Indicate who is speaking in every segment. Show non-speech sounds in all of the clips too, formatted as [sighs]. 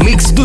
Speaker 1: Mix to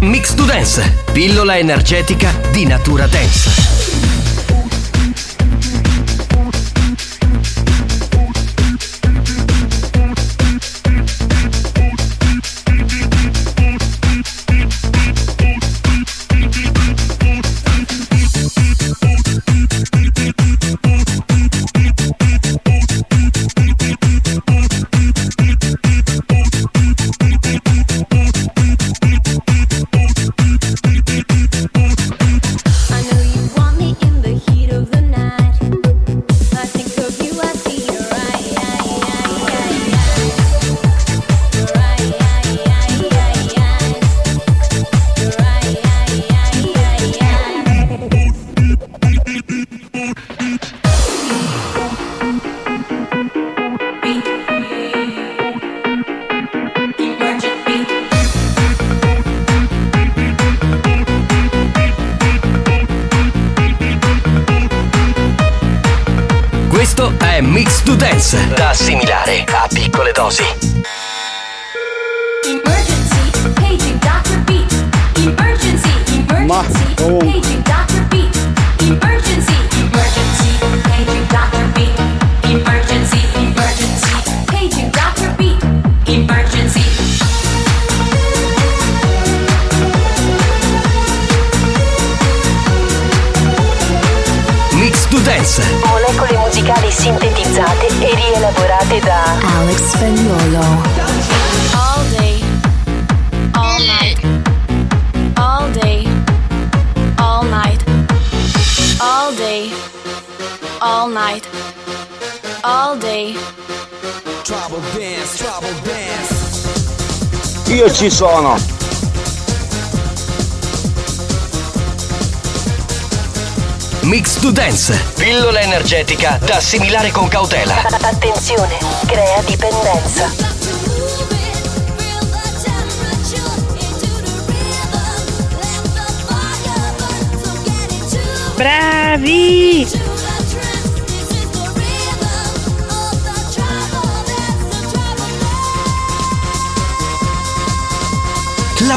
Speaker 1: Mix to Dance, pillola energetica di natura dance.
Speaker 2: I know you want me in the heat of the night. I think of you, I see your eye, eye, eye, eye, eye. Your eye, eye, eye, eye, eye. Your eye, eye, eye, eye, eye.
Speaker 1: Questo è Mix to Dance, da assimilare a piccole dosi.
Speaker 2: Emergency, paging Dr. Beat. Emergency, emergency, paging Dr. Beat. Emergency, emergency, paging Dr. Beat. Emergency, emergency, paging Dr. Beat. Emergency.
Speaker 1: Mix to Dance,
Speaker 3: molecole musicali sintetizzate e rielaborate da
Speaker 4: Alex Spagnolo.
Speaker 2: All day, all night, all day, all night, all day, all night, all day.
Speaker 5: Io ci sono.
Speaker 1: Mix to Dance, pillola energetica da assimilare con cautela.
Speaker 3: Attenzione, crea dipendenza.
Speaker 6: Bravi!
Speaker 1: La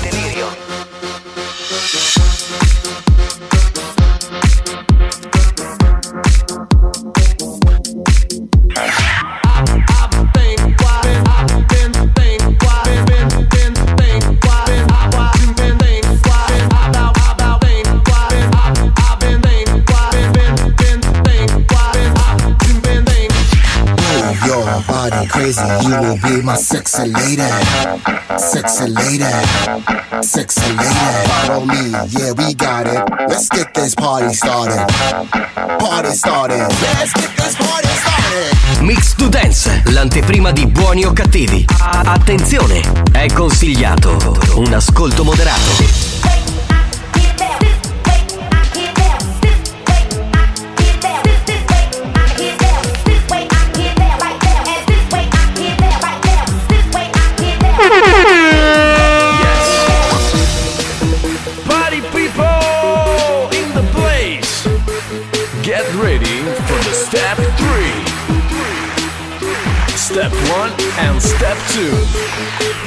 Speaker 7: move your body crazy. You will be my sexy lady, sexy lady, sexy lady. Follow me, yeah, we got it. Let's get this party started. Party started. Let's get this party started.
Speaker 1: Mix to Dance, l'anteprima di buoni o cattivi. A- attenzione, è consigliato un ascolto moderato.
Speaker 8: Party people in the place. Get ready for the step three. Step one and step two.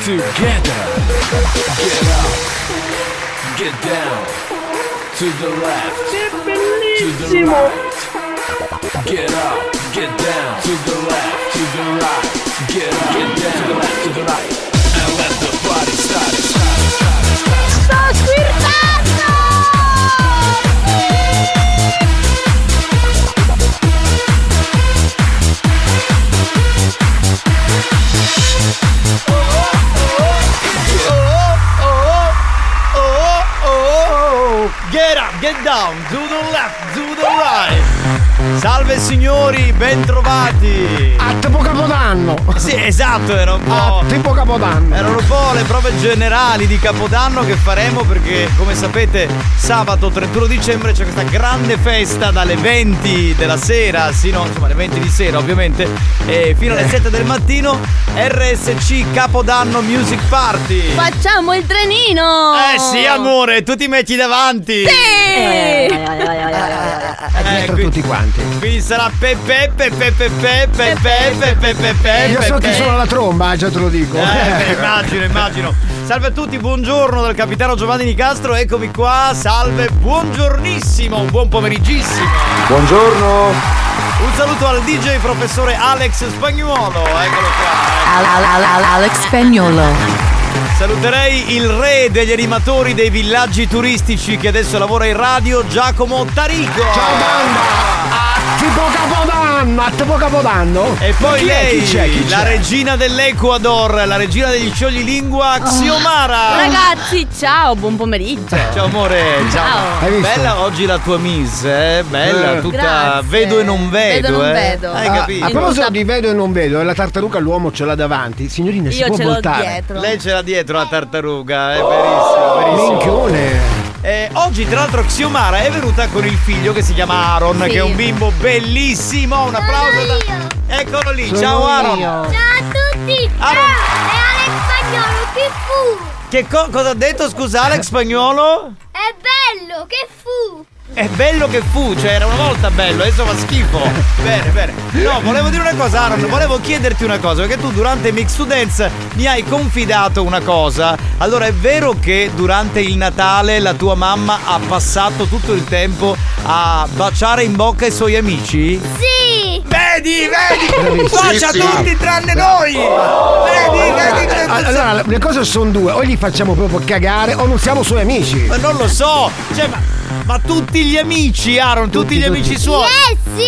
Speaker 8: Together. Get up. Get down. To the left. To the right. Get up. Get down. To the left. To the right. Get up. Get down. To the left. To the right. And let the party start.
Speaker 2: Sto squirtando!
Speaker 9: Get up, get down, do the left, do the right. Salve signori, bentrovati.
Speaker 7: A tipo Capodanno.
Speaker 9: Sì, esatto, era un po'.
Speaker 7: A tipo Capodanno.
Speaker 9: Erano un po' le prove generali di Capodanno che faremo perché, come sapete, sabato 31 dicembre c'è questa grande festa dalle 20 della sera, sino insomma alle 20 di sera ovviamente, e fino alle 7 del mattino, RSC Capodanno Music Party.
Speaker 2: Facciamo il trenino!
Speaker 9: Eh sì, amore, tu ti metti davanti. Eh,
Speaker 2: Oh. Sì!
Speaker 7: È Eh, dietro
Speaker 9: qui-
Speaker 7: tutti quanti.
Speaker 9: Qui sarà Pepe, Pepe, Pepe, Pepe, Pepe, Pepe, Pepe.
Speaker 7: Eh, Io so chi sono la Ecco. tromba, già te lo dico. [laughs]
Speaker 9: Eh, beh, immagino, immagino. Salve a tutti, buongiorno dal capitano Giovanni Nicastro, eccomi qua, salve, buongiornissimo, un buon pomeriggissimo.
Speaker 10: Buongiorno.
Speaker 9: Un saluto al DJ professore Alex Spagnuolo, eccolo qua.
Speaker 11: Alex Spagnolo.
Speaker 9: Saluterei il re degli animatori dei villaggi turistici che adesso lavora in radio, Giacomo Tarico. Ciao
Speaker 7: Tipo Capodanno, a tipo Capodanno.
Speaker 9: E poi
Speaker 7: Chi è?
Speaker 9: lei,
Speaker 7: Chi c'è? Chi c'è?
Speaker 9: la regina dell'Ecuador, la regina degli
Speaker 7: Ah.
Speaker 9: scioglilingua, Xiomara.
Speaker 2: Ah. Ragazzi, ciao, buon pomeriggio.
Speaker 9: Ciao amore, ciao.
Speaker 2: Ciao.
Speaker 7: Hai visto?
Speaker 9: Bella oggi la tua miss, eh? Bella,
Speaker 7: Eh.
Speaker 9: tutta
Speaker 2: Grazie.
Speaker 9: vedo e non vedo,
Speaker 2: Vedo e non
Speaker 9: eh.
Speaker 2: vedo.
Speaker 9: Hai
Speaker 2: Ah,
Speaker 9: capito?
Speaker 7: A proposito di vedo e non vedo, la tartaruga l'uomo ce l'ha davanti. Signorina, si
Speaker 2: Io
Speaker 7: può
Speaker 2: ce l'ho
Speaker 7: voltare.
Speaker 2: dietro.
Speaker 9: Lei ce l'ha dietro la tartaruga, è verissimo, verissimo.
Speaker 7: Minchione.
Speaker 9: Eh, oggi tra l'altro Xiomara è venuta con il figlio che si chiama Aaron,
Speaker 2: Sì.
Speaker 9: che è un bimbo bellissimo, un applauso da...
Speaker 8: io.
Speaker 9: Eccolo lì,
Speaker 7: Sono
Speaker 9: ciao Aaron.
Speaker 7: io.
Speaker 8: Ciao a tutti!
Speaker 9: Ah,
Speaker 8: Ciao!
Speaker 9: no.
Speaker 8: È Alex Spagnolo, che fu?
Speaker 9: Che co- cosa ha detto, scusa
Speaker 7: Eh.
Speaker 9: Alex Spagnolo?
Speaker 8: È bello, che fu?
Speaker 9: È bello che fu, cioè era una volta bello, adesso fa schifo. Bene, bene. No, volevo dire una cosa, Aaron, volevo chiederti una cosa, perché tu durante Mix to Dance mi hai confidato una cosa. Allora, è vero che durante il Natale la tua mamma ha passato tutto il tempo a baciare in bocca i suoi amici?
Speaker 8: Sì!
Speaker 9: Vedi, vedi! Bacia tutti tranne noi! Vedi, vedi,
Speaker 7: All- Oh! Allora, le cose sono due, o gli facciamo proprio cagare o non siamo suoi amici.
Speaker 9: Ma non lo so! Cioè, ma, ma tutti gli amici, Aaron, tutti,
Speaker 7: Tutti,
Speaker 9: gli
Speaker 7: tutti.
Speaker 9: amici suoi! [laughs]
Speaker 8: Eh sì!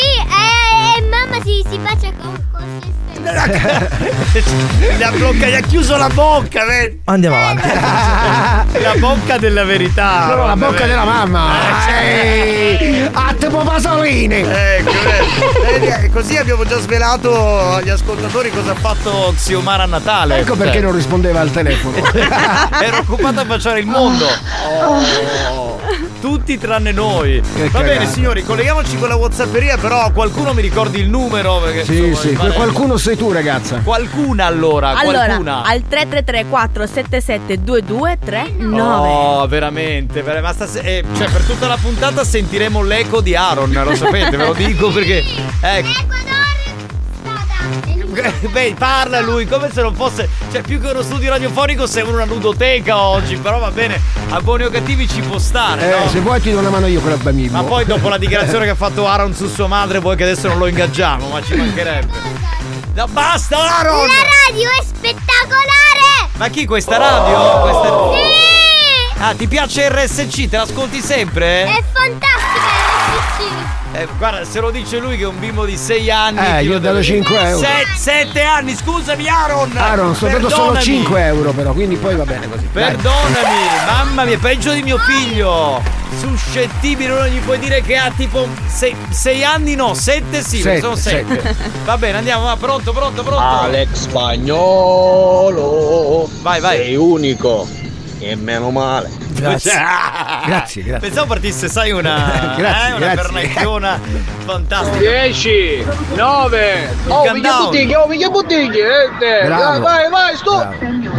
Speaker 8: E mamma si, si bacia con, con se stessa.
Speaker 9: Gli ha, blocca- gli ha chiuso la bocca, vedi?
Speaker 11: Andiamo avanti.
Speaker 9: [laughs] La bocca della verità.
Speaker 7: Allora, la
Speaker 9: vabbè.
Speaker 7: bocca della mamma. Ehi, a tipo Pasolini.
Speaker 9: Eh. Ecco, vedi? Vedi, così abbiamo già svelato agli ascoltatori cosa ha fatto Xiomara a Natale. Cioè,
Speaker 7: Ecco perché non rispondeva al telefono.
Speaker 9: [laughs] Era occupata a baciare il mondo. Oh. Tutti tranne noi. Va bene,
Speaker 7: cagata.
Speaker 9: signori, colleghiamoci con la WhatsApperia, però qualcuno mi ricordi il numero. Perché,
Speaker 7: Sì,
Speaker 9: insomma,
Speaker 7: sì,
Speaker 9: rimane-
Speaker 7: qualcuno sei tu, ragazza.
Speaker 9: Qualcuna allora,
Speaker 2: Allora,
Speaker 9: qualcuna.
Speaker 2: al 333 477 2239.
Speaker 9: Oh, veramente, vera- ma stas- eh, cioè, per tutta la puntata sentiremo l'eco di Aaron, lo sapete, ve lo dico perché. Ecco.
Speaker 8: Ecuador!
Speaker 9: [laughs] Beh, parla lui come se non fosse. Cioè, più che uno studio radiofonico sembra una ludoteca oggi. Però va bene, a buoni o cattivi ci può stare,
Speaker 7: Eh,
Speaker 9: no?
Speaker 7: se vuoi ti do una mano io con la bambina.
Speaker 9: Ma poi dopo la dichiarazione che ha fatto Aaron su sua madre, vuoi che adesso non lo ingaggiamo, ma ci mancherebbe. No, basta Aaron!
Speaker 8: La radio è spettacolare!
Speaker 9: Ma chi questa radio? Questa-
Speaker 8: Sì!
Speaker 9: Ah, ti piace RSC? Te l'ascolti sempre?
Speaker 8: È fantastica la
Speaker 9: Eh, guarda, se lo dice lui che è un bimbo di 6 anni.
Speaker 7: Eh,
Speaker 9: chi
Speaker 7: io
Speaker 9: lo
Speaker 7: ho dato
Speaker 9: deve-
Speaker 7: 5 euro.
Speaker 9: Se- 7 anni, scusami Aaron!
Speaker 7: Aaron, sono dato solo
Speaker 9: Perdonami.
Speaker 7: 5 euro però, quindi poi va bene così. Dai.
Speaker 9: Perdonami, mamma mia, peggio di mio figlio! Suscettibile, non gli puoi dire che ha tipo 6 anni, no, 7 sì, perché
Speaker 7: Sette,
Speaker 9: sono 7. Va bene, andiamo, va, pronto, pronto, pronto.
Speaker 10: Alex Spagnolo.
Speaker 9: Vai, vai.
Speaker 10: Sei unico. E meno male.
Speaker 9: [laughs]
Speaker 7: Grazie. Grazie, grazie.
Speaker 9: Pensavo partisse, sai, una,
Speaker 7: [laughs] Grazie,
Speaker 9: eh, una
Speaker 7: grazie. [laughs]
Speaker 9: pernacchiona fantastica.
Speaker 12: 10, 9, [laughs] oh,
Speaker 9: countdown.
Speaker 12: miglia bottiglie, oh, miglia bottiglie, eh, te.
Speaker 7: Bravo.
Speaker 12: Vai, vai, vai, sto.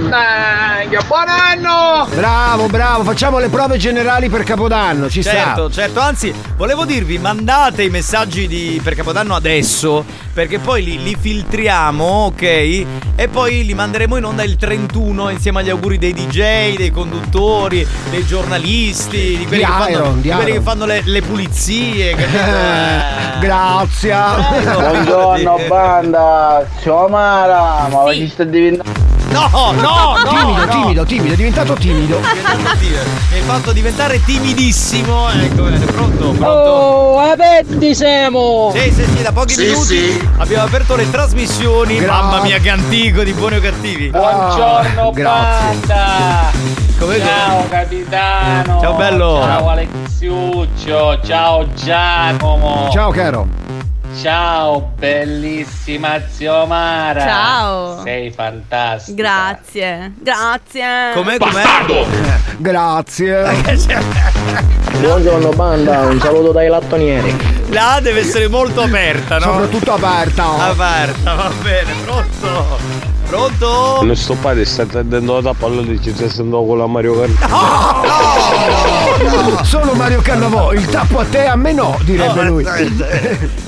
Speaker 12: Dai, buon anno!
Speaker 7: Bravo, bravo, facciamo le prove generali per Capodanno, ci
Speaker 9: Certo, certo, anzi volevo dirvi mandate i messaggi di, per Capodanno adesso perché poi li, li filtriamo, ok? E poi li manderemo in onda il 31 insieme agli auguri dei DJ, dei conduttori, dei giornalisti, di quelli
Speaker 7: Di
Speaker 9: che fanno,
Speaker 7: Iron, di
Speaker 9: di quelli
Speaker 7: Iron.
Speaker 9: che fanno le,
Speaker 7: [laughs]
Speaker 9: le pulizie. capito?
Speaker 7: sta.
Speaker 9: Eh.
Speaker 7: Grazie.
Speaker 9: Buongiorno,
Speaker 12: banda, ciao Mara, ma
Speaker 2: Sì.
Speaker 12: sta diventando...
Speaker 9: No, no, no,
Speaker 7: timido,
Speaker 9: no.
Speaker 7: timido, timido, è diventato timido.
Speaker 9: Mi hai fatto diventare timidissimo. Ecco, bene, pronto, pronto.
Speaker 12: Oh, aperti siamo!
Speaker 9: Sì, sì, sì, da pochi
Speaker 10: Sì,
Speaker 9: minuti
Speaker 10: sì.
Speaker 9: abbiamo aperto le trasmissioni.
Speaker 7: Gra-
Speaker 9: Mamma mia, che antico di buoni o cattivi.
Speaker 7: Ah,
Speaker 12: Buongiorno,
Speaker 7: grazie.
Speaker 12: banda!
Speaker 9: Ecco, vedi?
Speaker 13: Ciao capitano!
Speaker 9: Ciao, bello.
Speaker 13: Ciao
Speaker 9: Ciao.
Speaker 13: Alexiuccio! Ciao Giacomo!
Speaker 7: Ciao caro.
Speaker 13: Ciao bellissima zio Mara!
Speaker 2: Ciao.
Speaker 13: Sei fantastica!
Speaker 2: Grazie, grazie.
Speaker 9: Com'è, [laughs] Certo.
Speaker 7: Grazie.
Speaker 10: Buongiorno banda, un saluto dai lattonieri.
Speaker 9: La A deve essere molto aperta, no?
Speaker 7: Soprattutto aperta. oh.
Speaker 9: Aperta, va bene, pronto? Pronto?
Speaker 10: Non sto padre sta tendendo la palla di ci sta sentendo con la Mario Kart.
Speaker 9: Ah,
Speaker 7: Solo Mario Cannavò, il tappo a te, a me no, direbbe lui.
Speaker 9: eh,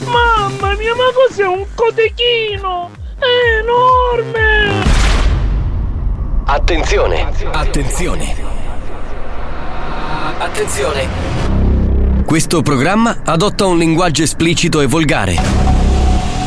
Speaker 12: Mamma mia, ma cos'è un cotechino? È enorme!
Speaker 1: Attenzione! Attenzione! Attenzione! Questo programma adotta un linguaggio esplicito e volgare,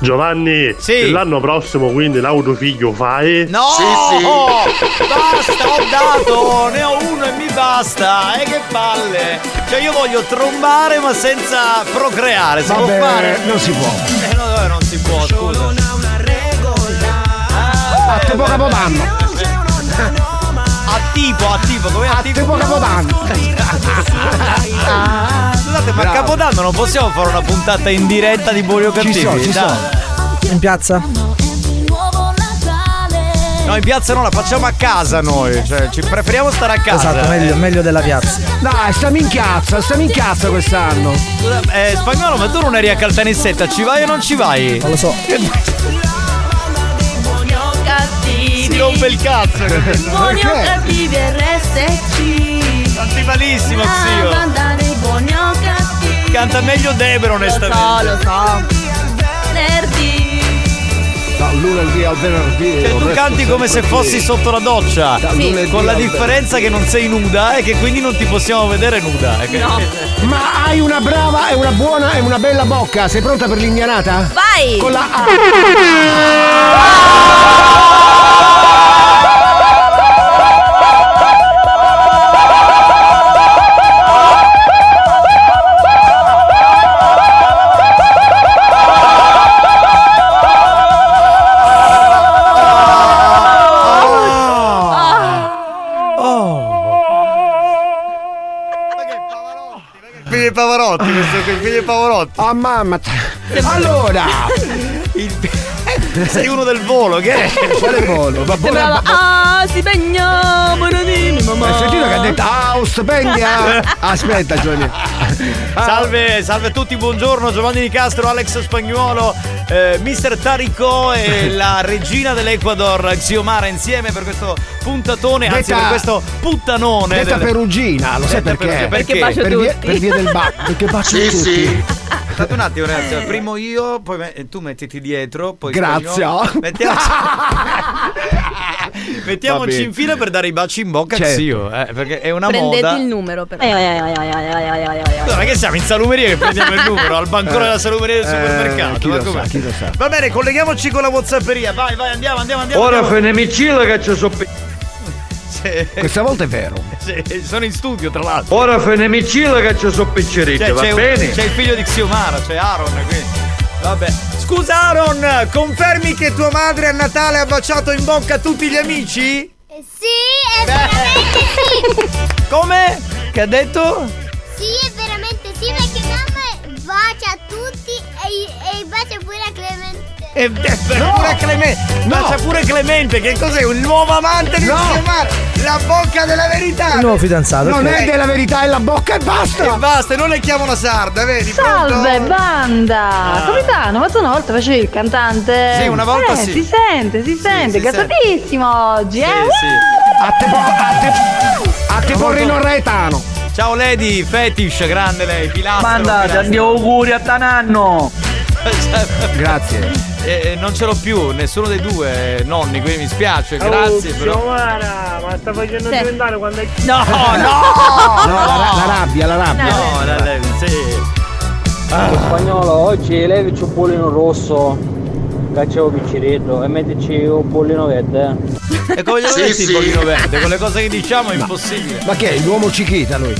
Speaker 14: Giovanni, l'anno prossimo quindi l'autofiglio fai?
Speaker 9: No! Oh, Basta, oh, ho dato! Ne ho uno e mi basta! E che palle! Cioè io voglio trombare ma senza procreare, si
Speaker 7: Vabbè,
Speaker 9: può fare?
Speaker 7: non si può.
Speaker 9: Eh no, no, non si può, scusa.
Speaker 7: A te poca popanno.
Speaker 9: A tipo, a tipo, come
Speaker 7: Ah,
Speaker 9: a tipo?
Speaker 7: poca
Speaker 9: Scusate, ma a Capodanno non possiamo fare una puntata in diretta di Borio Cattivi?
Speaker 15: so, ci
Speaker 9: Dai.
Speaker 15: In piazza?
Speaker 9: No, in piazza no, la facciamo a casa noi. Cioè, ci preferiamo stare a casa.
Speaker 15: Esatto, meglio, meglio della piazza.
Speaker 7: Dai, stiamo in cazzo, stiamo in cazzo quest'anno.
Speaker 9: Scusa, eh, spagnolo, ma tu non eri a Caltanissetta, ci vai o non ci vai? Non
Speaker 15: lo so.
Speaker 9: Si rompe il cazzo, capito?
Speaker 5: Buoni o cattivi RSC
Speaker 9: Attivalissimo
Speaker 5: La
Speaker 9: zio
Speaker 5: banda dei buoni o cattivi
Speaker 9: Canta meglio Debra onestamente
Speaker 5: Lo so, lo so Venerdì
Speaker 7: Dal lunedì al venerdì.
Speaker 9: Cioè, tu canti come se fossi sotto la doccia
Speaker 7: Dal lunedì
Speaker 9: Con la
Speaker 7: al
Speaker 9: differenza che non sei nuda E che quindi non ti possiamo vedere nuda eh, che-
Speaker 7: Ma hai una brava e una buona e una bella bocca. Sei pronta per l'indianata?
Speaker 2: Vai!
Speaker 7: Con la A. Oh.
Speaker 9: Figlio di Pavarotti, questo qui, figlio di Pavarotti.
Speaker 7: Ah mamma. Allora.
Speaker 9: Sei uno del volo, che è?
Speaker 7: Quale volo? Ma
Speaker 2: Sembrava Ah, si begna, buonanini, mamma.
Speaker 7: Hai sentito che ha detto house, venga! Aspetta, Giovanni.
Speaker 9: [laughs] Salve, salve a tutti, buongiorno Giovanni Di Castro, Alex Spagnuolo, eh, Mr. Tarico e la regina dell'Ecuador, Xiomara, insieme per questo puntatone, anzi
Speaker 7: Detta-
Speaker 9: per questo puttanone.
Speaker 7: Detta
Speaker 9: del-
Speaker 7: perugina, lo sai
Speaker 9: Detta
Speaker 7: perché?
Speaker 9: Perugina, Ah, perché?
Speaker 7: per via, per via del
Speaker 9: [laughs]
Speaker 7: ba. Perché bacio tutti.
Speaker 9: Aspettate un attimo, ragazzi.
Speaker 2: Eh.
Speaker 9: Primo io, poi me- eh, tu mettiti dietro, poi
Speaker 7: Grazie.
Speaker 9: spagnolo.
Speaker 7: [laughs]
Speaker 9: Mettiamoci,
Speaker 7: Va
Speaker 9: mettiamoci
Speaker 7: bene.
Speaker 9: in fila per dare i baci in bocca
Speaker 7: Certo.
Speaker 9: a zio, eh, perché è una
Speaker 2: Prendete
Speaker 9: moda.
Speaker 2: il numero però.
Speaker 9: Allora, che siamo in salumeria che prendiamo il numero al bancone della salumeria del
Speaker 7: Eh,
Speaker 9: supermercato.
Speaker 7: chi
Speaker 9: ma
Speaker 7: lo sa,
Speaker 9: com'è?
Speaker 7: chi lo sa.
Speaker 9: Va bene, colleghiamoci con la Whatsapperia. Vai, vai, andiamo, andiamo, andiamo.
Speaker 10: Ora
Speaker 9: andiamo.
Speaker 10: fenemicilla che ci so
Speaker 9: Sì,
Speaker 7: Questa volta è vero.
Speaker 9: sì, sono in studio, tra l'altro.
Speaker 10: Ora fenemicilla che ci so
Speaker 9: Cioè,
Speaker 10: va
Speaker 9: c'è, un-
Speaker 10: bene?
Speaker 9: c'è il figlio di Xiomara, c'è Aaron qui. Vabbè. Scusa Aaron, confermi che tua madre a Natale ha baciato in bocca tutti gli amici?
Speaker 16: Sì, è veramente sì!
Speaker 9: Come? Che ha detto?
Speaker 16: Sì, è veramente sì, perché mamma bacia tutti e, e bacia pure a Clemente.
Speaker 9: E pure Clemente. Ma c'è pure Clemente, che cos'è? Un nuovo amante di
Speaker 16: No.
Speaker 9: Xiomara? La bocca della verità!
Speaker 15: Il nuovo fidanzato.
Speaker 9: Non
Speaker 15: ok.
Speaker 9: è della verità, è la bocca e basta!
Speaker 7: Eh,
Speaker 9: E basta, e non le chiamo la sarda, vedi?
Speaker 17: Salve
Speaker 9: Pronto?
Speaker 17: banda!
Speaker 9: Ah.
Speaker 17: Capitano, ma tu una volta facevi il cantante?
Speaker 9: Sì, una volta
Speaker 17: Eh,
Speaker 9: sì.
Speaker 17: Si sente, si sente,
Speaker 9: si
Speaker 17: gasatissimo oggi, eh!
Speaker 7: A te, po- a te, a te porrino Raetano.
Speaker 9: Ciao Lady, fetish, grande lei, pilastro.
Speaker 12: Mandate,
Speaker 9: [laughs] pilastro.
Speaker 12: gli auguri a Tananno!
Speaker 9: Grazie. Eh, non ce l'ho più, nessuno dei due eh, nonni, quindi mi spiace, grazie
Speaker 18: oh,
Speaker 9: però.
Speaker 18: Giovanna, ma sta facendo
Speaker 9: Sì.
Speaker 18: diventare quando è. [laughs]
Speaker 9: No, no!
Speaker 7: No, la, ra- la rabbia, la rabbia.
Speaker 9: No, la, la, sì. Ah.
Speaker 19: Spagnolo, oggi levici un pollino rosso, cacciavo bicicletto e mettici un pollino verde.
Speaker 9: E come glielo metti il bollino verde? Con le cose che diciamo è impossibile.
Speaker 7: Ma che è l'uomo cichita lui?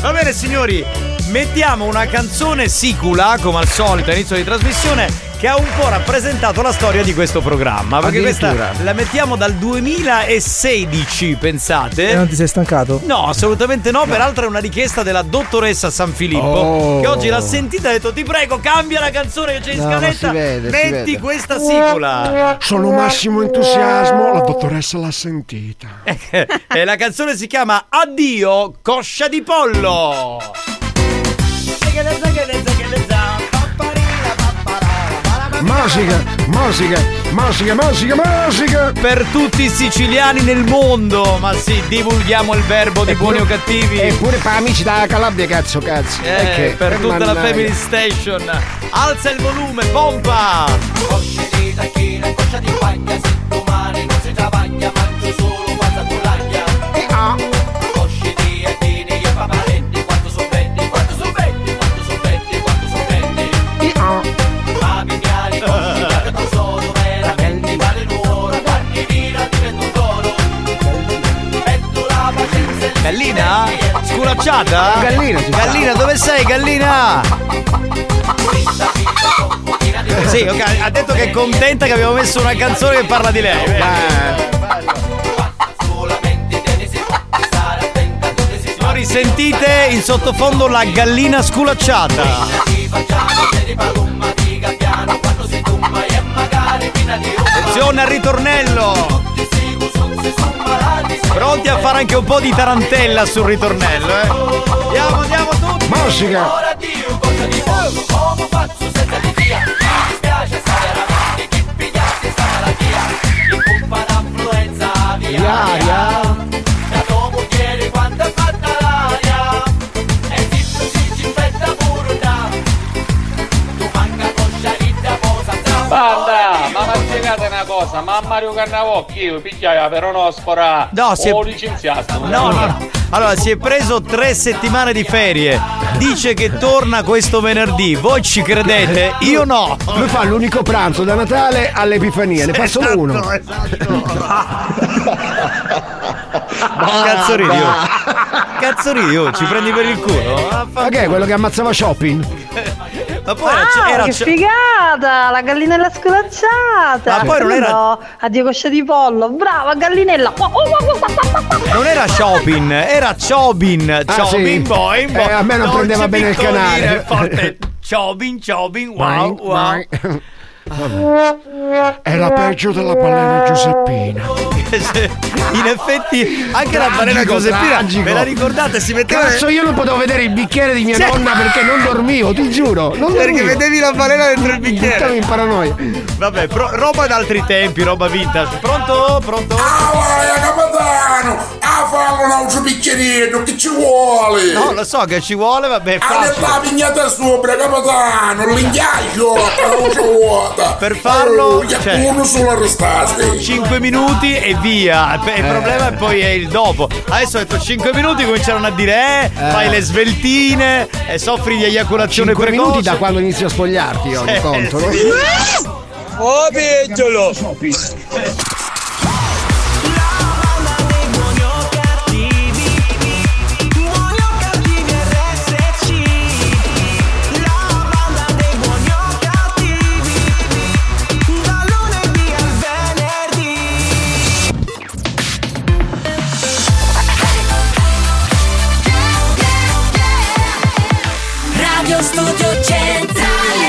Speaker 9: Va bene signori, mettiamo una canzone sicula, come al solito all'inizio di trasmissione, che ha un po' rappresentato la storia di questo programma. Perché questa
Speaker 15: Addirittura.
Speaker 9: la mettiamo dal 2016, pensate.
Speaker 15: E non ti sei stancato?
Speaker 9: No, assolutamente no, peraltro è una richiesta della dottoressa San Filippo
Speaker 15: Oh.
Speaker 9: che oggi l'ha sentita e ha detto ti prego cambia la canzone che c'è in
Speaker 7: No, ma si
Speaker 9: scaletta,
Speaker 7: vede, si
Speaker 9: metti
Speaker 7: vede.
Speaker 9: questa sicola.
Speaker 7: Sono massimo entusiasmo, la dottoressa l'ha sentita.
Speaker 9: e la canzone si chiama Addio Coscia di Pollo.
Speaker 7: Musica, musica, musica, musica, musica.
Speaker 9: Per tutti i siciliani nel mondo, ma sì, divulghiamo il verbo di buoni o cattivi.
Speaker 7: Eppure per amici dalla Calabria, cazzo, cazzo.
Speaker 9: Eh,
Speaker 7: E che?
Speaker 9: per
Speaker 7: Eh,
Speaker 9: tutta la
Speaker 7: mannaggia.
Speaker 9: Family Station. Alza il volume, pompa! Gallina? Sculacciata?
Speaker 7: Gallina ci sta.
Speaker 9: Gallina, dove sei, gallina? Sì, ok, ha detto che è contenta che abbiamo messo una canzone che parla di lei. Signori, sentite in sottofondo la gallina sculacciata. Attenzione al ritornello. Pronti a fare anche un po' di tarantella sul ritornello, eh? Andiamo, andiamo tutti.
Speaker 7: Musica.
Speaker 13: Banda, ma mi spiegate una cosa, ma a Mario Cannavò chi lo pigliava per un'ospora
Speaker 9: No, si è-
Speaker 13: o licenziato?
Speaker 9: No, no, no. Allora, si è preso tre settimane di ferie. Dice che torna questo venerdì. Voi ci credete? Io no.
Speaker 7: Lui fa l'unico pranzo da Natale all'Epifania, ne fa solo uno.
Speaker 9: Cazzo ridi, oh. Cazzo ridi, oh, ci prendi per il culo?
Speaker 7: Ma Ah, che è quello che ammazzava shopping?
Speaker 9: Ma poi era-
Speaker 17: Ah,
Speaker 9: era-
Speaker 17: che figata! La gallinella
Speaker 9: Ma
Speaker 17: scolacciata!
Speaker 9: poi non era-
Speaker 17: No, addio coscia di pollo! Brava gallinella! Oh, oh, oh, oh, oh, oh, oh.
Speaker 9: Non era Chopin, era Chobin.
Speaker 7: Ah,
Speaker 9: Chobin,
Speaker 7: sì.
Speaker 9: boin, boin.
Speaker 7: Eh, a me non
Speaker 9: Dolce
Speaker 7: prendeva bene il
Speaker 9: Vittorino,
Speaker 7: canale. [laughs]
Speaker 9: è forte. Chobin, Chobin, wow,
Speaker 7: Boing,
Speaker 9: wow.
Speaker 7: boing. Era peggio della balena Giuseppina.
Speaker 9: In effetti, anche la
Speaker 7: Tragico,
Speaker 9: balena Giuseppina,
Speaker 7: tragico.
Speaker 9: ve la ricordate? Si metteva.
Speaker 7: Cazzo, io non potevo vedere il bicchiere di mia
Speaker 9: Sì.
Speaker 7: nonna perché non dormivo, ti giuro. Non
Speaker 9: Perché
Speaker 7: dormivo.
Speaker 9: vedevi la balena dentro il bicchiere.
Speaker 7: Buttami in paranoia.
Speaker 9: Vabbè, pro- roba d'altri tempi, roba vintage. Pronto? Pronto?
Speaker 3: Vai, capitano! A fallo da un bicchierino, che ci vuole?
Speaker 9: No, lo so che ci vuole, vabbè,
Speaker 3: Alle la
Speaker 9: facile.
Speaker 3: pignata sopra, capitano, l'inchiaggio, non ci vuole.
Speaker 9: Per farlo,
Speaker 3: Che
Speaker 9: cioè-
Speaker 3: uno solo arrestasti.
Speaker 9: 5 minuti e via. Beh, Il
Speaker 7: Eh.
Speaker 9: problema è poi è il dopo. Adesso ho detto 5 minuti, cominciarono a dire eh, fai le sveltine e soffri di eiaculazione
Speaker 7: 5
Speaker 9: precoce.
Speaker 7: minuti da quando inizio a spogliarti io, di
Speaker 9: Eh,
Speaker 7: conto. no?
Speaker 9: sì.
Speaker 3: Oh, pigliolo!
Speaker 8: Radio Studio Centrale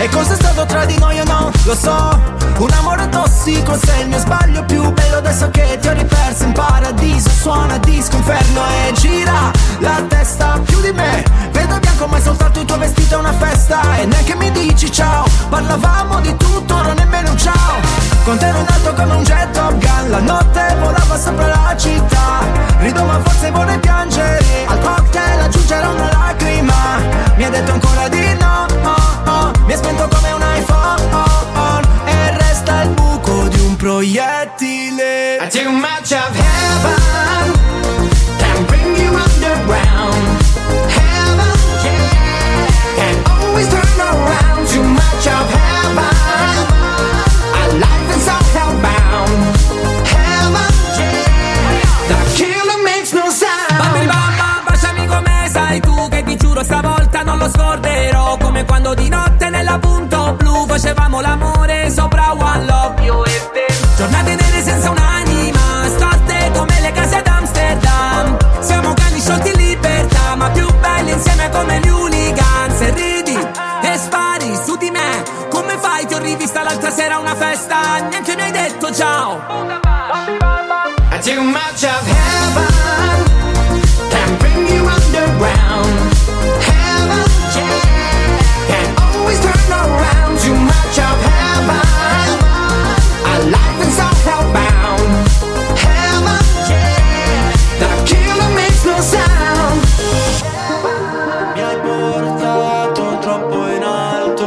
Speaker 8: E cos'è stato tra di noi o no? Lo so Un amore tossico se il mio sbaglio più bello Adesso che ti ho riperso in paradiso Suona disco inferno e gira La testa più di me Vedo bianco ma è soltanto il tuo vestito è una festa E neanche mi dici ciao Parlavamo di tutto, ora nemmeno un ciao Con te ero in alto come un jet Top Gun La notte volava sopra la città Rido ma forse vorrei piangere Al cocktail aggiungerò una lacrima Mi ha detto ancora di no oh, oh. Mi è spento come un iPhone E resta il buco di un proiettile I too much of heaven Can bring you underground Heaven, yeah Can always turn around Too much of heaven Our life is all hellbound Heaven, yeah The killer makes no sound
Speaker 20: Bambini bamba, baciami come sai tu Che ti giuro stavolta non lo scorderò Come quando di notte nella punto blu Facevamo l'amore sopra One Love You e te Giornate nere senza un'anima Storte come le case ad Amsterdam Siamo cani sciolti in libertà Ma più belli insieme come gli hooligans Se ridi e spari su di me Come fai? Ti ho rivista l'altra sera a una festa Neanche mi hai detto ciao
Speaker 8: Too much of heaven can bring you underground. Heaven, yeah, can always turn around. Too much of heaven, our life is all hellbound. Heaven, yeah, the killer makes no sound. Mi hai portato troppo in alto.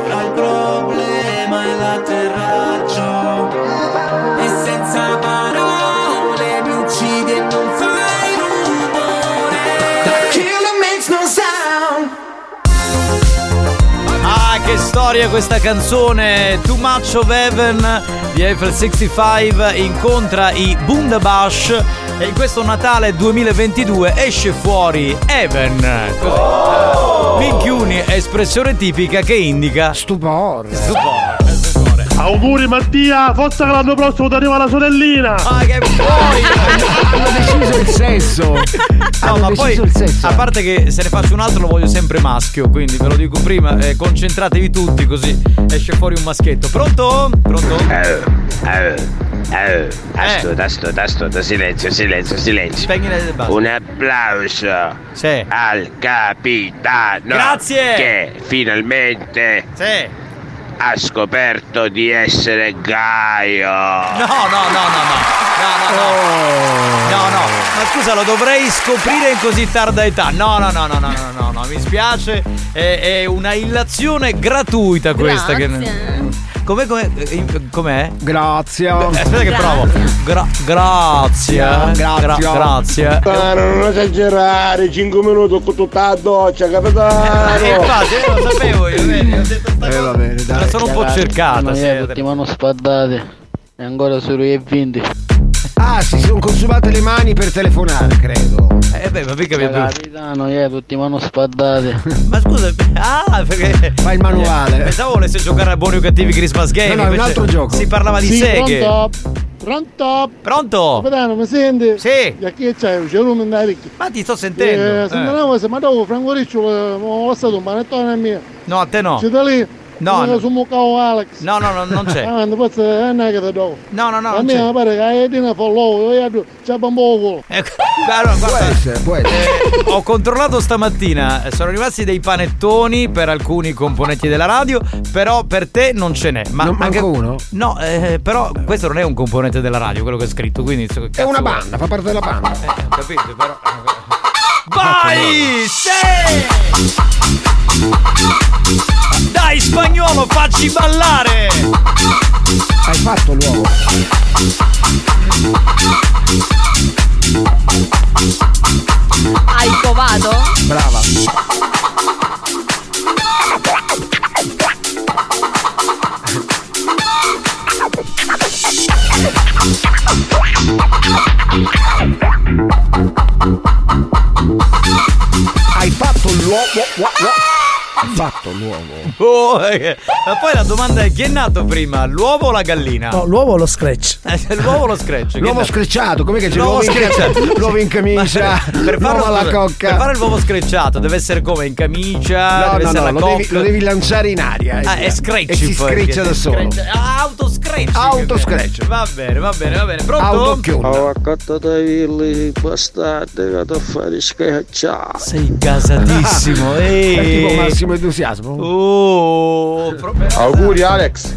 Speaker 8: Ora il problema è l'atterraggio.
Speaker 20: E senza parole mi uccidi e non fai rumore.
Speaker 8: Killer makes no sound.
Speaker 9: Ah, che storia questa canzone! Too Much of Heaven di Eiffel 65 incontra i Bundabash e in questo Natale 2022 esce fuori Heaven. Così.
Speaker 7: Oh!
Speaker 9: Minchiuni, espressione tipica che indica stupore. Stupore.
Speaker 21: Auguri Mattia, forza che l'anno prossimo ti arriva la sorellina!
Speaker 9: Ah, che
Speaker 21: poi!
Speaker 9: deciso il [laughs] sesso. No, ma poi a parte che se ne faccio un altro lo voglio sempre maschio, quindi ve lo dico prima, eh, concentratevi tutti così esce fuori un maschietto. Pronto? Pronto? Eh.
Speaker 22: Tasto, tasto, tasto, tasto, silenzio, silenzio, silenzio.
Speaker 9: Spegni le basse.
Speaker 22: Un applauso al capitano.
Speaker 9: Grazie.
Speaker 22: Che finalmente ha scoperto di essere Gaio.
Speaker 9: No, no, no, no, no. No, no, no. No, no. Ma scusa, lo dovrei scoprire in così tarda età. No, no, no, no, no, no, no, no. Mi spiace. È, è una illazione gratuita questa. Che... Com'è, com'è, eh, com'è? Grazie. Eh, Aspetta che provo. Gra- grazie. Gra- grazie.
Speaker 23: Capitano, non esagerare, 5 minuti con tutta la doccia, capitano.
Speaker 9: Eh, infatti, io lo sapevo io,
Speaker 7: Eh,
Speaker 9: vedi, ho detto sta cosa. Me la sono un po' cercata, sì.
Speaker 5: Sì, settimana eh, spaddate. E ancora solo io e 20.
Speaker 9: Eh,
Speaker 7: Ah, si sono consumate le mani per telefonare, credo.
Speaker 9: Eh beh, ma mica
Speaker 5: Capitano, io tutti mano spaddate.
Speaker 9: Ma scusa, ah, perché. Fa il
Speaker 7: manuale.
Speaker 9: Pensavo volesse giocare a buoni o cattivi Christmas
Speaker 7: No,
Speaker 9: Game.
Speaker 7: no, è un
Speaker 9: invece
Speaker 7: altro gioco.
Speaker 9: Si parlava di
Speaker 7: Sì,
Speaker 9: seghe.
Speaker 7: pronto?
Speaker 23: Pronto?
Speaker 9: Pronto?
Speaker 23: Capitano, mi senti?
Speaker 9: Sì.
Speaker 23: Da che c'è? C'è uno in orecchie.
Speaker 9: Ma ti sto sentendo.
Speaker 23: Eh, se
Speaker 9: Eh.
Speaker 23: non avevo, se mi dopo Franco Riccio, eh, ho stato un manettone a me.
Speaker 9: No, a te no.
Speaker 23: Siete lì?
Speaker 9: No,
Speaker 23: Sono
Speaker 9: no.
Speaker 23: su Mucao Alex.
Speaker 9: No, no, no, non c'è.
Speaker 23: [laughs] Ah, non posso, eh, non è che te do.
Speaker 9: No, no, no,
Speaker 23: A
Speaker 9: non
Speaker 23: me
Speaker 9: c'è.
Speaker 23: mi pare che hai detto fa l'uovo, io addo, c'è bambolo.
Speaker 9: Ecco. Allora, guarda, eh, ho controllato stamattina, eh, sono rimasti dei panettoni per alcuni componenti della radio, però per te non ce n'è. Ma
Speaker 7: Non manca uno?
Speaker 9: No, eh, però questo non è un componente della radio, quello che è scritto, quindi so che
Speaker 7: È
Speaker 9: cazzo
Speaker 7: una
Speaker 9: vuoi.
Speaker 7: banda, fa parte della banda.
Speaker 9: Eh, capito, però. Vai! Sì! Dai spagnolo, facci ballare!
Speaker 7: Hai fatto l'uovo.
Speaker 2: Hai covato?
Speaker 7: Brava. Hai fatto l'uovo. fatto l'uovo?
Speaker 9: Oh, eh. Ma poi la domanda è: chi è nato prima, l'uovo o la gallina?
Speaker 24: No, l'uovo o lo scratch?
Speaker 9: Eh, L'uovo o lo scratch? Chi è
Speaker 7: L'uovo
Speaker 9: nato?
Speaker 7: screcciato, com'è che c'è
Speaker 9: L'uovo
Speaker 7: l'uovo, in- [laughs]
Speaker 9: screcciato.
Speaker 7: l'uovo in camicia?
Speaker 9: Per fare,
Speaker 7: l'uovo alla
Speaker 9: scusa,
Speaker 7: cocca.
Speaker 9: per fare il uovo screcciato deve essere come in camicia,
Speaker 7: No,
Speaker 9: deve
Speaker 7: no,
Speaker 9: essere
Speaker 7: no,
Speaker 9: la
Speaker 7: lo
Speaker 9: cocca.
Speaker 7: devi, lo devi lanciare in aria. eh.
Speaker 9: Ah, è scratch
Speaker 7: E si
Speaker 9: poi,
Speaker 7: screccia
Speaker 9: perché
Speaker 7: da
Speaker 9: si [laughs]
Speaker 7: solo.
Speaker 9: scratch. Ah, autoscratch.
Speaker 7: Autoscratch.
Speaker 9: Va bene, va bene, va bene.
Speaker 7: Ah,
Speaker 9: Pronto?
Speaker 23: Ho accattato i villi bastardi, vado a fare schiacciare.
Speaker 9: Sei
Speaker 7: [laughs]
Speaker 9: casatissimo,
Speaker 7: È tipo
Speaker 9: ehi.
Speaker 7: massimo entusiasmo.
Speaker 9: eh. Oh,
Speaker 23: Auguri Alex.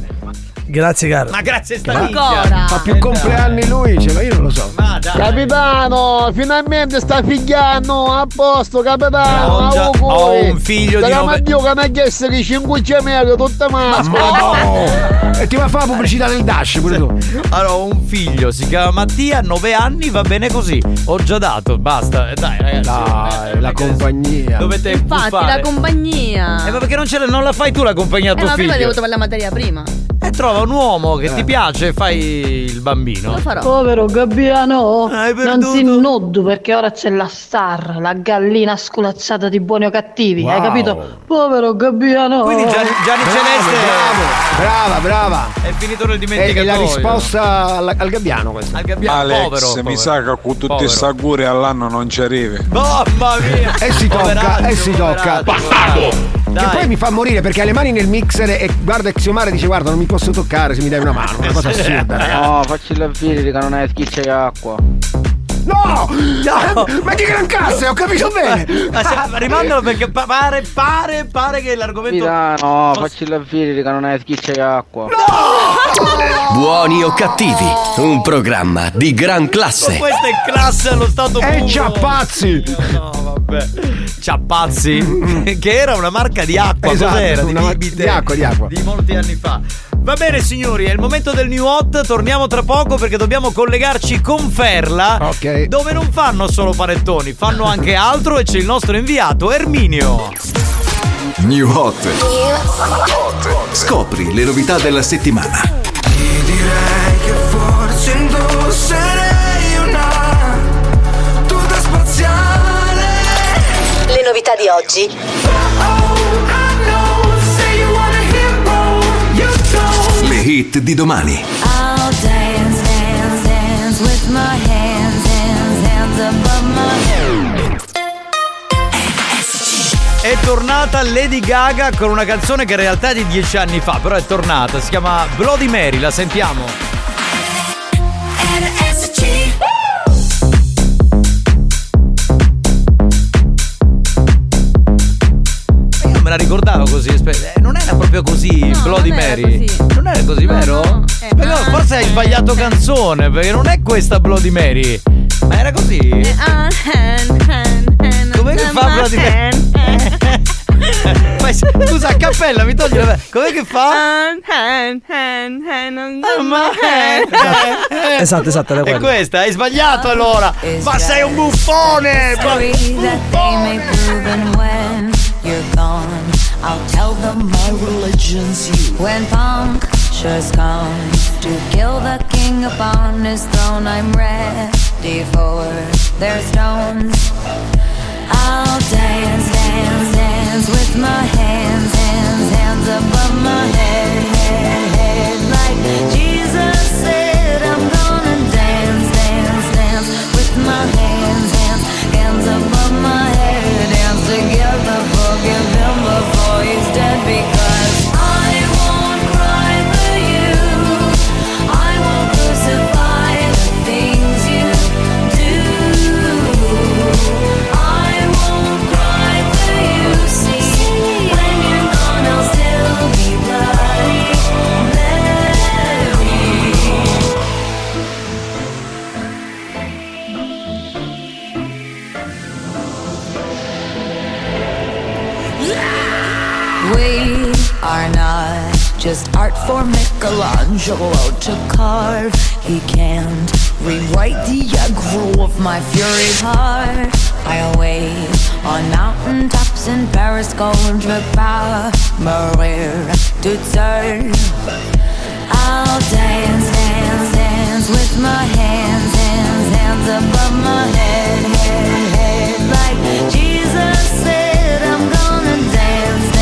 Speaker 24: Grazie, caro.
Speaker 9: Ma grazie sta
Speaker 7: Ancora. Fa più compleanni lui, cioè, ma io non lo so.
Speaker 9: Ma dai.
Speaker 23: Capitano, finalmente sta figliando a posto, capitano.
Speaker 9: Ho già-
Speaker 23: auguri.
Speaker 9: ho un figlio di
Speaker 23: Dalla
Speaker 9: nove-
Speaker 23: Maddioca mi ha chiesto che 5 gemelli, tutta
Speaker 7: Ma
Speaker 23: maschera.
Speaker 7: no! E ti va a fare la pubblicità del Dash pure tu.
Speaker 9: Allora, ho un figlio, si chiama Mattia, 9 anni, va bene così. Ho già dato, basta. Eh, Dai, ragazzi. Dai, la
Speaker 7: compagnia.
Speaker 9: Dovete
Speaker 2: Infatti, la
Speaker 9: buffare.
Speaker 2: compagnia.
Speaker 9: Eh, ma perché non, ce la, non la fai tu la compagnia a
Speaker 2: Ah. Eh,
Speaker 9: tuo
Speaker 2: ma
Speaker 9: figlio?
Speaker 2: prima devo trovare la materia prima.
Speaker 9: E trova un uomo
Speaker 7: Eh.
Speaker 9: che ti piace e fai il bambino.
Speaker 2: Lo farò.
Speaker 17: Povero Gabbiano, non si noddu perché ora c'è la star, la gallina sculacciata di buoni o cattivi, hai
Speaker 9: Wow.
Speaker 17: capito? Povero Gabbiano.
Speaker 9: Quindi Gian- Gianni, Celeste.
Speaker 7: Brava, brava. Eh,
Speaker 9: È finito nel
Speaker 7: È,
Speaker 9: dimenticatoio.
Speaker 7: è la risposta alla- al gabbiano questa.
Speaker 9: Al gabbiano,
Speaker 5: Alex,
Speaker 9: povero.
Speaker 5: mi
Speaker 9: povero.
Speaker 5: sa che con tutti
Speaker 9: Povero.
Speaker 5: questi auguri all'anno non ci arrivi.
Speaker 9: Mamma mia.
Speaker 7: E si tocca,
Speaker 9: Poveraccio,
Speaker 7: e si tocca.
Speaker 9: poveraccio, poveraccio.
Speaker 7: Che poi mi fa morire perché ha le mani nel mixer e guarda Xiomara e dice guarda non mi posso toccare se mi dai una mano. Una
Speaker 9: [laughs]
Speaker 7: cosa
Speaker 9: Eh.
Speaker 7: assurda. ragazzi.
Speaker 22: No, Oh, facci l'avviso che non hai schiccia di acqua.
Speaker 7: No! Eh, Ma che gran cazzo, ho capito bene!
Speaker 9: Ma
Speaker 25: Ah.
Speaker 9: se- rimandalo perché pa- pare, pare, pare che l'argomento.
Speaker 22: No, facci l'avviso che non hai schiccia di acqua.
Speaker 1: Buoni o cattivi, un programma di gran classe.
Speaker 9: Questa è classe allo stato
Speaker 25: Eh,
Speaker 9: puro.
Speaker 7: E ciappazzi!
Speaker 9: Vabbè.
Speaker 7: [laughs]
Speaker 9: Ciappazzi, che era una marca di acqua,
Speaker 7: Esatto,
Speaker 9: cos'era?
Speaker 7: una
Speaker 9: di
Speaker 7: mar-
Speaker 9: bibite
Speaker 7: di acqua, di acqua.
Speaker 9: Di molti anni fa. Va bene signori, è il momento del new hot, torniamo tra poco perché dobbiamo collegarci con Ferla, dove non fanno solo panettoni, fanno anche altro e c'è il nostro inviato Erminio.
Speaker 26: New Hot. Scopri le novità della settimana.
Speaker 27: Forse indosserei una tuta spaziale.
Speaker 19: Le novità di oggi.
Speaker 26: Le hit di domani.
Speaker 8: I'll dance, dance, dance with my hands, hands, hands above my
Speaker 9: È tornata Lady Gaga con una canzone che in realtà è di dieci anni fa, però è tornata, si chiama Bloody Mary, la sentiamo. Ma Io non me la ricordavo così, aspe- eh, non era proprio così Bloody
Speaker 2: non era
Speaker 9: Mary.
Speaker 2: così. eh,
Speaker 9: Non era così, vero? Però forse hai sbagliato canzone, perché non è questa Bloody Mary. Ma era così?
Speaker 2: Eh. ah,
Speaker 8: Come
Speaker 9: che fa Bloody Mary? Ma s- scusa, a cappella mi togli la. Com'è che fa? Ah,
Speaker 24: Esatto, esatto, era
Speaker 9: E
Speaker 24: quella.
Speaker 9: questa, hai sbagliato
Speaker 2: Ah,
Speaker 9: allora! Ma sei un buffone!
Speaker 8: Sorry that they may prove and when you're gone, I'll tell them my religion's you. When punctures come to kill the king upon his throne, I'm ready for their stones. I'll dance, dance, dance with my hands, hands, hands above my head, head, head. Like Jesus said, I'm gonna dance, dance, dance with my hands, hands, hands above my head. Dance together, forgive him before he's dead because I won't cry for you. I won't crucify the things you do. I won't cry for you. See, when you're gone, I'll still be bloody Mary. We are not just art for Michelangelo to carve. He can't rewrite the aggro of my fury heart. I await on mountaintops in Paris, going to Maria to turn. I'll dance, dance, dance with my hands, hands, hands above my head, head, head. Like Jesus said, I'm gonna dance, dance.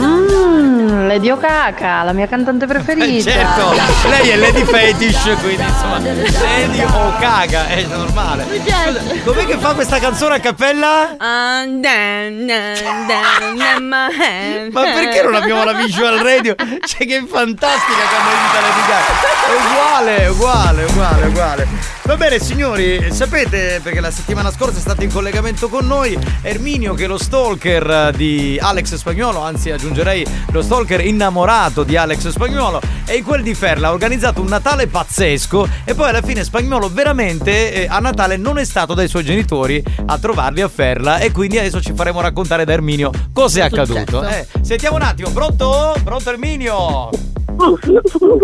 Speaker 17: Mmm, Lady Okaka, la mia cantante preferita.
Speaker 9: Certo, lei è Lady Fetish, quindi insomma,
Speaker 2: Esatto,
Speaker 9: Lady o caga, è normale. Scusa, Com'è che fa questa canzone a cappella?
Speaker 2: Ah,
Speaker 10: And then, and then, and my
Speaker 2: Cioè,
Speaker 10: hand.
Speaker 9: Ma perché non abbiamo la visual radio? Cioè che fantastica che hanno vinto Lady Gaga. È uguale, è uguale, è uguale, è uguale. Va bene signori, sapete perché la settimana scorsa è stato in collegamento con noi Erminio che è lo stalker eh, di Alex Spagnuolo, anzi aggiungerei lo stalker innamorato di Alex Spagnuolo e in quel di Ferla ha organizzato un Natale pazzesco e poi alla fine Spagnuolo veramente eh, a Natale non è stato dai suoi genitori a trovarli a Ferla e quindi adesso ci faremo raccontare da Erminio cosa è
Speaker 22: certo.
Speaker 9: accaduto. Eh, sentiamo un attimo, pronto? Pronto Erminio?
Speaker 11: Pronto?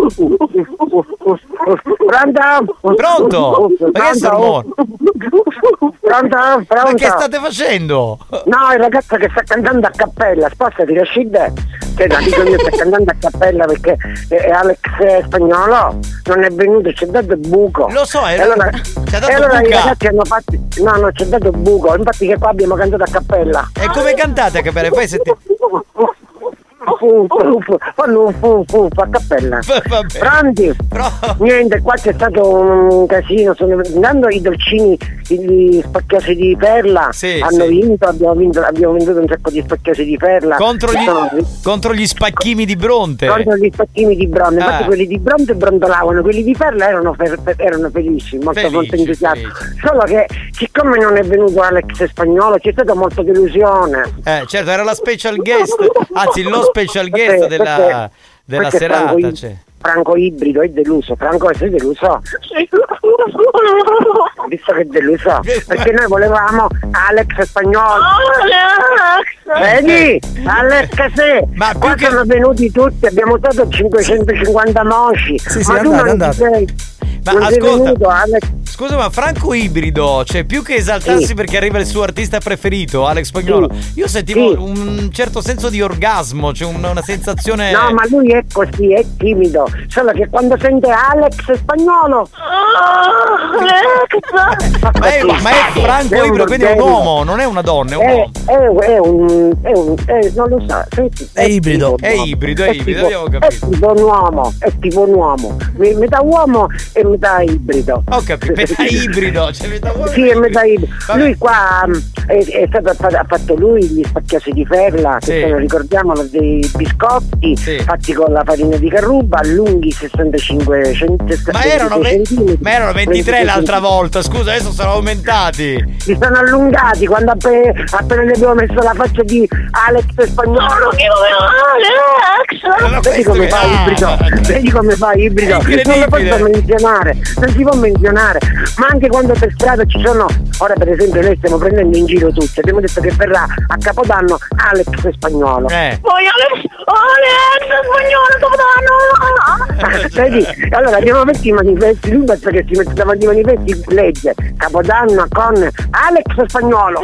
Speaker 9: Pronto? Perché
Speaker 11: Pronto? oh,
Speaker 9: sermone?
Speaker 11: Pronto? Pronto?
Speaker 9: Ma che state facendo?
Speaker 11: No, il ragazzo che sta cantando a cappella, spostati Rashid. Cioè, no, dico io sta cantando a cappella perché è è Alex eh, spagnolo. Non è venuto, ci ha dato buco.
Speaker 9: Lo so, è-
Speaker 11: E allora,
Speaker 9: ci ha dato
Speaker 11: e allora i
Speaker 9: buca.
Speaker 11: ragazzi hanno fatto. No, no, ci ha dato buco. Infatti che qua abbiamo cantato a cappella.
Speaker 9: E come cantate a cappella? Fai sentire.
Speaker 11: Fu, fu, fu, fanno un fu, fu, fu a cappella. Pronti? Niente, qua c'è stato un casino. Sono... Intanto i dolcini, i- gli spacchiosi di perla
Speaker 9: Sì,
Speaker 11: hanno
Speaker 9: sì.
Speaker 11: vinto, abbiamo vinto, abbiamo venduto un sacco di spacchiosi di perla.
Speaker 9: Contro
Speaker 11: Che
Speaker 9: gli,
Speaker 11: sono-
Speaker 9: contro gli spacchini di Bronte.
Speaker 11: contro gli spacchini di bronzo, infatti
Speaker 9: Ah.
Speaker 11: quelli di bronzo brondolavano, quelli di perla erano, fer- fer- erano felici, molto,
Speaker 9: Felici,
Speaker 11: molto entusiasti. Solo che siccome non è venuto Alex spagnolo c'è stata molta delusione.
Speaker 9: Eh, certo, era la special
Speaker 11: [laughs]
Speaker 9: guest, anzi lo special guest
Speaker 11: Perché-
Speaker 9: della,
Speaker 11: perché-
Speaker 9: della
Speaker 11: perché Franco
Speaker 9: serata.
Speaker 11: I-
Speaker 9: cioè.
Speaker 11: Franco ibrido è deluso, Franco sei deluso. Visto che è deluso, perché noi volevamo Alex spagnolo.
Speaker 12: Alex!
Speaker 11: Vedi? Alex che sei! Ma Qua sono venuti tutti, abbiamo dato 550 moci.
Speaker 9: sì,
Speaker 11: ma
Speaker 9: andate,
Speaker 11: tu non
Speaker 9: andate.
Speaker 11: sei.
Speaker 9: Ma
Speaker 11: non sei
Speaker 9: ascolta.
Speaker 11: venuto, Alex.
Speaker 9: Scusa, ma Franco Ibrido, cioè più che esaltarsi
Speaker 11: Sì.
Speaker 9: perché arriva il suo artista preferito, Alex Spagnolo, io sentivo
Speaker 11: Sì.
Speaker 9: un certo senso di orgasmo, cioè un- una sensazione.
Speaker 11: No, ma lui è così, è timido. Solo che quando sente Alex spagnolo.
Speaker 9: Ma è, Eh, ma è Franco Ibrido, quindi è un Eh,
Speaker 11: bordello.
Speaker 9: uomo, non è una donna, è un
Speaker 11: È,
Speaker 9: uomo.
Speaker 11: è- è un, è un- è- non lo so, è,
Speaker 9: È ibrido. È ibrido, è ibrido,
Speaker 11: tipo-
Speaker 9: abbiamo capito.
Speaker 11: È tipo un uomo, è tipo un uomo, Me- metà uomo e metà ibrido.
Speaker 9: Ho capito, metà ibrido, cioè metà uomo.
Speaker 11: Sì, è metà ibrido. Lui qua mh, è, è stato, fa- ha fatto lui gli spacchiosi di ferla,
Speaker 9: Sì.
Speaker 11: che sono, ricordiamolo, dei biscotti fatti con la farina di carruba, lunghi 65 centimetri.
Speaker 9: Ma erano, ve- ma erano 23 l'altra volta, scusa, adesso sono aumentati.
Speaker 11: si sono allungati quando appe- appena, gli abbiamo messo la faccia di Alex spagnolo che voleva Alex vedi come fa ibrido vedi come fa ibrido non lo posso menzionare non si può menzionare ma anche quando per strada ci sono ora per esempio noi stiamo prendendo in giro tutti abbiamo detto che verrà a capodanno Alex spagnolo
Speaker 9: Eh.
Speaker 11: poi Alex Alex spagnolo capodanno [laughs] vedi allora abbiamo messo i manifesti lui pensa che si mette davanti ai manifesti legge capodanno con Alex spagnolo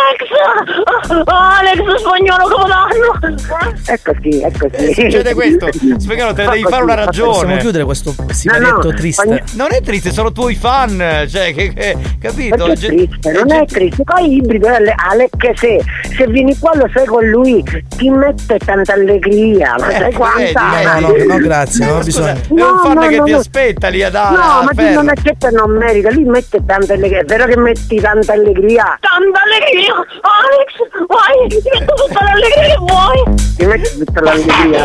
Speaker 12: Sì, Alex! Oh, Alex spagnolo capodanno!
Speaker 11: Ecco sì, ecco sì. Ecco
Speaker 9: Eh, succede
Speaker 11: [laughs]
Speaker 9: questo. Spagnolo, te ne devi fare una ragione.
Speaker 15: Possiamo chiudere questo sigaretto triste.
Speaker 9: Non è triste, sono tuoi fan. Cioè, che, che- capito? Cioè, eh,
Speaker 11: Perché è triste, non è triste, poi ibrido è Ale che se, se vieni qua lo sai con lui ti mette tanta allegria, ma
Speaker 9: eh,
Speaker 11: sai quanta?
Speaker 15: No, no, no, grazie, non ho
Speaker 9: Scusa,
Speaker 15: bisogno.
Speaker 9: è un
Speaker 11: No,
Speaker 9: fan
Speaker 11: no,
Speaker 9: Eh, che
Speaker 11: no,
Speaker 9: ti
Speaker 11: no.
Speaker 9: aspetta lì a dare.
Speaker 11: No, ma tu non accetta non merita, lui mette tanta allegria, è vero che metti tanta allegria?
Speaker 12: Tanta allegria! Alex, vai! Ti metto tutta l'allegria che vuoi!
Speaker 11: Ti metti tutta l'allegria,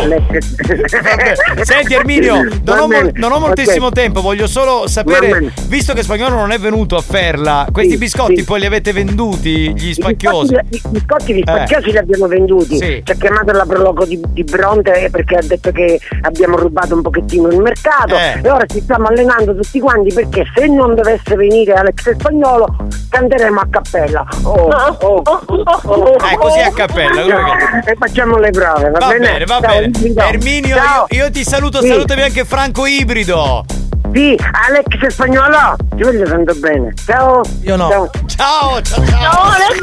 Speaker 9: [laughs]
Speaker 11: Alex.
Speaker 9: Senti Erminio, non
Speaker 11: Va
Speaker 9: ho, mol-
Speaker 11: bene,
Speaker 9: non ho
Speaker 11: ok.
Speaker 9: moltissimo tempo, voglio solo
Speaker 11: Va
Speaker 9: sapere,
Speaker 11: bene.
Speaker 9: visto che Spagnolo non è venuto a Ferla, questi
Speaker 11: Sì,
Speaker 9: biscotti
Speaker 11: sì.
Speaker 9: poi li avete venduti, gli spacchiosi? Eh.
Speaker 11: I biscotti, i biscotti, gli spacchiosi li abbiamo venduti.
Speaker 9: Sì.
Speaker 11: Ci ha chiamato la prologo di, di Bronte perché ha detto che abbiamo rubato un pochettino il mercato
Speaker 9: Eh.
Speaker 11: e ora ci stiamo allenando tutti quanti perché se non dovesse venire Alex Spagnolo canteremo a cappella. Oh, oh, oh.
Speaker 9: Eh, così a cappella, quello che-
Speaker 11: E facciamo le prove, va,
Speaker 9: Va bene, va
Speaker 11: Ciao,
Speaker 9: bene.
Speaker 11: Guido.
Speaker 9: Erminio,
Speaker 11: Ciao.
Speaker 9: io, io ti saluto,
Speaker 11: Sì.
Speaker 9: salutami anche Franco Ibrido.
Speaker 11: Sì, Alex Spagnolo, ti voglio tanto bene. Ciao.
Speaker 15: Io no.
Speaker 9: ciao,
Speaker 11: Ciao,
Speaker 9: ciao.
Speaker 12: Alex,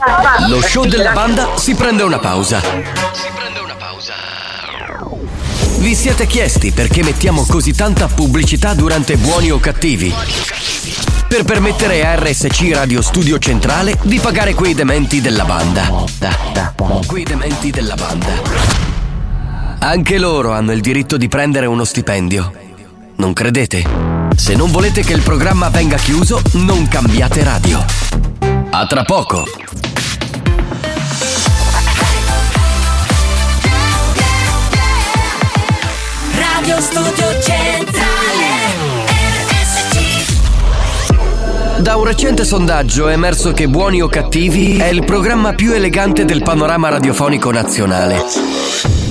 Speaker 12: Alex!
Speaker 1: Lo show della banda si prende una pausa. Vi siete chiesti perché mettiamo così tanta pubblicità durante buoni o cattivi? per permettere a RSC Radio Studio Centrale di pagare quei dementi della banda. Da, da, quei dementi della banda. Anche loro hanno il diritto di prendere uno stipendio. Non credete? Se non volete che il programma venga chiuso, non cambiate radio. A tra poco.
Speaker 8: Radio Studio Centrale RSC
Speaker 1: Da un recente sondaggio è emerso che Buoni o Cattivi è il programma più elegante del panorama radiofonico nazionale.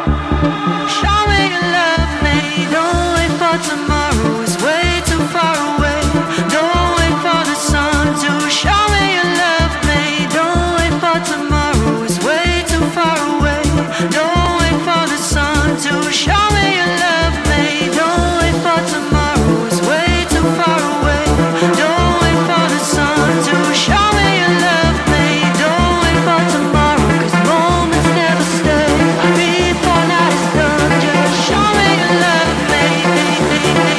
Speaker 8: Show me you love me. Don't wait for tomorrow. It's way too far away. Don't wait for the sun to show me you love me. Don't wait for tomorrow. It's way too far away. Don't wait for the sun to show me you love me. Don't wait for tomorrow. It's way too far away. Don't wait for the sun to show me you love me. Don't wait for tomorrow. 'cause moments never stay. Before night is done, just show me you love me.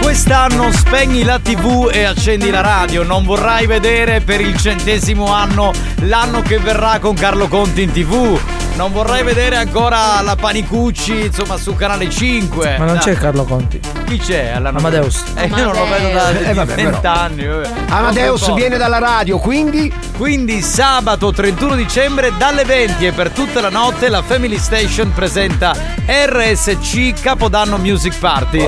Speaker 9: Quest'anno spegni la tv e accendi la radio, non vorrai vedere per il centesimo anno l'anno che verrà con Carlo Conti in tv. Non vorrai vedere ancora la Panicucci, insomma, su canale 5.
Speaker 15: Ma non
Speaker 9: Dai.
Speaker 15: c'è Carlo Conti.
Speaker 9: Chi c'è all'anno?
Speaker 15: Amadeus.
Speaker 9: Eh, io non lo vedo
Speaker 15: Eh,
Speaker 9: da
Speaker 15: vabbè, però.
Speaker 9: vent'anni.
Speaker 7: Amadeus viene dalla radio, quindi?
Speaker 9: Quindi sabato 31 dicembre dalle 20 e per tutta la notte la Family Station presenta RSC Capodanno Music Party.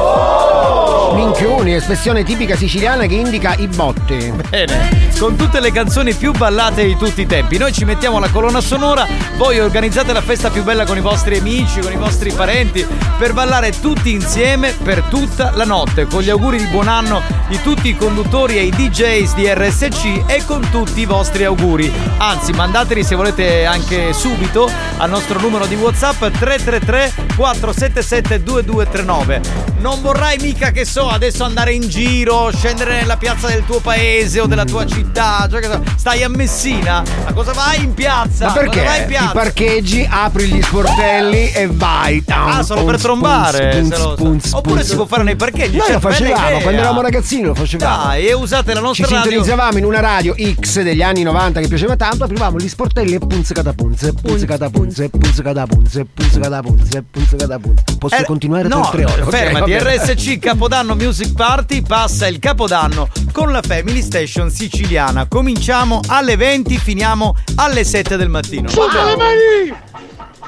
Speaker 7: Minchioni, espressione tipica siciliana che indica i botti.
Speaker 9: Bene, con tutte le canzoni più ballate di tutti i tempi. Noi ci mettiamo la colonna sonora, voi organizzate la festa più bella con i vostri amici, con i vostri parenti, per ballare tutti insieme per tutta la notte. Con gli auguri di buon anno di tutti i conduttori e i DJs di RSC e con tutti i vostri auguri. Anzi, mandateli se volete anche subito al nostro numero di WhatsApp 333 477 2239. non vorrai mica che so adesso andare in giro, scendere nella piazza del tuo paese o della tua città, cioè che so, stai a Messina, ma cosa vai in piazza?
Speaker 7: Ma perché?
Speaker 9: Cosa vai in
Speaker 7: Ti
Speaker 9: piazza?
Speaker 7: parcheggi, apri gli sportelli e vai.
Speaker 9: Ah, solo per trombare, se lo sa. Oppure si può fare nei parcheggi,
Speaker 7: Noi
Speaker 9: cioè,
Speaker 7: lo
Speaker 9: bella
Speaker 7: facevamo,
Speaker 9: idea.
Speaker 7: quando eravamo ragazzini lo facevamo.
Speaker 9: Dai, e usate la
Speaker 7: Ci
Speaker 9: nostra radio.
Speaker 7: sintonizzavamo in una radio X degli anni 90 che piaceva tanto, aprivamo gli sportelli e punze catapunze, punze catapunze, punze catapunze, punze catapunze, punze catapunze. Posso
Speaker 9: Eh,
Speaker 7: continuare
Speaker 9: no,
Speaker 7: per tre ore? ok,
Speaker 9: Fermati,
Speaker 7: va bene.
Speaker 9: RSC Capodanno Music Party passa il Capodanno con la Family Station siciliana. Cominciamo alle 20, finiamo alle 7 del mattino.
Speaker 8: Tutte le mani!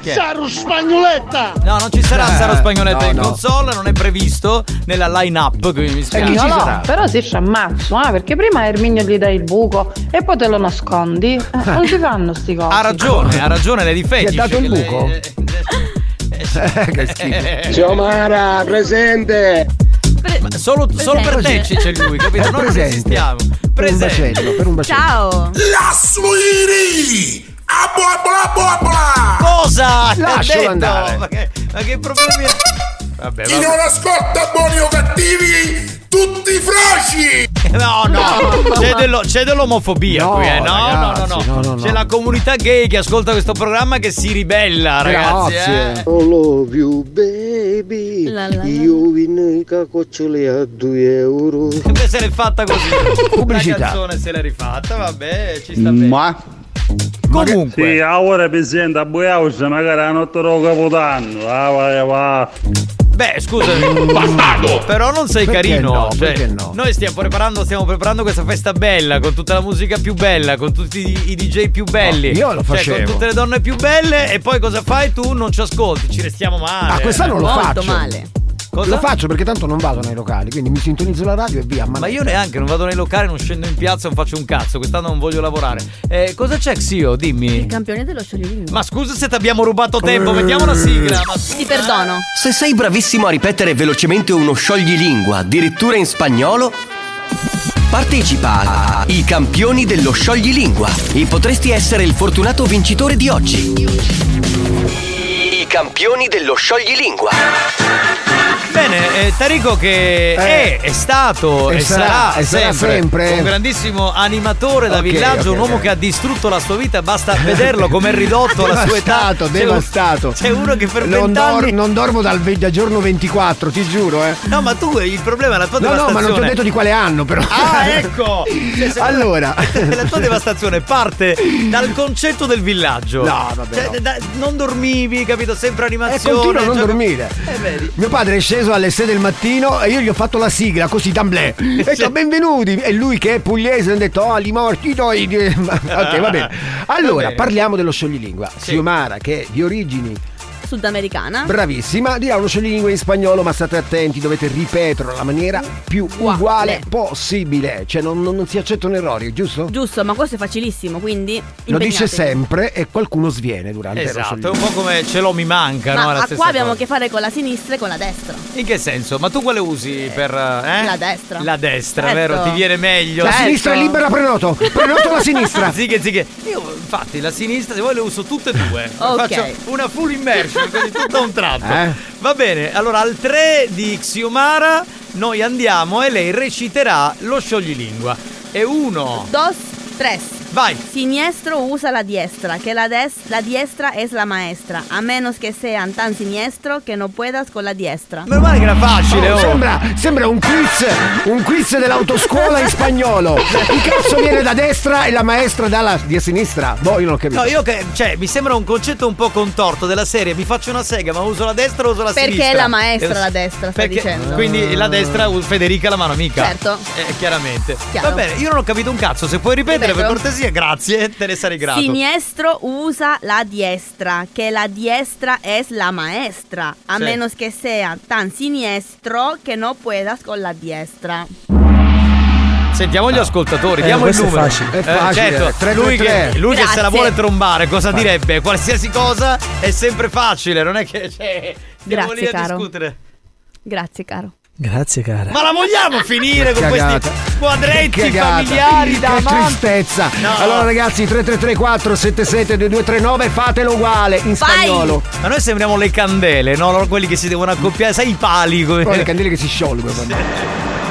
Speaker 9: Chi è?
Speaker 8: Saru spagnoletta!
Speaker 9: No, non ci sarà
Speaker 8: Eh,
Speaker 9: Saro Spagnoletta
Speaker 8: no,
Speaker 9: in
Speaker 8: no.
Speaker 9: console, non è previsto nella line up, quindi mi spiace.
Speaker 17: No, no, però se ci ammazzo, ah, perché prima a Erminio gli dai il buco e poi te lo nascondi. Eh, non si fanno sti cose.
Speaker 9: Ha ragione, ha ragione, le difetti.
Speaker 17: Ti ha dato il buco?
Speaker 9: che schifo.
Speaker 25: Xiomara, presente!
Speaker 9: Ma solo, solo per te c'è c'è lui, capito?
Speaker 25: È
Speaker 9: Noi non
Speaker 25: presente.
Speaker 9: resistiamo.
Speaker 7: Per un
Speaker 9: Presente.
Speaker 7: bacello, per un bacello.
Speaker 10: Ciao!
Speaker 3: Lasmuiri! Abobola bobola!
Speaker 9: Cosa?
Speaker 3: Lascialo andare.
Speaker 9: Ma che, ma che problemi ha? Vabbè,
Speaker 3: Chi non ascolta buoni o cattivi, tutti froci!
Speaker 9: No, no, c'è, dello- c'è dell'omofobia
Speaker 3: No,
Speaker 9: qui, eh. No,
Speaker 3: ragazzi,
Speaker 9: no, no, no,
Speaker 3: no, no, no.
Speaker 9: C'è la comunità gay che ascolta questo programma che si ribella, ragazzi. eh.
Speaker 25: I love you baby Io vinno che cocciole a 2 euro
Speaker 9: Beh, se l'è fatta così.
Speaker 25: Pubblicità.
Speaker 9: La canzone se l'è rifatta, vabbè, ci sta bene.
Speaker 14: Ma
Speaker 9: comunque
Speaker 14: sì, ah, ora presenta a Buiausa magari la notte del capodanno. Ah, vai, va.
Speaker 9: Beh, scusa, bastardo! Mm. Però non sei
Speaker 14: Perché
Speaker 9: carino.
Speaker 14: no?
Speaker 9: cioè,
Speaker 14: Perché no?
Speaker 9: Noi stiamo preparando, stiamo preparando questa festa bella, con tutta la musica più bella, con tutti i- i DJ più belli.
Speaker 7: No, io lo
Speaker 9: Cioè,
Speaker 7: facevo.
Speaker 9: con tutte le donne più belle, e poi cosa fai tu? Non ci ascolti, ci restiamo male.
Speaker 7: Ah, quest'anno lo faccio.
Speaker 9: eh, Cosa?
Speaker 7: Lo faccio perché tanto non vado nei locali, quindi mi sintonizzo la radio e via.
Speaker 9: Ma io neanche, non vado nei locali, non scendo in piazza, non faccio un cazzo, quest'anno non voglio lavorare. Eh, cosa c'è, Xio? Dimmi.
Speaker 2: Il campione dello scioglilingua.
Speaker 9: Ma scusa se ti abbiamo rubato
Speaker 7: Eh.
Speaker 9: tempo, mettiamo la sigla. Ma...
Speaker 2: Ti perdono.
Speaker 1: Se sei bravissimo a ripetere velocemente uno scioglilingua, addirittura in spagnolo, partecipa a I campioni dello scioglilingua e potresti essere il fortunato vincitore di oggi. I campioni dello scioglilingua.
Speaker 9: Bene, eh, Tarico che è, è stato
Speaker 7: e
Speaker 9: e sarà,
Speaker 7: sarà- e sarà sempre.
Speaker 9: un grandissimo animatore da
Speaker 7: Ok,
Speaker 9: villaggio,
Speaker 7: ok,
Speaker 9: un uomo
Speaker 7: ok.
Speaker 9: che ha distrutto la sua vita, basta vederlo come è ridotto la sua età.
Speaker 7: Devastato,
Speaker 9: C'è un-
Speaker 7: devastato.
Speaker 9: C'è uno che per
Speaker 7: non, dor-
Speaker 9: vent'anni...
Speaker 7: non dormo dal, ve- da giorno 24, ti giuro, eh.
Speaker 9: No, ma tu il problema è la tua
Speaker 7: No, no,
Speaker 9: devastazione.
Speaker 7: ma non ti ho detto di quale anno, però.
Speaker 9: Ah,
Speaker 7: [laughs]
Speaker 9: ecco! Cioè, se-
Speaker 7: Allora.
Speaker 9: La tua devastazione parte dal concetto del villaggio.
Speaker 7: No, vabbè,
Speaker 9: Cioè,
Speaker 7: no.
Speaker 9: da- non dormivi, capito? Sempre animazione.
Speaker 7: E continuo a non
Speaker 9: gioco-
Speaker 7: dormire.
Speaker 9: Eh, vedi.
Speaker 7: Mio padre è sceso alle 6 del mattino e io gli ho fatto la sigla così
Speaker 9: [laughs]
Speaker 7: d'amblè. E ho detto benvenuti. E lui che è pugliese ha detto oh, li morti noi. [laughs] Ok, va bene. Allora,
Speaker 2: Va bene.
Speaker 7: parliamo dello scioglilingua. Xiomara che è di origini
Speaker 2: Sudamericana.
Speaker 7: bravissima dirà uno scioglilingua in spagnolo, ma state attenti, dovete ripeterlo alla maniera più uguale possibile. Cioè non, non- non si accettano errori, giusto?
Speaker 2: Giusto, ma questo è facilissimo, quindi.
Speaker 7: Lo dice
Speaker 2: impegnatevi.
Speaker 7: sempre e qualcuno sviene durante lo
Speaker 9: Esatto, è
Speaker 7: scioglilingua.
Speaker 9: un po' come ce l'ho mi manca, no? È
Speaker 2: Ma
Speaker 9: la
Speaker 2: ah,
Speaker 9: stessa
Speaker 2: qua abbiamo a
Speaker 9: cosa.
Speaker 2: che fare con la sinistra e con la destra.
Speaker 9: In che senso? Ma tu quale usi per. eh?
Speaker 2: la destra.
Speaker 9: La destra,
Speaker 2: Certo.
Speaker 9: vero? Ti viene meglio.
Speaker 7: La sinistra è libera, prenoto. Prenoto la
Speaker 9: [laughs]
Speaker 7: sinistra.
Speaker 9: Sì, che sì, che. Io, infatti, la sinistra, se vuoi, le uso tutte e
Speaker 2: [laughs]
Speaker 9: due.
Speaker 2: Ok.
Speaker 9: Faccio una full immersion, quindi tutto a un tratto.
Speaker 7: Eh?
Speaker 9: Va bene, allora al 3 di Xiomara noi andiamo e lei reciterà lo scioglilingua. E uno.
Speaker 2: Dos, tres.
Speaker 9: Vai.
Speaker 2: Siniestro usa la diestra, que la, des- la diestra es la maestra, a menos que sean tan siniestro que no puedas con la diestra.
Speaker 9: Meno male che era facile,
Speaker 7: Oh,
Speaker 9: oh.
Speaker 7: Sembra, sembra un quiz, un quiz dell'autoscuola in spagnolo. Il cazzo viene da destra e la maestra dalla di sinistra. Boh, io non ho capito.
Speaker 9: No, io che. Cioè, mi sembra un concetto un po' contorto della serie. Mi faccio una sega, ma uso la destra o uso la
Speaker 2: Perché
Speaker 9: sinistra?
Speaker 2: è la maestra
Speaker 9: Eh,
Speaker 2: la destra, sta
Speaker 9: Perché-
Speaker 2: dicendo.
Speaker 9: Quindi la destra u- Federica la mano amica.
Speaker 2: Certo.
Speaker 9: Eh, chiaramente.
Speaker 2: Chiaro.
Speaker 9: Va bene, io non ho capito un cazzo. Se puoi ripetere per
Speaker 2: Ripeto.
Speaker 9: cortesia, grazie, te ne sarei grato.
Speaker 2: Siniestro usa la diestra, que la diestra es la maestra, a
Speaker 9: Sí.
Speaker 2: menos que sea tan siniestro que no puedas con la diestra.
Speaker 9: Sentiamo gli ascoltatori,
Speaker 15: Eh,
Speaker 9: diamo il
Speaker 15: questo è
Speaker 9: numero.
Speaker 15: facile. È
Speaker 9: Eh,
Speaker 15: facile,
Speaker 9: certo,
Speaker 15: 3,
Speaker 9: lui,
Speaker 15: 2, 3.
Speaker 9: che, lui che se la
Speaker 15: Grazie.
Speaker 9: vuole trombare, cosa direbbe? Qualsiasi cosa è sempre facile, non è che. Cioè, stiamo
Speaker 2: Grazie,
Speaker 9: lì a
Speaker 2: caro.
Speaker 9: discutere.
Speaker 2: Grazie, caro.
Speaker 15: Grazie cara.
Speaker 9: Ma la vogliamo
Speaker 2: [laughs]
Speaker 9: finire con
Speaker 7: Cagata.
Speaker 9: questi quadretti
Speaker 7: Cagata.
Speaker 9: familiari da
Speaker 7: che
Speaker 9: amanti?
Speaker 7: tristezza.
Speaker 9: No.
Speaker 7: Allora ragazzi 3334 772239 fatelo uguale in spagnolo.
Speaker 9: Ma noi sembriamo le candele, no? Loro quelli che si devono accoppiare, sai i pali come.
Speaker 7: Poi le candele che si sciolgono.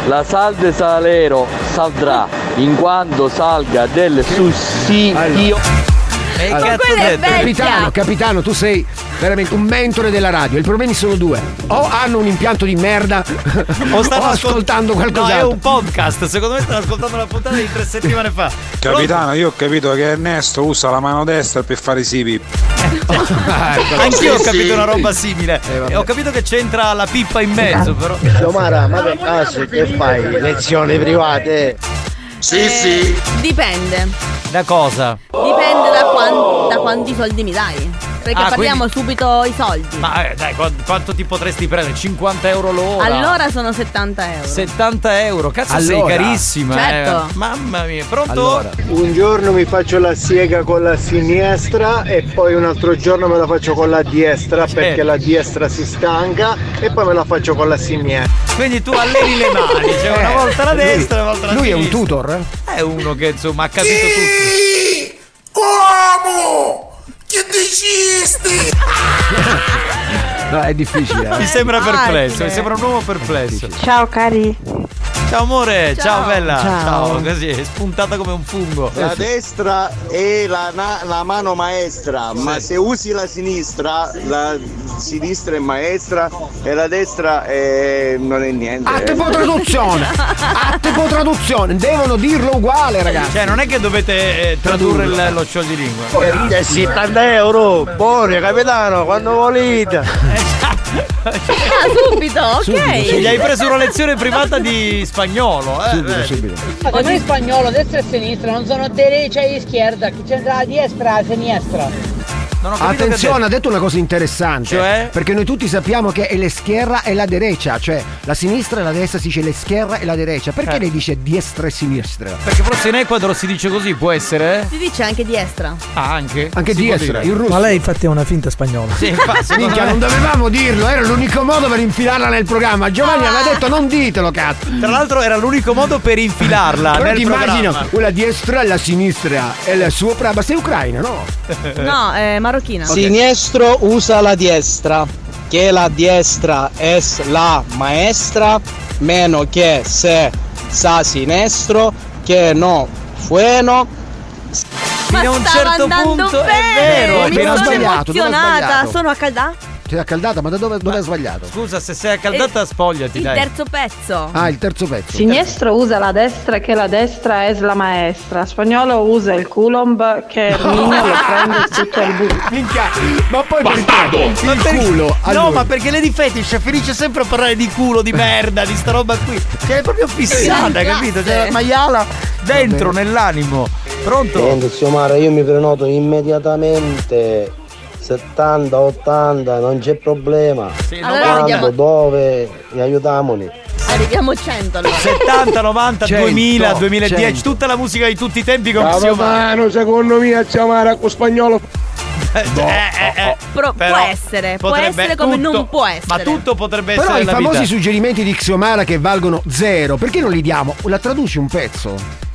Speaker 13: La sal de Salero saldrà in quanto salga del sussidio.
Speaker 9: E
Speaker 13: cazzo
Speaker 9: quella è detto? vecchia.
Speaker 7: Capitano, capitano, tu sei veramente un mentore della radio. I problemi sono due. O hanno un impianto di
Speaker 9: [laughs]
Speaker 7: merda o stanno ascoltando
Speaker 9: No, è
Speaker 7: qualcos'altro.
Speaker 9: un podcast, secondo me stanno ascoltando la puntata di tre settimane fa.
Speaker 28: Capitano, io ho capito che Ernesto usa la mano destra per fare i sipi.
Speaker 7: Ah, ecco,
Speaker 9: Anch'io ho
Speaker 28: Sì,
Speaker 9: capito
Speaker 28: sì.
Speaker 9: una roba simile.
Speaker 7: Eh,
Speaker 9: E ho capito che c'entra la pippa in mezzo, però.
Speaker 25: Domara, ma per caso che fai? Lezioni private?
Speaker 9: Sì, sì.
Speaker 2: Dipende.
Speaker 9: Da cosa?
Speaker 2: Dipende da, quan- da quanti soldi mi dai. Perché
Speaker 9: Ah,
Speaker 2: parliamo subito i soldi.
Speaker 9: Ma eh, dai, qua- quanto ti potresti prendere? 50 euro l'ora?
Speaker 2: Allora sono 70
Speaker 9: [laughs]
Speaker 2: euro.
Speaker 9: 70 euro, cazzo
Speaker 2: Allora.
Speaker 9: sei carissima.
Speaker 2: Certo.
Speaker 9: eh. Mamma mia, pronto?
Speaker 25: Un giorno mi faccio la siega con la sinistra e poi un altro giorno me la faccio con la destra perché la destra si stanca e poi me la faccio con la sinistra.
Speaker 9: Quindi tu alleni le mani, cioè una
Speaker 25: Eh,
Speaker 9: volta alla
Speaker 25: lui-
Speaker 9: destra e una volta alla
Speaker 25: lui è un
Speaker 9: sinistra.
Speaker 7: tutor?
Speaker 9: È uno che insomma ha capito tutto.
Speaker 3: Como? Che decisti?
Speaker 7: No, è difficile. eh.
Speaker 9: Mi sembra perplesso, mi sembra un uomo perplesso.
Speaker 16: Ciao cari.
Speaker 9: Ciao amore, ciao,
Speaker 16: Ciao.
Speaker 9: bella. Ciao.
Speaker 16: Ciao.
Speaker 9: così è spuntata come un fungo.
Speaker 22: La destra è la, na- la mano maestra, ma
Speaker 9: Sì.
Speaker 22: se usi la sinistra, la sinistra è maestra e la destra è- non è niente.
Speaker 7: A Ah, tipo traduzione. A tipo traduzione. Devono dirlo uguale, ragazzi.
Speaker 9: Cioè, non è che dovete eh, tradurre il- lo show di lingua.
Speaker 25: Eh, 70 euro, buone capitano, quando volete.
Speaker 2: Ah, subito, ok.
Speaker 9: Gli hai preso una lezione privata di spagnolo, eh? Subito, subito.
Speaker 29: Ma noi spagnolo, destra e sinistra, non sono derecha e schierda, chi c'entra la destra e la sinistra.
Speaker 9: Non ho capito
Speaker 7: Attenzione,
Speaker 9: che
Speaker 7: ha detto una cosa interessante.
Speaker 9: Cioè?
Speaker 7: Perché noi tutti sappiamo che è le schierra e la derecha, cioè la sinistra e la destra si dice le schierra e la derecha. Perché
Speaker 9: Eh.
Speaker 7: lei dice destra e sinistra?
Speaker 9: Perché forse in Ecuador si dice così, può essere? eh?
Speaker 2: Si dice anche diestra.
Speaker 9: Ah, anche.
Speaker 7: Anche
Speaker 9: Si può
Speaker 7: diestra,
Speaker 9: dire.
Speaker 7: in russo.
Speaker 15: Ma lei infatti è una finta spagnola.
Speaker 9: Sì, fa- secondo
Speaker 7: Minchia,
Speaker 9: [laughs] me-
Speaker 7: non dovevamo dirlo, era l'unico modo per infilarla nel programma. Giovanni aveva detto non ditelo, cazzo.
Speaker 9: Ah. Tra l'altro era l'unico modo per infilarla
Speaker 7: Però
Speaker 9: nel
Speaker 7: ti immagino
Speaker 9: programma.
Speaker 7: quella destra e la sinistra e la sopra, ma sei ucraina,
Speaker 9: [laughs]
Speaker 7: no?
Speaker 2: No, è marocchina.
Speaker 22: Sinistro usa la destra, che la destra è la maestra, meno che se sa sinistro, che no fueno.
Speaker 2: Ma
Speaker 9: Fino a un
Speaker 2: stava
Speaker 9: certo
Speaker 2: andando
Speaker 9: punto, è
Speaker 2: bene.
Speaker 9: vero,
Speaker 2: Mi
Speaker 9: fino a-
Speaker 2: sono
Speaker 7: sbagliato, dove ho
Speaker 2: emozionata,
Speaker 7: sbagliato?
Speaker 2: sono accaldata.
Speaker 7: Ti è accaldata, ma da dove, dove hai sbagliato?
Speaker 9: Scusa, se sei
Speaker 2: Eh,
Speaker 9: accaldata, spogliati,
Speaker 2: Il
Speaker 9: dai.
Speaker 2: terzo pezzo.
Speaker 7: Ah, il terzo pezzo.
Speaker 17: Sinistro usa la destra che la destra è la maestra. Spagnolo usa il culomb
Speaker 7: [laughs]
Speaker 17: che Erminio lo prende tutto al buio.
Speaker 7: Minchia, ma poi perché?
Speaker 9: Ma
Speaker 7: Il
Speaker 9: perché-
Speaker 7: culo. allora.
Speaker 9: No, ma perché Lady Fetish finisce sempre a parlare di culo, di merda, di sta roba qui. Cioè, è proprio fissata,
Speaker 22: Sì,
Speaker 9: capito? Cioè, C'è
Speaker 22: grazie.
Speaker 9: la maiala dentro, nell'animo. Pronto?
Speaker 22: Senti, zio Mara, io mi prenoto immediatamente. 70, 80, non c'è problema.
Speaker 2: Allora
Speaker 22: Quando,
Speaker 2: andiamo-
Speaker 22: dove, mi aiutamoli.
Speaker 2: Arriviamo a 100 allora.
Speaker 9: 70, 90,
Speaker 22: 100,
Speaker 9: 2000, 2010,
Speaker 22: 100.
Speaker 9: tutta la musica di tutti i tempi con [laughs] Xiomara.
Speaker 22: secondo me, zio Mara, con spagnolo.
Speaker 9: Cioè, eh,
Speaker 2: Pro- può essere, può
Speaker 9: potrebbe-
Speaker 2: essere come
Speaker 9: tutto-
Speaker 2: non può essere.
Speaker 9: Ma tutto potrebbe
Speaker 7: Però
Speaker 9: essere
Speaker 7: i
Speaker 9: la
Speaker 7: famosi
Speaker 9: vita.
Speaker 7: suggerimenti di Xiomara che valgono zero, perché non li diamo? La traduci un pezzo.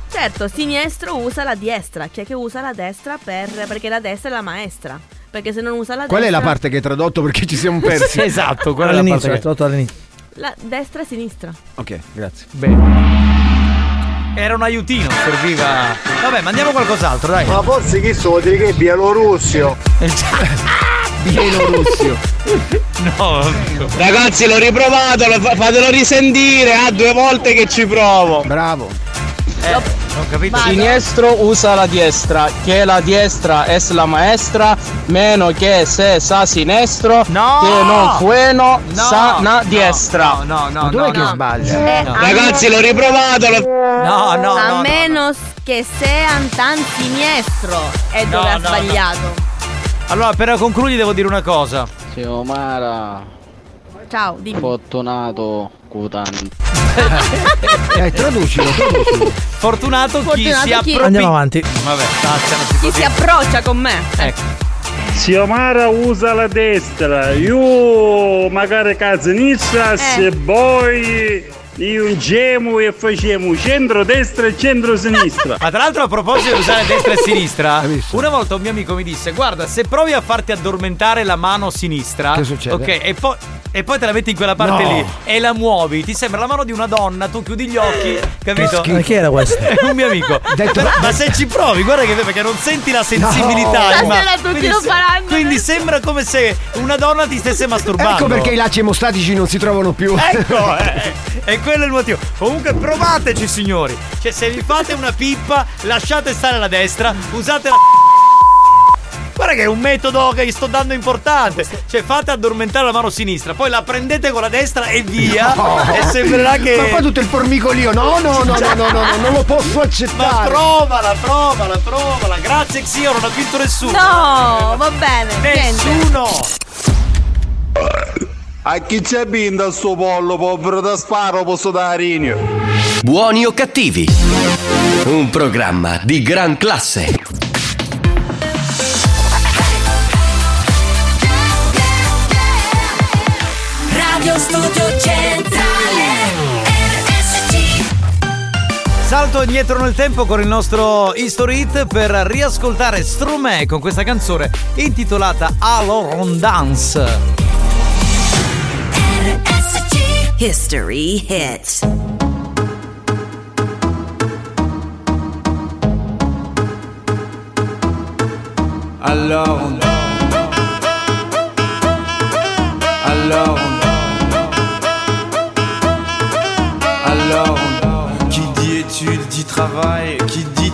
Speaker 2: Certo, sinistro usa la destra, chi è che usa la destra per perché la destra è la maestra. Perché se non usa la
Speaker 7: Qual è
Speaker 2: destra
Speaker 7: la parte che hai tradotto perché ci
Speaker 9: [laughs]
Speaker 7: siamo persi?
Speaker 9: esatto,
Speaker 7: quella è la
Speaker 15: all'inizio,
Speaker 7: parte che-
Speaker 15: l'ho trovato all'inizio.
Speaker 2: La destra e sinistra.
Speaker 7: Ok, grazie.
Speaker 9: Era un aiutino, serviva. Vabbè, mandiamo qualcos'altro, dai. [laughs]
Speaker 25: Ma forse chi so vuol dire che è bielorusso?
Speaker 9: Eh, cioè,
Speaker 7: bielorusso.
Speaker 9: No. ecco.
Speaker 22: Ragazzi, l'ho riprovato, lo fa- fatelo risentire, ah, due volte che ci provo. Eh,
Speaker 7: Bravo.
Speaker 9: Ho capito.
Speaker 22: Sinistro usa la destra, che la destra è la maestra, meno che se sa sinistro, che non fueno,
Speaker 9: No,
Speaker 22: sa na
Speaker 9: no,
Speaker 22: destra.
Speaker 9: No, no,
Speaker 7: dov'è
Speaker 9: no,
Speaker 7: che
Speaker 9: no.
Speaker 7: sbaglia?
Speaker 22: Eh, Ragazzi, l'ho riprovato, l'ho-
Speaker 9: No, no,
Speaker 2: a
Speaker 9: no, no,
Speaker 2: menos che sean tan siniestro è
Speaker 9: No,
Speaker 2: dove ha
Speaker 9: no, no.
Speaker 2: sbagliato.
Speaker 9: Allora, per concludi devo dire una cosa.
Speaker 22: Zio Mara,
Speaker 2: Ciao, dimmi.
Speaker 22: fortunato, cutani.
Speaker 7: [laughs] Eh, traducilo, traducilo.
Speaker 9: Fortunato, chi
Speaker 2: Fortunato
Speaker 9: si
Speaker 2: chi-
Speaker 9: appropria.
Speaker 2: Andiamo
Speaker 9: avanti. Vabbè, tacciano
Speaker 2: Chi si approccia con me?
Speaker 9: Ecco.
Speaker 14: Xiomara usa la destra, io magari casinista, se poi io gemo e facciamo centro-destra e centro-sinistra.
Speaker 9: Ma tra l'altro a proposito di usare destra e
Speaker 14: [laughs] Ah,
Speaker 9: sinistra, una volta un mio amico mi disse guarda se provi a farti addormentare la mano sinistra,
Speaker 7: Che succede?
Speaker 9: ok, e poi, e poi te la metti in quella parte
Speaker 7: No.
Speaker 9: lì e la muovi, ti sembra la mano di una donna, tu chiudi gli occhi, capito?
Speaker 15: Ma chi era questo?
Speaker 9: È [laughs] un mio amico. Però- ma se ci provi, guarda che perché non senti la sensibilità.
Speaker 7: No.
Speaker 9: ma-
Speaker 7: Stasera tutti
Speaker 9: quindi,
Speaker 7: lo
Speaker 9: se- quindi sembra come se una donna ti stesse masturbando.
Speaker 7: Ecco perché i lacci emostatici non si trovano più. [laughs]
Speaker 9: Ecco, eh, e quello è il motivo. Comunque provateci signori. Cioè se vi fate una pippa, lasciate stare la destra, usate la... [laughs] Guarda che è un metodo che vi sto dando importante. Cioè fate addormentare la mano sinistra, poi la prendete con la destra e via.
Speaker 7: No.
Speaker 9: E sembrerà che...
Speaker 7: Ma poi tutto il formicolio. No, no, no, no, no, no, no, non lo posso
Speaker 9: Ma
Speaker 7: accettare.
Speaker 9: provala, provala, provala. Grazie Xio, non ha vinto nessuno.
Speaker 2: No, va bene.
Speaker 9: Nessuno.
Speaker 5: A chi c'è binda sto pollo, povero da sparo, posso dare Rinio.
Speaker 1: Buoni o cattivi? Un programma di gran classe.
Speaker 8: Radio Studio Centrale RSC
Speaker 9: Salto indietro nel tempo con il nostro History Hit per riascoltare Stromae con questa canzone intitolata Aloron Dance.
Speaker 16: History hit.
Speaker 18: Alors on Alors on Alors on Qui dit études dit travail Qui dit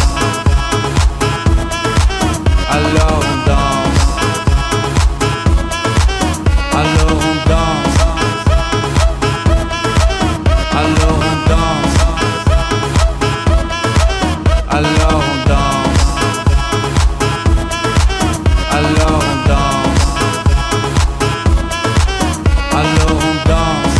Speaker 18: alors on danse. Alors on danse. Alors on danse. Alors on danse. Alors on danse. Alors on danse. Alors on danse.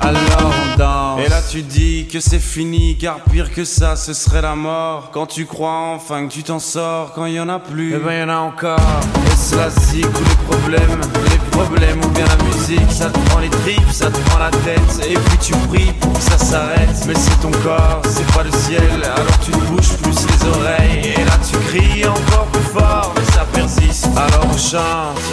Speaker 18: Alors on danse. Et là tu dis que c'est fini, car pire que ça, ce serait la mort. Quand tu crois enfin que tu t'en sors, quand il y en a plus, eh ben y en a encore. Est-ce la zik ou les problèmes, les problèmes ou bien la musique, ça te prend les tripes, ça te prend la tête, et puis tu pries pour que ça s'arrête. Mais c'est ton corps, c'est pas le ciel, alors tu te bouges plus les oreilles, et là tu cries encore plus fort, mais ça persiste. Alors on chante.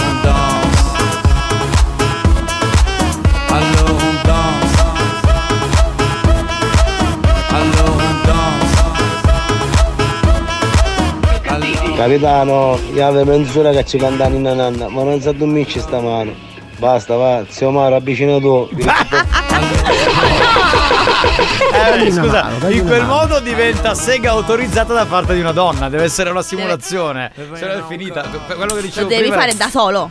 Speaker 18: on danse. Alors on danse. Alors on
Speaker 19: Capitano, io avevo mezz'ora che ci cantano in nanna, ma non sa dormirci stamane. Basta, va, zio Mauro, avvicina
Speaker 9: [laughs]
Speaker 19: tu.
Speaker 9: Eh,
Speaker 19: Dagli una
Speaker 9: scusa,
Speaker 19: mano, dagli
Speaker 9: in
Speaker 19: una
Speaker 9: quel
Speaker 19: mano.
Speaker 9: modo diventa sega autorizzata da parte di una donna. Deve essere una simulazione. Se no è finita. Quello che Eh.
Speaker 2: Lo
Speaker 9: dicevo
Speaker 2: devi
Speaker 9: prima-
Speaker 2: fare da solo.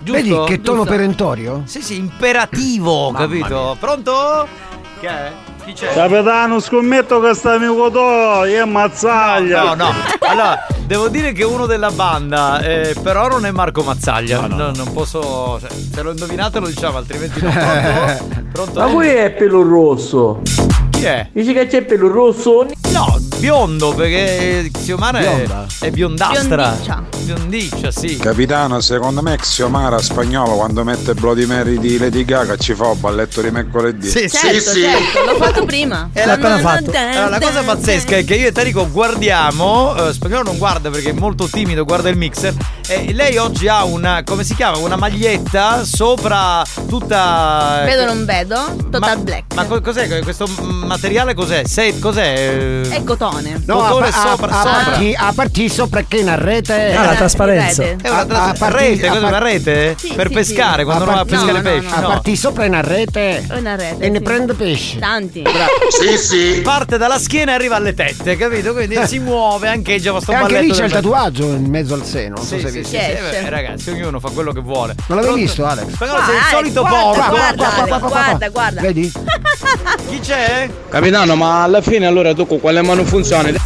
Speaker 9: Giusto?
Speaker 7: Vedi che tono
Speaker 9: Giusto.
Speaker 7: perentorio?
Speaker 9: Sì, sì, imperativo, capito? Pronto? Che è? Chi c'è?
Speaker 14: Capitano, scommetto che sta amico tuo è mazzaglia.
Speaker 9: No, no. Allora, devo dire che è uno della banda, eh, però non è Marco Mazzaglia. No, non posso. cioè, Se lo indovinate lo diciamo, altrimenti no. Pronto? Pronto?
Speaker 30: Ma poi è pelo rosso.
Speaker 9: Chi è?
Speaker 30: Dici che c'è pelo rosso?
Speaker 9: No, biondo perché Xiomara è,
Speaker 28: Bionda.
Speaker 9: è biondastra.
Speaker 28: Biondiccia.
Speaker 9: Biondiccia, sì.
Speaker 28: Capitano, secondo me Xiomara spagnolo quando mette Bloody Mary di Lady Gaga ci fa un balletto di mercoledì.
Speaker 2: certo, certo, l'ho
Speaker 7: [laughs]
Speaker 2: fatto prima.
Speaker 7: Ecco,
Speaker 9: E l'ha appena fatto. Allora, la cosa pazzesca è che io e Tarico guardiamo, eh, spagnolo non guarda perché è molto timido, guarda il mixer. E lei oggi ha una, come si chiama? Una maglietta sopra tutta. eh,
Speaker 2: Vedo non vedo, total black.
Speaker 9: Ma co- cos'è que- questo materiale? Cos'è? Se- cos'è?
Speaker 2: È cotone.
Speaker 7: No, a,
Speaker 9: Cotone
Speaker 7: a,
Speaker 9: sopra-
Speaker 7: a
Speaker 9: sopra.
Speaker 7: parti, a partì sopra che una rete.
Speaker 9: Ah, la trasparenza.
Speaker 7: Rete.
Speaker 9: È una traspa- rete, cos'è, una rete? Sì, Per sì, pescare, sì. quando uno va a
Speaker 7: parti-
Speaker 9: pescare pesci,
Speaker 7: A
Speaker 9: no.
Speaker 7: partì sopra una rete.
Speaker 2: Una rete.
Speaker 7: E ne
Speaker 2: sì.
Speaker 7: prende pesci.
Speaker 2: Tanti.
Speaker 9: Sì, sì. Parte dalla schiena e arriva alle tette, capito? Quindi si muove, ancheggia questo
Speaker 7: Eh. E anche lì
Speaker 9: balletto
Speaker 7: c'è il
Speaker 9: del-
Speaker 7: tatuaggio in mezzo al seno. Non so
Speaker 9: Sì,
Speaker 7: se Certo. Ah, hai
Speaker 9: sì,
Speaker 7: visto.
Speaker 9: sì, sì, vabbè, ragazzi, ognuno fa quello che vuole.
Speaker 7: Non l'avevi
Speaker 9: Pronto?
Speaker 7: visto, Alex?
Speaker 9: Spagnolo,
Speaker 7: Qua,
Speaker 9: sei il
Speaker 7: Alex,
Speaker 9: solito
Speaker 7: guarda,
Speaker 9: porco.
Speaker 7: guarda, Alex,
Speaker 2: guarda, guarda.
Speaker 7: Vedi?
Speaker 9: [laughs] Chi c'è?
Speaker 22: Capitano, ma alla fine allora tu con quale mano funzioni?
Speaker 9: Eh,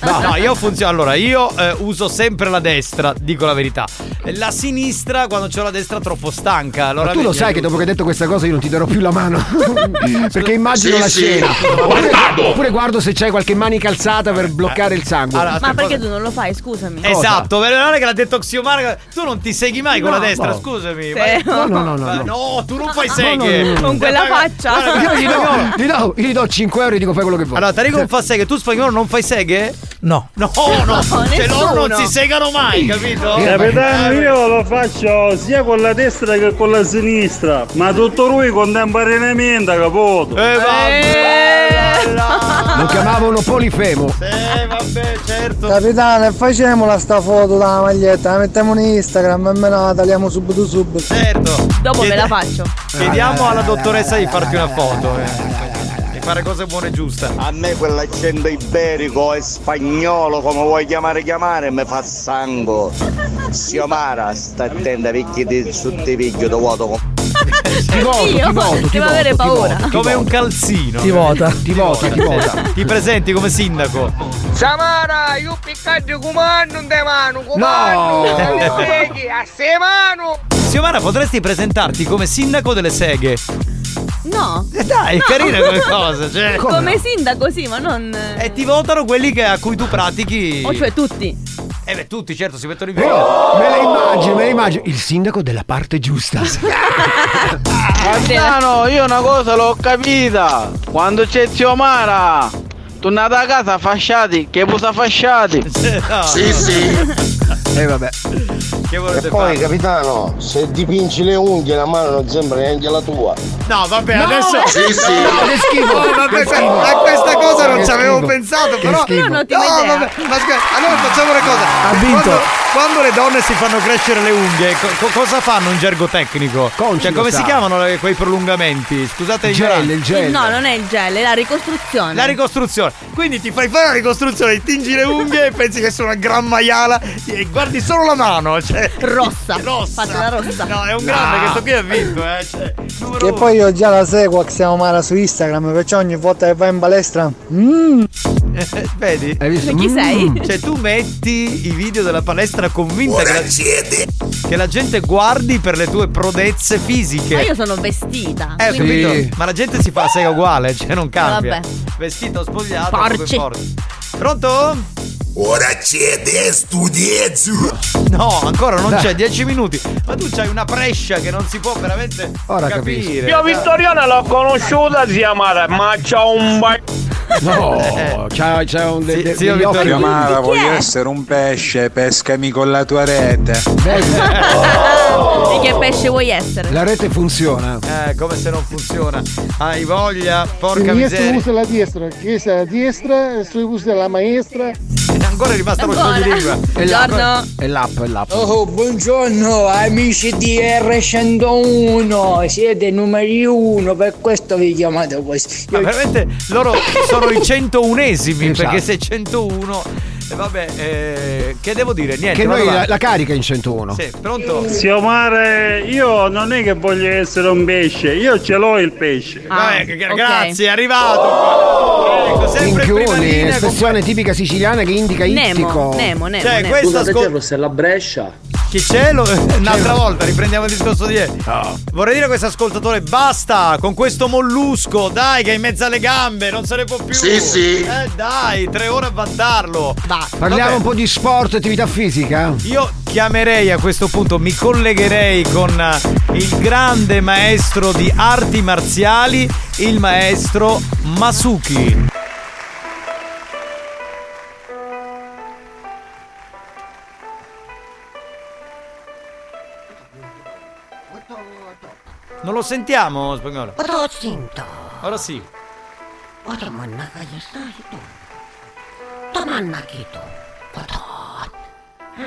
Speaker 9: No, no, io funziono. Allora, io eh, uso sempre la destra, dico la verità. La sinistra, quando c'ho la destra, troppo stanca. Allora
Speaker 7: Ma tu lo
Speaker 9: vedi, eh,
Speaker 7: sai che dopo che hai detto questa cosa io non ti darò più la mano.
Speaker 9: [laughs]
Speaker 7: Perché immagino
Speaker 9: Sì,
Speaker 7: la
Speaker 9: sì.
Speaker 7: scena. Oppure,
Speaker 9: Bastardo! Eh,
Speaker 7: oppure guardo se c'è qualche manica alzata per bloccare il sangue.
Speaker 2: Ma perché tu non lo fai? Scusami.
Speaker 9: Esatto, ma non è che l'ha detto Xiomara. Tu non ti seghi mai con
Speaker 2: No,
Speaker 9: la destra,
Speaker 2: no.
Speaker 9: scusami.
Speaker 2: Sì.
Speaker 9: ma-
Speaker 2: No, no,
Speaker 7: no, no,
Speaker 9: ma-
Speaker 7: no.
Speaker 9: Oh, tu non fai
Speaker 2: No, ah,
Speaker 9: seghe.
Speaker 2: no, no, no. Con quella faccia.
Speaker 7: Io gli do, gli do- gli do 5 euro e dico fai quello che vuoi.
Speaker 9: Allora, Tarico non fa seghe, tu spagnolo non fai seghe?
Speaker 15: No.
Speaker 9: No,
Speaker 2: [laughs]
Speaker 9: no, cioè
Speaker 7: nessuno.
Speaker 9: loro non si segano mai, capito?
Speaker 14: Capitano, io lo faccio sia con la destra che con la sinistra, ma tutto lui contemporaneamente, capoto.
Speaker 9: Eh,
Speaker 7: Eh. Lo chiamavano Polifemo.
Speaker 9: Certo.
Speaker 26: Capitano, e facciamo la sta foto della maglietta, la mettiamo in Instagram e me la tagliamo subito subito.
Speaker 9: Certo.
Speaker 2: Dopo
Speaker 9: Chiede-
Speaker 2: ve la faccio.
Speaker 9: Chiediamo
Speaker 7: Ah,
Speaker 9: alla dottoressa di farti una foto. eh, Di fare cose buone e
Speaker 7: Ah,
Speaker 9: giuste.
Speaker 23: A me quell'accento iberico e spagnolo, come vuoi chiamare chiamare, mi fa sangue. Siomara, sta attenta perché ti sottopiglio da vuoto.
Speaker 7: Ti voto, ti
Speaker 23: Io?
Speaker 7: voto, ti
Speaker 23: Devo
Speaker 7: voto,
Speaker 23: avere
Speaker 7: ti
Speaker 23: paura.
Speaker 7: voto, ti
Speaker 9: Come
Speaker 7: voto.
Speaker 9: un calzino.
Speaker 7: Ti vota. Ti vota, ti vota.
Speaker 9: Ti presenti come sindaco.
Speaker 11: Samara, io piccaggio comando in te mano,
Speaker 9: comando, No. te lo
Speaker 11: seghi, a se mano.
Speaker 9: Siomara, potresti presentarti come sindaco delle seghe.
Speaker 2: No.
Speaker 9: Eh, Dai, è
Speaker 2: No.
Speaker 9: carina come Eh, cosa,
Speaker 2: [laughs]
Speaker 9: cioè.
Speaker 2: Come sindaco, sì, ma non.
Speaker 9: E ti votano quelli che- a cui tu pratichi.
Speaker 2: O cioè tutti.
Speaker 9: Eh beh, tutti, certo, si mettono in
Speaker 7: Io
Speaker 9: via.
Speaker 7: me la immagino, me la immagino. Il sindaco della parte
Speaker 9: [laughs]
Speaker 7: giusta.
Speaker 22: Capitano, io una cosa l'ho capita. Quando c'è zio Mara, tornate a casa fasciati, che pusa fasciati.
Speaker 23: Sì, sì.
Speaker 7: E vabbè.
Speaker 9: Che volete
Speaker 19: Eh, E poi,
Speaker 9: fare?
Speaker 19: capitano, se dipingi le unghie la mano non sembra neanche la tua.
Speaker 9: No, vabbè,
Speaker 19: No,
Speaker 9: adesso.
Speaker 19: sì, sì.
Speaker 9: No,
Speaker 19: Che schifo,
Speaker 9: No,
Speaker 19: che
Speaker 9: vabbè,
Speaker 19: schifo.
Speaker 9: a questa cosa non
Speaker 19: Che
Speaker 9: ci avevo
Speaker 19: schifo.
Speaker 9: pensato,
Speaker 19: Che
Speaker 9: però.
Speaker 19: schifo. Io non ti
Speaker 9: no,
Speaker 19: ho idea.
Speaker 9: vabbè, ma scusa, allora facciamo una cosa.
Speaker 15: Ha vinto.
Speaker 9: Quando, quando le donne si fanno crescere le unghie, co- co- cosa fanno in gergo tecnico? cioè,
Speaker 7: lo
Speaker 9: come
Speaker 7: sa.
Speaker 9: si chiamano le- quei prolungamenti? Scusate,
Speaker 7: Il gel,
Speaker 9: ignorante.
Speaker 7: il
Speaker 2: No, non è il gel, è la ricostruzione.
Speaker 9: La ricostruzione. Quindi ti fai fare la ricostruzione, ti tingi le unghie e pensi che sono una gran maiala e guardi solo la mano. Cioè.
Speaker 2: Rossa.
Speaker 9: Rossa.
Speaker 2: Fatta la rossa.
Speaker 9: No, è un grande, questo qui ha vinto, eh. Cioè, numero
Speaker 26: Che
Speaker 9: uno.
Speaker 26: poi io già la seguo a Xiaomara su Instagram, perciò ogni volta che vai in palestra. Mmm.
Speaker 9: Eh, [laughs] Vedi? Hai
Speaker 26: visto? Ma chi sei?
Speaker 7: Mm.
Speaker 9: Cioè, tu metti i video della palestra convinta che la, che la gente guardi per le tue prodezze fisiche.
Speaker 2: Ma io sono vestita.
Speaker 9: Eh, ho
Speaker 2: quindi-
Speaker 9: capito? Ma la gente si fa la sega uguale, cioè non cambia.
Speaker 2: Vabbè.
Speaker 9: Vestito spogliato.
Speaker 2: Porci.
Speaker 9: come porci. Pronto?
Speaker 3: Ora c'è de studiezzu.
Speaker 9: No, ancora non
Speaker 3: Dai.
Speaker 9: c'è, 10 minuti. Ma tu c'hai una prescia che non si può veramente
Speaker 3: Ora
Speaker 9: capire.
Speaker 12: Io Vittoriana l'ho conosciuta, zia Mara, ma c'ha un ba...
Speaker 9: Oh.
Speaker 7: [laughs] No, c'è, c'è un de- de- degli occhi.
Speaker 28: Xiomara, voglio essere un pesce, pescami con la tua rete.
Speaker 2: [laughs] E che pesce vuoi essere?
Speaker 7: La rete funziona.
Speaker 9: Eh, come se non funziona. Hai voglia? Porca
Speaker 26: Io
Speaker 9: miseria.
Speaker 26: uso la destra, che è la destra, sto uso la maestra.
Speaker 9: Ancora è rimasto lo
Speaker 26: Ancora.
Speaker 9: sfoglio di lingua.
Speaker 7: È l'app, è l'app, è l'app.
Speaker 11: Oh, buongiorno amici di R101, siete numeri uno, per questo vi chiamate così.
Speaker 9: Ma veramente loro sono i 101esimi
Speaker 7: Esatto.
Speaker 9: perché se 101 e vabbè eh, che devo dire niente
Speaker 7: Che
Speaker 9: vado
Speaker 7: noi la,
Speaker 9: avanti.
Speaker 7: la carica in 101.
Speaker 9: Sì, pronto
Speaker 14: Siomare, io non è che voglio essere un pesce, io ce l'ho il pesce.
Speaker 7: Ah,
Speaker 9: Vabbè, gra- grazie è arrivato
Speaker 7: Oh!
Speaker 9: qua. ecco sempre in prima
Speaker 7: Minchioni,
Speaker 9: linea con-
Speaker 7: espressione tipica siciliana che indica
Speaker 9: Nemo,
Speaker 7: ittico.
Speaker 9: Nemo, Nemo, Cioè, Nemo. questa
Speaker 30: Scusate,
Speaker 9: scop-
Speaker 30: Gerro, se la Brescia
Speaker 9: Chi c'è? Lo- Un'altra volta, riprendiamo il discorso di ieri. Vorrei dire a questo ascoltatore, basta con questo mollusco, dai che è in mezzo alle gambe, non se ne può più.
Speaker 7: Sì, sì.
Speaker 9: Eh dai, tre ore a vantarlo.
Speaker 7: Parliamo
Speaker 9: Vabbè.
Speaker 7: un po' di sport, attività fisica.
Speaker 9: Io chiamerei a questo punto, mi collegherei con eh, il grande maestro di arti marziali, il maestro Masuki. Non lo sentiamo, spagnolo?
Speaker 10: Lo sento.
Speaker 9: Ora sì.
Speaker 10: Ora manna che gli stai tu. Tu manna che tu. Poto.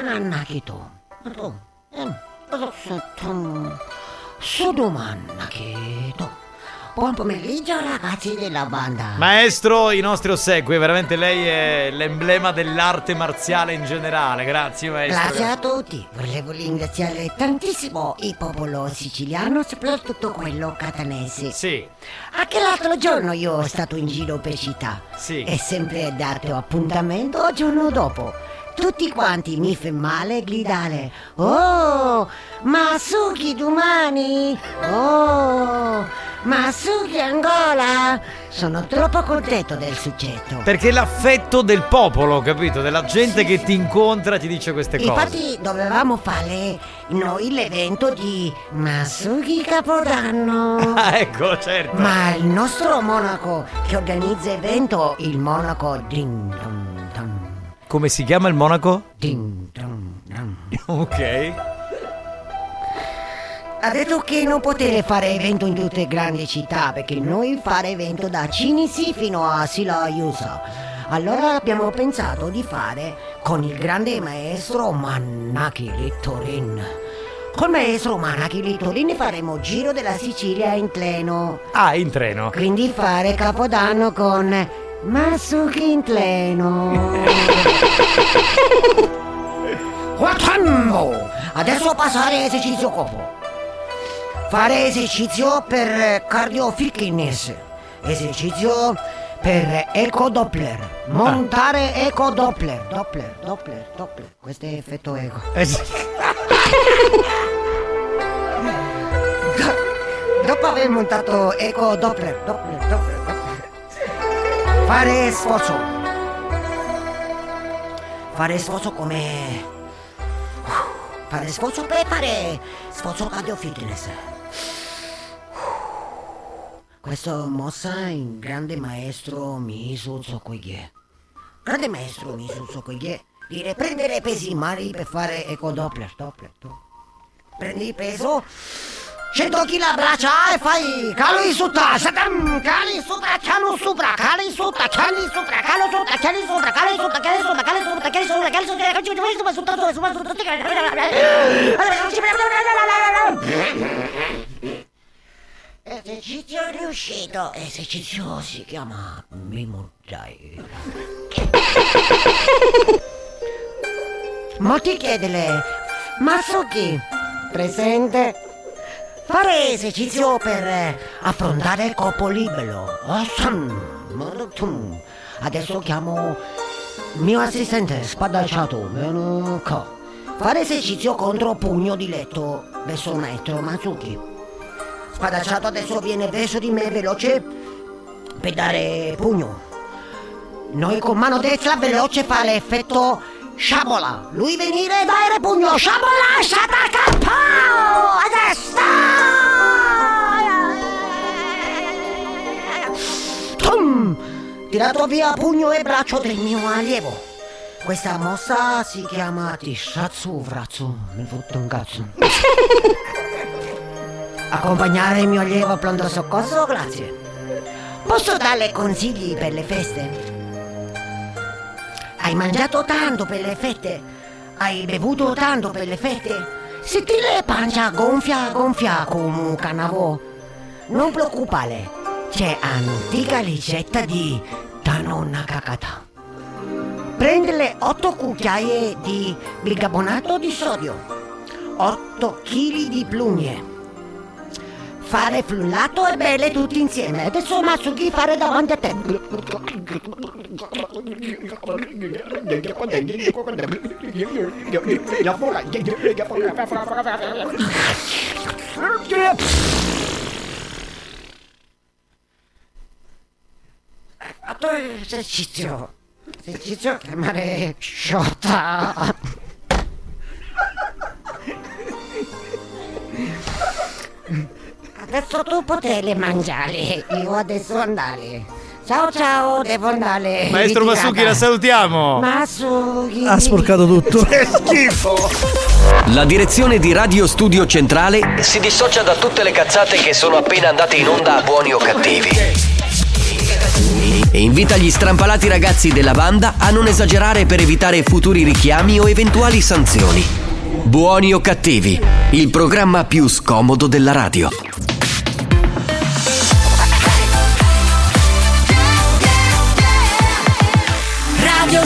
Speaker 10: Manna che tu. Tu. Em, Su manna che tu. Buon pomeriggio ragazzi della banda.
Speaker 9: Maestro, i nostri ossequi, veramente lei è l'emblema dell'arte marziale in generale. Grazie, maestro.
Speaker 10: Grazie a tutti, volevo ringraziare tantissimo il popolo siciliano, soprattutto quello catanese.
Speaker 9: Sì.
Speaker 10: Anche l'altro giorno io ho stato in giro per città.
Speaker 9: Sì.
Speaker 10: E sempre dato appuntamento al giorno dopo. Tutti quanti mi fa male gridare Oh, Masuki domani! Oh, Masuki Angola! Sono troppo contento del succetto.
Speaker 9: Perché l'affetto del popolo, capito? Della gente che ti incontra ti dice queste cose.
Speaker 10: Infatti dovevamo fare noi l'evento di Masuki
Speaker 9: [laughs] [laughs]
Speaker 10: Capodanno.
Speaker 9: Ah, ecco, certo.
Speaker 10: Ma il nostro monaco che organizza evento, il monaco Ding Dong Dong.
Speaker 9: Come si chiama il monaco?
Speaker 10: Ding Dong Dong.
Speaker 9: [laughs] Ok.
Speaker 10: Ha detto che non potete fare evento in tutte le grandi città perché noi fare evento da Cinisi fino a Sila Ayuso. Allora abbiamo pensato di fare con il grande maestro Manaki Littorin. Col maestro Manaki Littorin faremo giro della Sicilia in treno.
Speaker 9: Ah, in treno.
Speaker 10: Quindi fare capodanno con Masuki in treno. Quattro! Adesso passare esercizio corpo. Fare esercizio per eh, cardio fitness. Esercizio per eh, eco doppler. Montare eco doppler. Doppler, doppler, doppler. Questo è effetto eco. [laughs] Dopo aver montato eco doppler, doppler, doppler, doppler. Fare sforzo. Fare sforzo come uh, fare sforzo per fare sforzo cardio fitness. Questo mossa in grande maestro Misu Tsukuyge. Grande maestro Misu Tsukuyge dire prendere pesi mari per fare eco doppler, doppler, doppler. Prendi il peso 100 kg a braccia e fai calo in sutta, satam, calo in sutta, calo sopra, calo in sutta, calo in sopra, calo sopra, calo in sopra, calo in sutta, calo in sopra, calo in sutta, calo in sopra, calo in sopra, calo in sopra, calo in sopra, calo in sopra, calo in sopra. Esercizio riuscito, esercizio si chiama Mimo Dai. Molti chiedele, Masuki, presente? Fare esercizio per eh, affrontare il corpo libero. Awesome. Molto. Adesso chiamo mio assistente spadacciato. Meno co. Fare esercizio contro pugno di letto verso maestro Masuki. Spadacciato adesso viene verso di me veloce per dare pugno. Noi con mano destra veloce fa l'effetto sciabola. Lui venire e dare pugno. Sciabola, sciatacca, pow! A destra! Tum! Tirato via pugno e braccio del mio allievo. Questa mossa si chiama Tishatsu Vratsu. Mi fotto un cazzo. Accompagnare il mio allievo a pronto soccorso, grazie. Posso darle consigli per le feste? Hai mangiato tanto per le fette, hai bevuto tanto per le fette. Se ti le pancia gonfia, gonfia come un canavo. Non preoccupare, c'è antica ricetta di Tanonna Kakata. Prendi le 8 cucchiaie di bicarbonato di sodio, 8 kg di plugne. Fare frullato e belle tutti insieme. Adesso Masuki fare davanti a te. A tu esercizio. Esercizio a chiamare Shota. Adesso tu potete mangiare, io adesso andare. Ciao ciao, devo andare.
Speaker 9: Maestro
Speaker 10: Ritirata.
Speaker 9: Masuki, la salutiamo.
Speaker 10: Masuki.
Speaker 9: [laughs]
Speaker 1: tutto.
Speaker 9: Oh. Ah, Che schifo.
Speaker 1: La direzione di Radio Studio Centrale si dissocia da tutte le cazzate che sono appena andate in onda a buoni o cattivi. E invita gli strampalati ragazzi della banda a non esagerare per evitare futuri richiami o eventuali sanzioni. Buoni o cattivi, il programma più scomodo della radio.
Speaker 8: Radio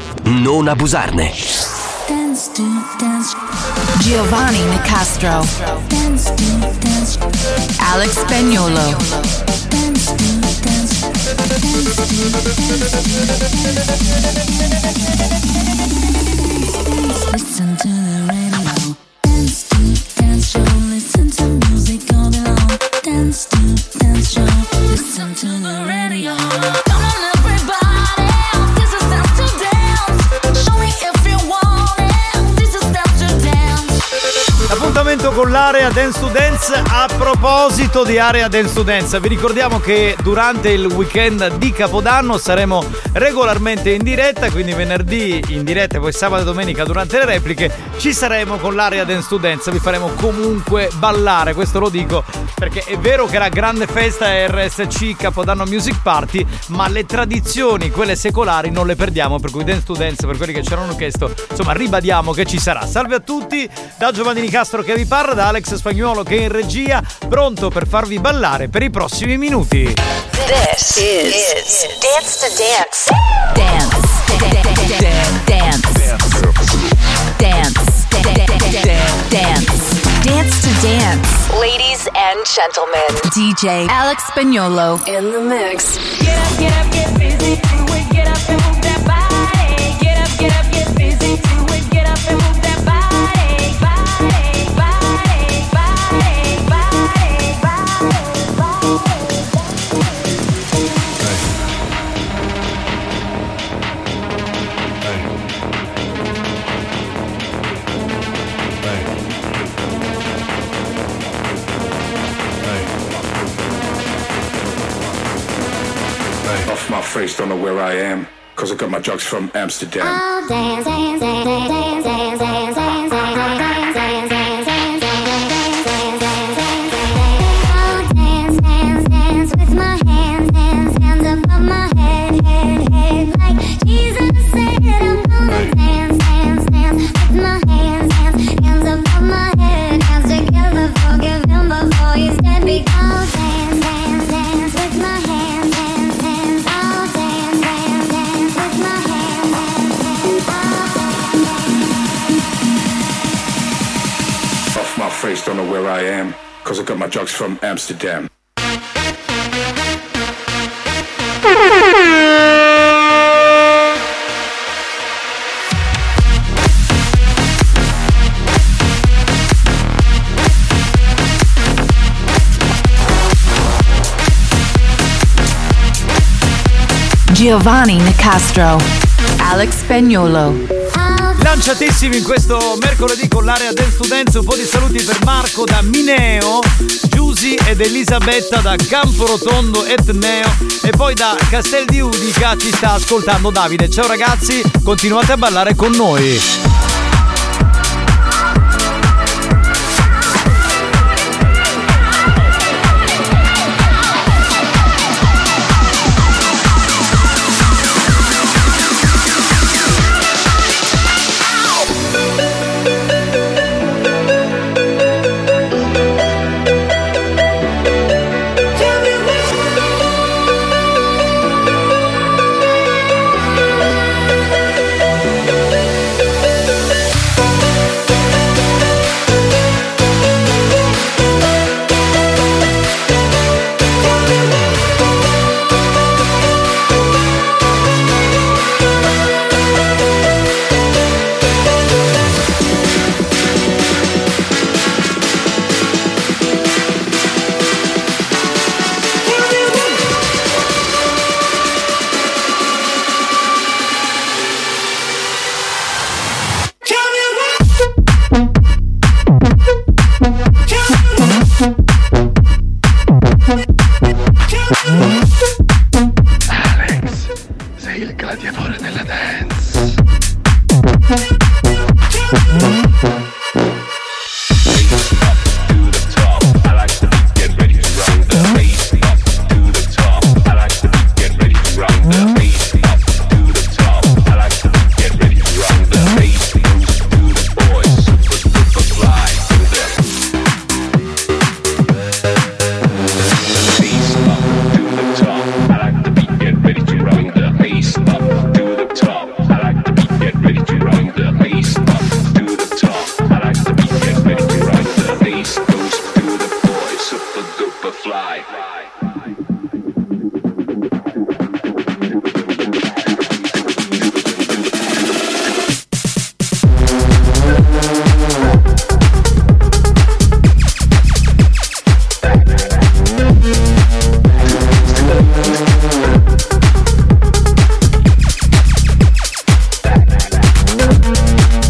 Speaker 1: non abusarne.
Speaker 8: Dance to Dance Giovanni Nicastro Dance to Dance Alex Spagnolo Dance to Dance Dance Listen to the radio Dance to Dance Show Listen to music all day long Dance to Dance Show Listen to the radio Come on everybody This is Dance to Dance Show me if you want it This is Dance to Dance
Speaker 9: Appuntamento con l'area Dance to Dance. A proposito di area Dance to Dance, vi ricordiamo che durante il weekend di Capodanno saremo regolarmente in diretta, quindi venerdì in diretta e poi sabato e domenica durante le repliche ci saremo con l'area Dance to Dance. Vi faremo comunque ballare, questo lo dico perché è vero che era grande festa RSC Capodanno Music Party, ma le tradizioni, quelle secolari, non le perdiamo, per cui Dance to Dance, per quelli che ci erano chiesto, insomma ribadiamo che ci sarà. Salve a tutti, da Giovanni Nicastro che vi parla, da Alex Spagnuolo che è in regia, pronto per farvi ballare per i prossimi minuti.
Speaker 8: This is, Dance to Dance. Dance. Dance. Dance. Dance. Dance. Dance to Dance. Ladies and gentlemen, DJ Alex Spagnolo in the mix. Get up, get up, get busy. Do it, get up and move that body. Get up, get up, get busy. Do it, get up and move that body. Body, body, body, body,
Speaker 3: Off my face, don't know where I am. Cause I got my drugs from Amsterdam. Off my face, don't know where I am. Cause I got my drugs from Amsterdam.
Speaker 8: Giovanni Nicastro, Alex Spagnolo.
Speaker 9: Lanciatissimi in questo mercoledì con l'area del studente, un po' di saluti per Marco da Mineo, Giusy ed Elisabetta da Camporotondo Etneo e poi da Castel di Udica ci sta ascoltando Davide. Ciao ragazzi, continuate a ballare con noi.
Speaker 21: diavolo della dance.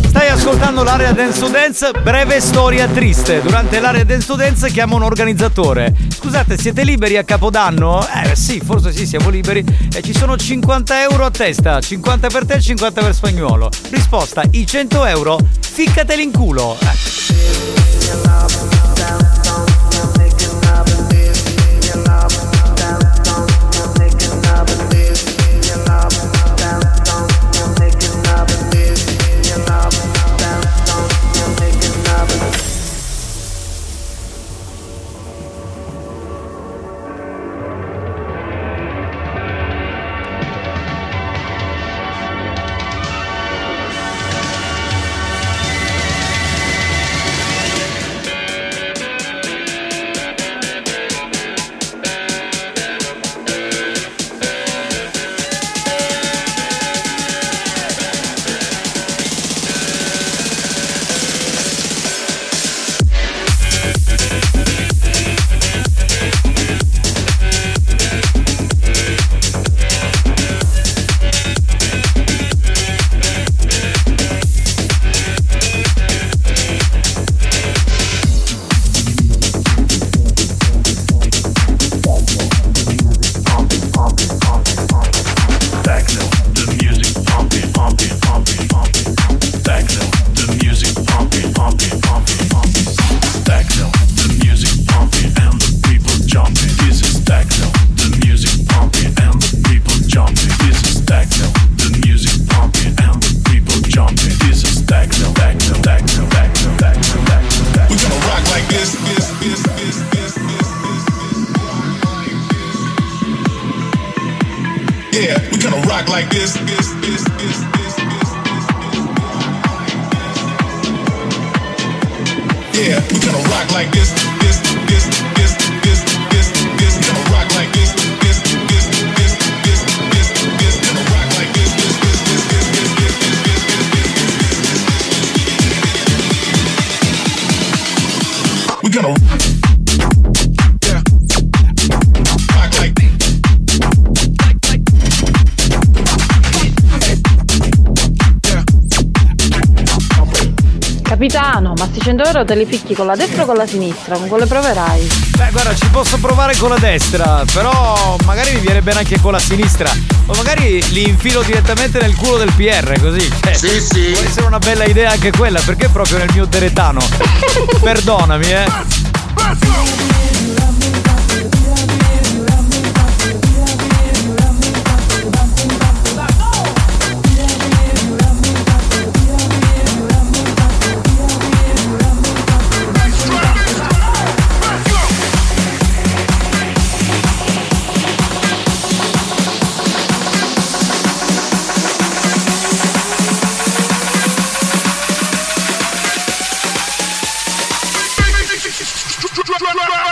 Speaker 9: Stai ascoltando l'area Dance to Dance, breve storia triste. Durante l'area Dance to Dance chiama un organizzatore. Scusate, siete liberi a Capodanno? Eh sì, forse sì, siamo liberi. E ci sono 50 euro a testa, 50 per te e 50 per spagnolo. Risposta, i 100 euro, ficcateli in culo. Eh.
Speaker 21: Techno, the music pumping, pumping, pumping, pumping. Techno, the music pumping, pumping, pumping, pumping. Techno, the music pumping and the people jumping. This is techno, the music pumping and the people jumping. This is techno, the music pumping and the people jumping. This is techno, techno, techno, techno, techno, techno, techno. We gonna rock like this, this, this, this, this, this. Yeah, we gonna rock like this, this, this, this, this, this. Yeah, we gonna rock like this, this, this, this, this, this, this. Gonna rock like this, this, this, this, this, this, this. Gonna rock like this, this, this, this, this, this, this, this, this, this, this. We gonna yeah. rock like
Speaker 17: Capitano, ma sti 100 euro te li picchi con la destra o con la sinistra? Con quale proverai?
Speaker 9: Beh, guarda, ci posso provare con la destra, però magari mi viene bene anche con la sinistra. O magari li infilo direttamente nel culo del PR, così. Cioè, sì, sì. Può essere una bella idea anche quella, perché proprio nel mio
Speaker 31: [laughs]
Speaker 9: deretano. Perdonami, eh.
Speaker 21: Rock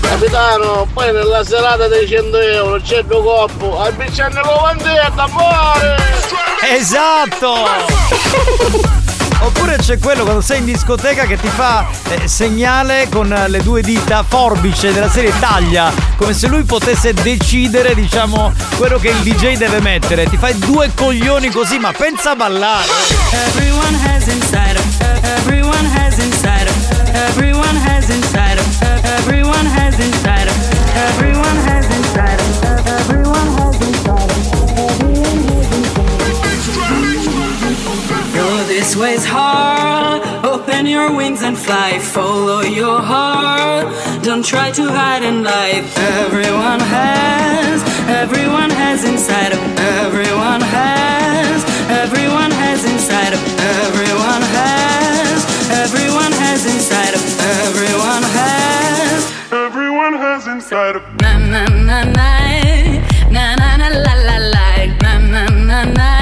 Speaker 5: Capitano, poi nella serata dei 100 euro c'è il tuo corpo, al bicchiere covandetta, amore!
Speaker 9: Esatto! Oppure c'è quello quando sei in discoteca che ti fa eh, segnale con eh, le due dita forbice della serie taglia, come se lui potesse decidere, diciamo, quello che il DJ deve mettere. Ti fai due coglioni così, ma pensa a ballare.
Speaker 31: Everyone has inside of everyone has inside of everyone has inside of everyone has inside of everyone has inside of everyone has inside of
Speaker 25: Go this way's hard. Open your wings and fly. Follow your heart. Don't try to hide and lie. Everyone has, everyone has inside of everyone has, everyone has inside of everyone has, everyone has inside of everyone has, everyone has inside of. Na na na na. Na na na la la la. Na na na na.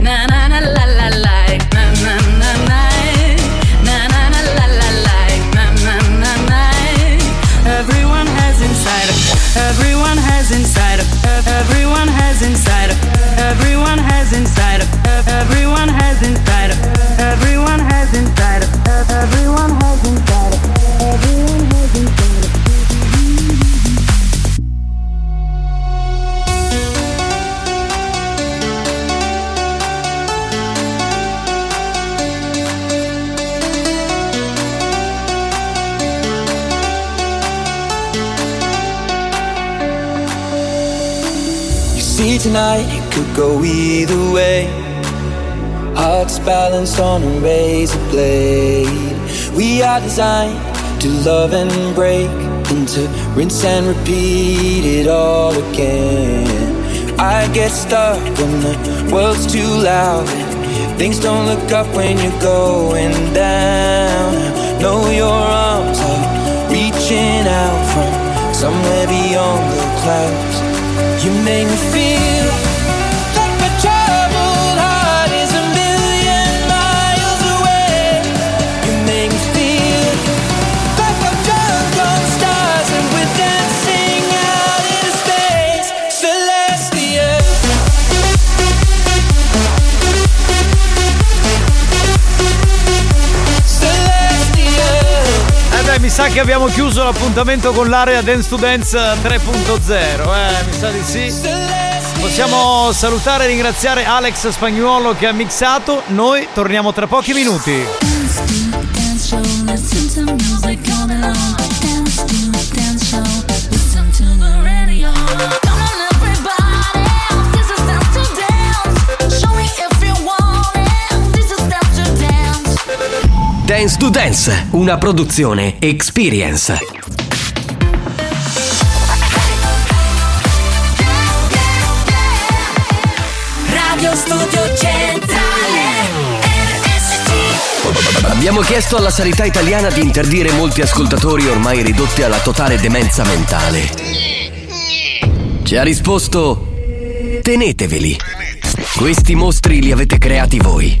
Speaker 25: Na na na la la la. Na na na na. Na na na la la la. Na na na na. Everyone has inside of. Everyone has inside of. Everyone has inside of. Everyone has inside of. Everyone has inside of. Everyone has inside of. Everyone has inside of. Everyone has inside of.
Speaker 8: You see tonight it could go either way. Hearts balanced on a razor blade. We are designed to love and break, and to rinse and repeat it all again. I get stuck when the world's too loud. Things don't look up when you're going down. Know your arms are reaching out from somewhere beyond the clouds. You make me feel like my troubled heart is a million miles away. You make me feel like I'm drunk on stars and we're dancing out in space, celestial. Celestial.
Speaker 9: Eh beh, mi sa che abbiamo chiuso l'appuntamento con l'area Dance to Dance 3.0, eh, mi sa di sì. Possiamo salutare e ringraziare Alex Spagnuolo che ha mixato, noi torniamo tra pochi minuti.
Speaker 1: Dance to Dance, una produzione Experience.
Speaker 31: Radio Studio Centrale
Speaker 1: Abbiamo chiesto alla sanità italiana di interdire molti ascoltatori ormai ridotti alla totale demenza mentale. Ci ha risposto: teneteveli. Questi mostri li avete creati voi.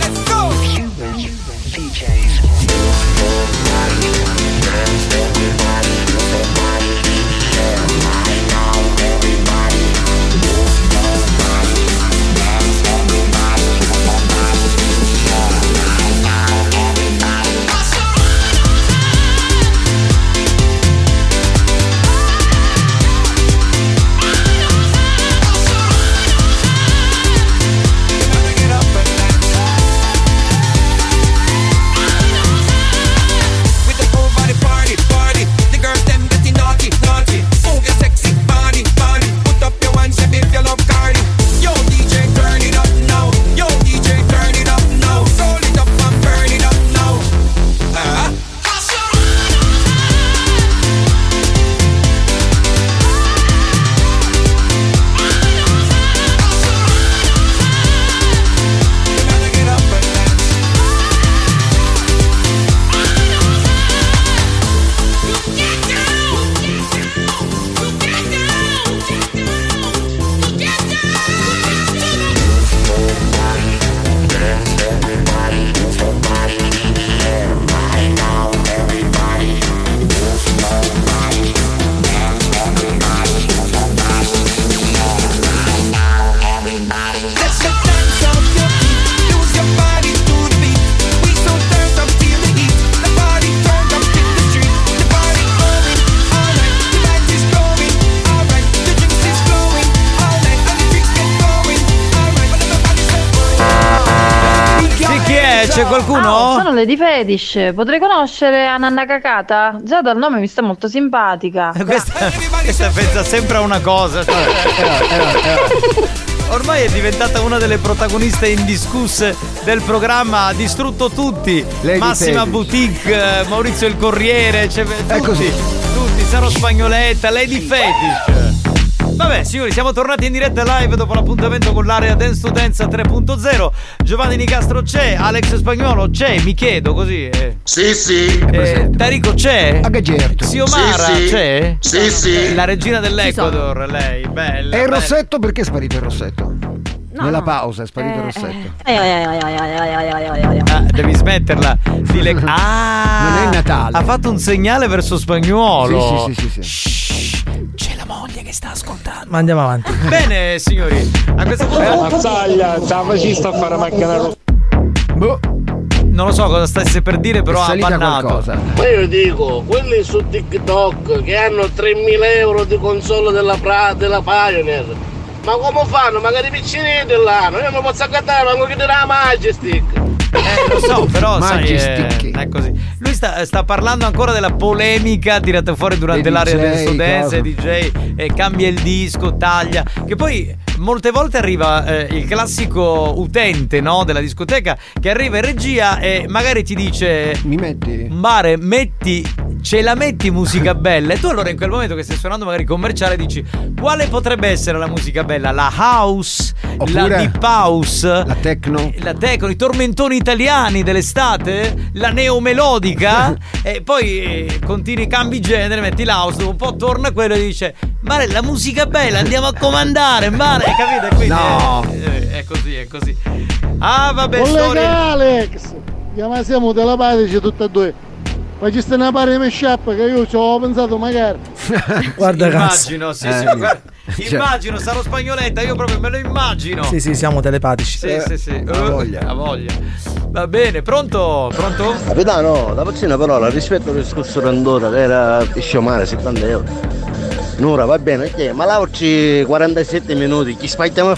Speaker 11: Let's go! Cuban DJs.
Speaker 8: Uh-huh.
Speaker 9: C'è qualcuno?
Speaker 17: Ah, sono Lady Fetish. Potrei conoscere Ananna Cacata? Già dal nome mi sta molto simpatica.
Speaker 9: Questa, questa pensa sempre a una cosa.
Speaker 7: Eh,
Speaker 9: cioè. Ormai è diventata una delle protagoniste indiscusse del programma, ha distrutto tutti.
Speaker 7: Lady
Speaker 9: Massima
Speaker 7: Fetish.
Speaker 9: Boutique, eh, Maurizio il Corriere, cioè, tutti, tutti, Saro Spagnoletta, Lady Fetish. Vabbè signori siamo tornati in diretta live dopo l'appuntamento con l'area Dance to Dance 3.0 Giovanni Nicastro c'è, Alex Spagnolo c'è, mi chiedo così eh.
Speaker 3: Sì sì
Speaker 9: Tarico c'è?
Speaker 7: Anche certo
Speaker 9: Xiomara
Speaker 7: Sì, sì.
Speaker 9: c'è?
Speaker 7: Sì, sì. Eh.
Speaker 9: La regina dell'Ecuador lei, bella
Speaker 7: E il
Speaker 9: bella.
Speaker 7: rossetto perché è sparito il rossetto? Nella pausa è sparito
Speaker 9: Eh,
Speaker 7: il rossetto.
Speaker 9: Ah, devi smetterla di le- Ah, non è Natale. Ha fatto un segnale verso spagnolo.
Speaker 7: Sì, sì, sì, sì,
Speaker 9: C'è la moglie che sta ascoltando.
Speaker 15: Ma andiamo avanti.
Speaker 9: Bene, signori, a questo
Speaker 15: Eh,
Speaker 9: punto.
Speaker 15: mazzaglia, ce la faci sta a fare macchina rossa.
Speaker 9: Boh. Non lo so cosa stesse per dire, però ha bannato.
Speaker 5: Ma io dico, quelli su TikTok che hanno 3.000 euro di console della, pra, della Pioneer, ma come fanno? Magari piccini dell'anno, io non posso accattare, ma non chiedere la Majestic.
Speaker 9: Eh, lo so, però sai,
Speaker 5: Majestic.
Speaker 9: eh, è così. Lui sta, eh, sta parlando ancora della polemica tirata fuori durante
Speaker 7: Dei
Speaker 9: l'area
Speaker 7: DJ,
Speaker 9: del dance,
Speaker 7: cosa?
Speaker 9: DJ, eh, cambia il disco, taglia. Che poi molte volte arriva eh, il classico utente no, della discoteca che arriva in regia e magari ti dice:
Speaker 7: Mi metti?
Speaker 9: Mare, metti. Ce la metti musica bella e tu allora in quel momento che stai suonando magari commerciale dici quale potrebbe essere la musica bella? La house, la
Speaker 7: Oppure-
Speaker 9: deep house, Eh,
Speaker 7: La techno?
Speaker 9: la Tecno, i tormentoni italiani dell'estate, la neomelodica e poi eh, continui, cambi genere, metti l'house, dopo un po' torna quello e dice Mare, la musica è bella, andiamo a comandare, Mare, capito? E Quindi,
Speaker 7: No.
Speaker 9: eh, eh, è così, è così. Ah, vabbè,
Speaker 23: Collega
Speaker 9: storia.
Speaker 23: [laughs] Alex, chiama siamo della Padice tutti e due. Ma ci sta una pari di mashup che io ci ho pensato magari.
Speaker 15: Guarda cazzo.
Speaker 9: Immagino, sì,
Speaker 15: Eh,
Speaker 9: sì,
Speaker 15: sì.
Speaker 9: guarda,
Speaker 15: Cioè-
Speaker 9: immagino, sarò spagnoletta, io proprio me lo immagino.
Speaker 15: Sì, sì, siamo telepatici.
Speaker 9: Sì, sì, sì.
Speaker 15: Ha
Speaker 9: Eh,
Speaker 15: voglia.
Speaker 9: ha voglia. Va bene, pronto? Pronto?
Speaker 16: Capitano, la prossima parola rispetto al discorso randora che era sciomare 70 euro. Un'ora va bene, ok, ma là oggi 47 minuti, chi spagliamo?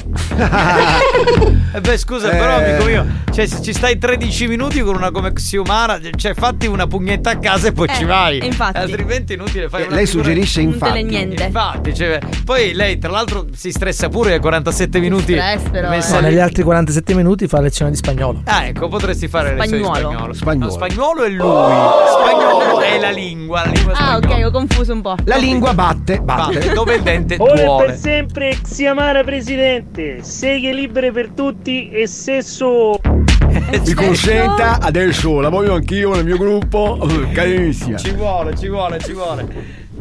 Speaker 9: Eh beh, scusa, però, amico mio, cioè, se ci stai 13 minuti con una come Xiomara, cioè, fatti una pugnetta a casa e poi ci vai.
Speaker 16: infatti.
Speaker 9: Altrimenti è inutile fare una
Speaker 7: Lei
Speaker 9: figura-
Speaker 7: suggerisce infatti.
Speaker 9: Infatti, cioè, poi lei, tra l'altro, si stressa pure a 47 minuti. messa
Speaker 15: Ma
Speaker 9: lì.
Speaker 22: eh.
Speaker 15: negli altri 47 minuti fa lezione di spagnolo.
Speaker 9: Ah, ecco, potresti fare le lezioni di
Speaker 15: Spagnuolo. Spagnuolo.
Speaker 9: spagnolo. No, spagnolo è lui. Spagnolo è la lingua. La lingua
Speaker 2: Ah, ok, ho confuso un po'.
Speaker 7: La lingua batte,
Speaker 9: batte. Dove il dente
Speaker 18: Ora e per
Speaker 9: duole.
Speaker 18: sempre Xiamara presidente, seghe libere per tutti e sesso
Speaker 7: Mi consenta adesso, la voglio anch'io nel mio gruppo. Carissima.
Speaker 9: Ci vuole, ci vuole, ci vuole.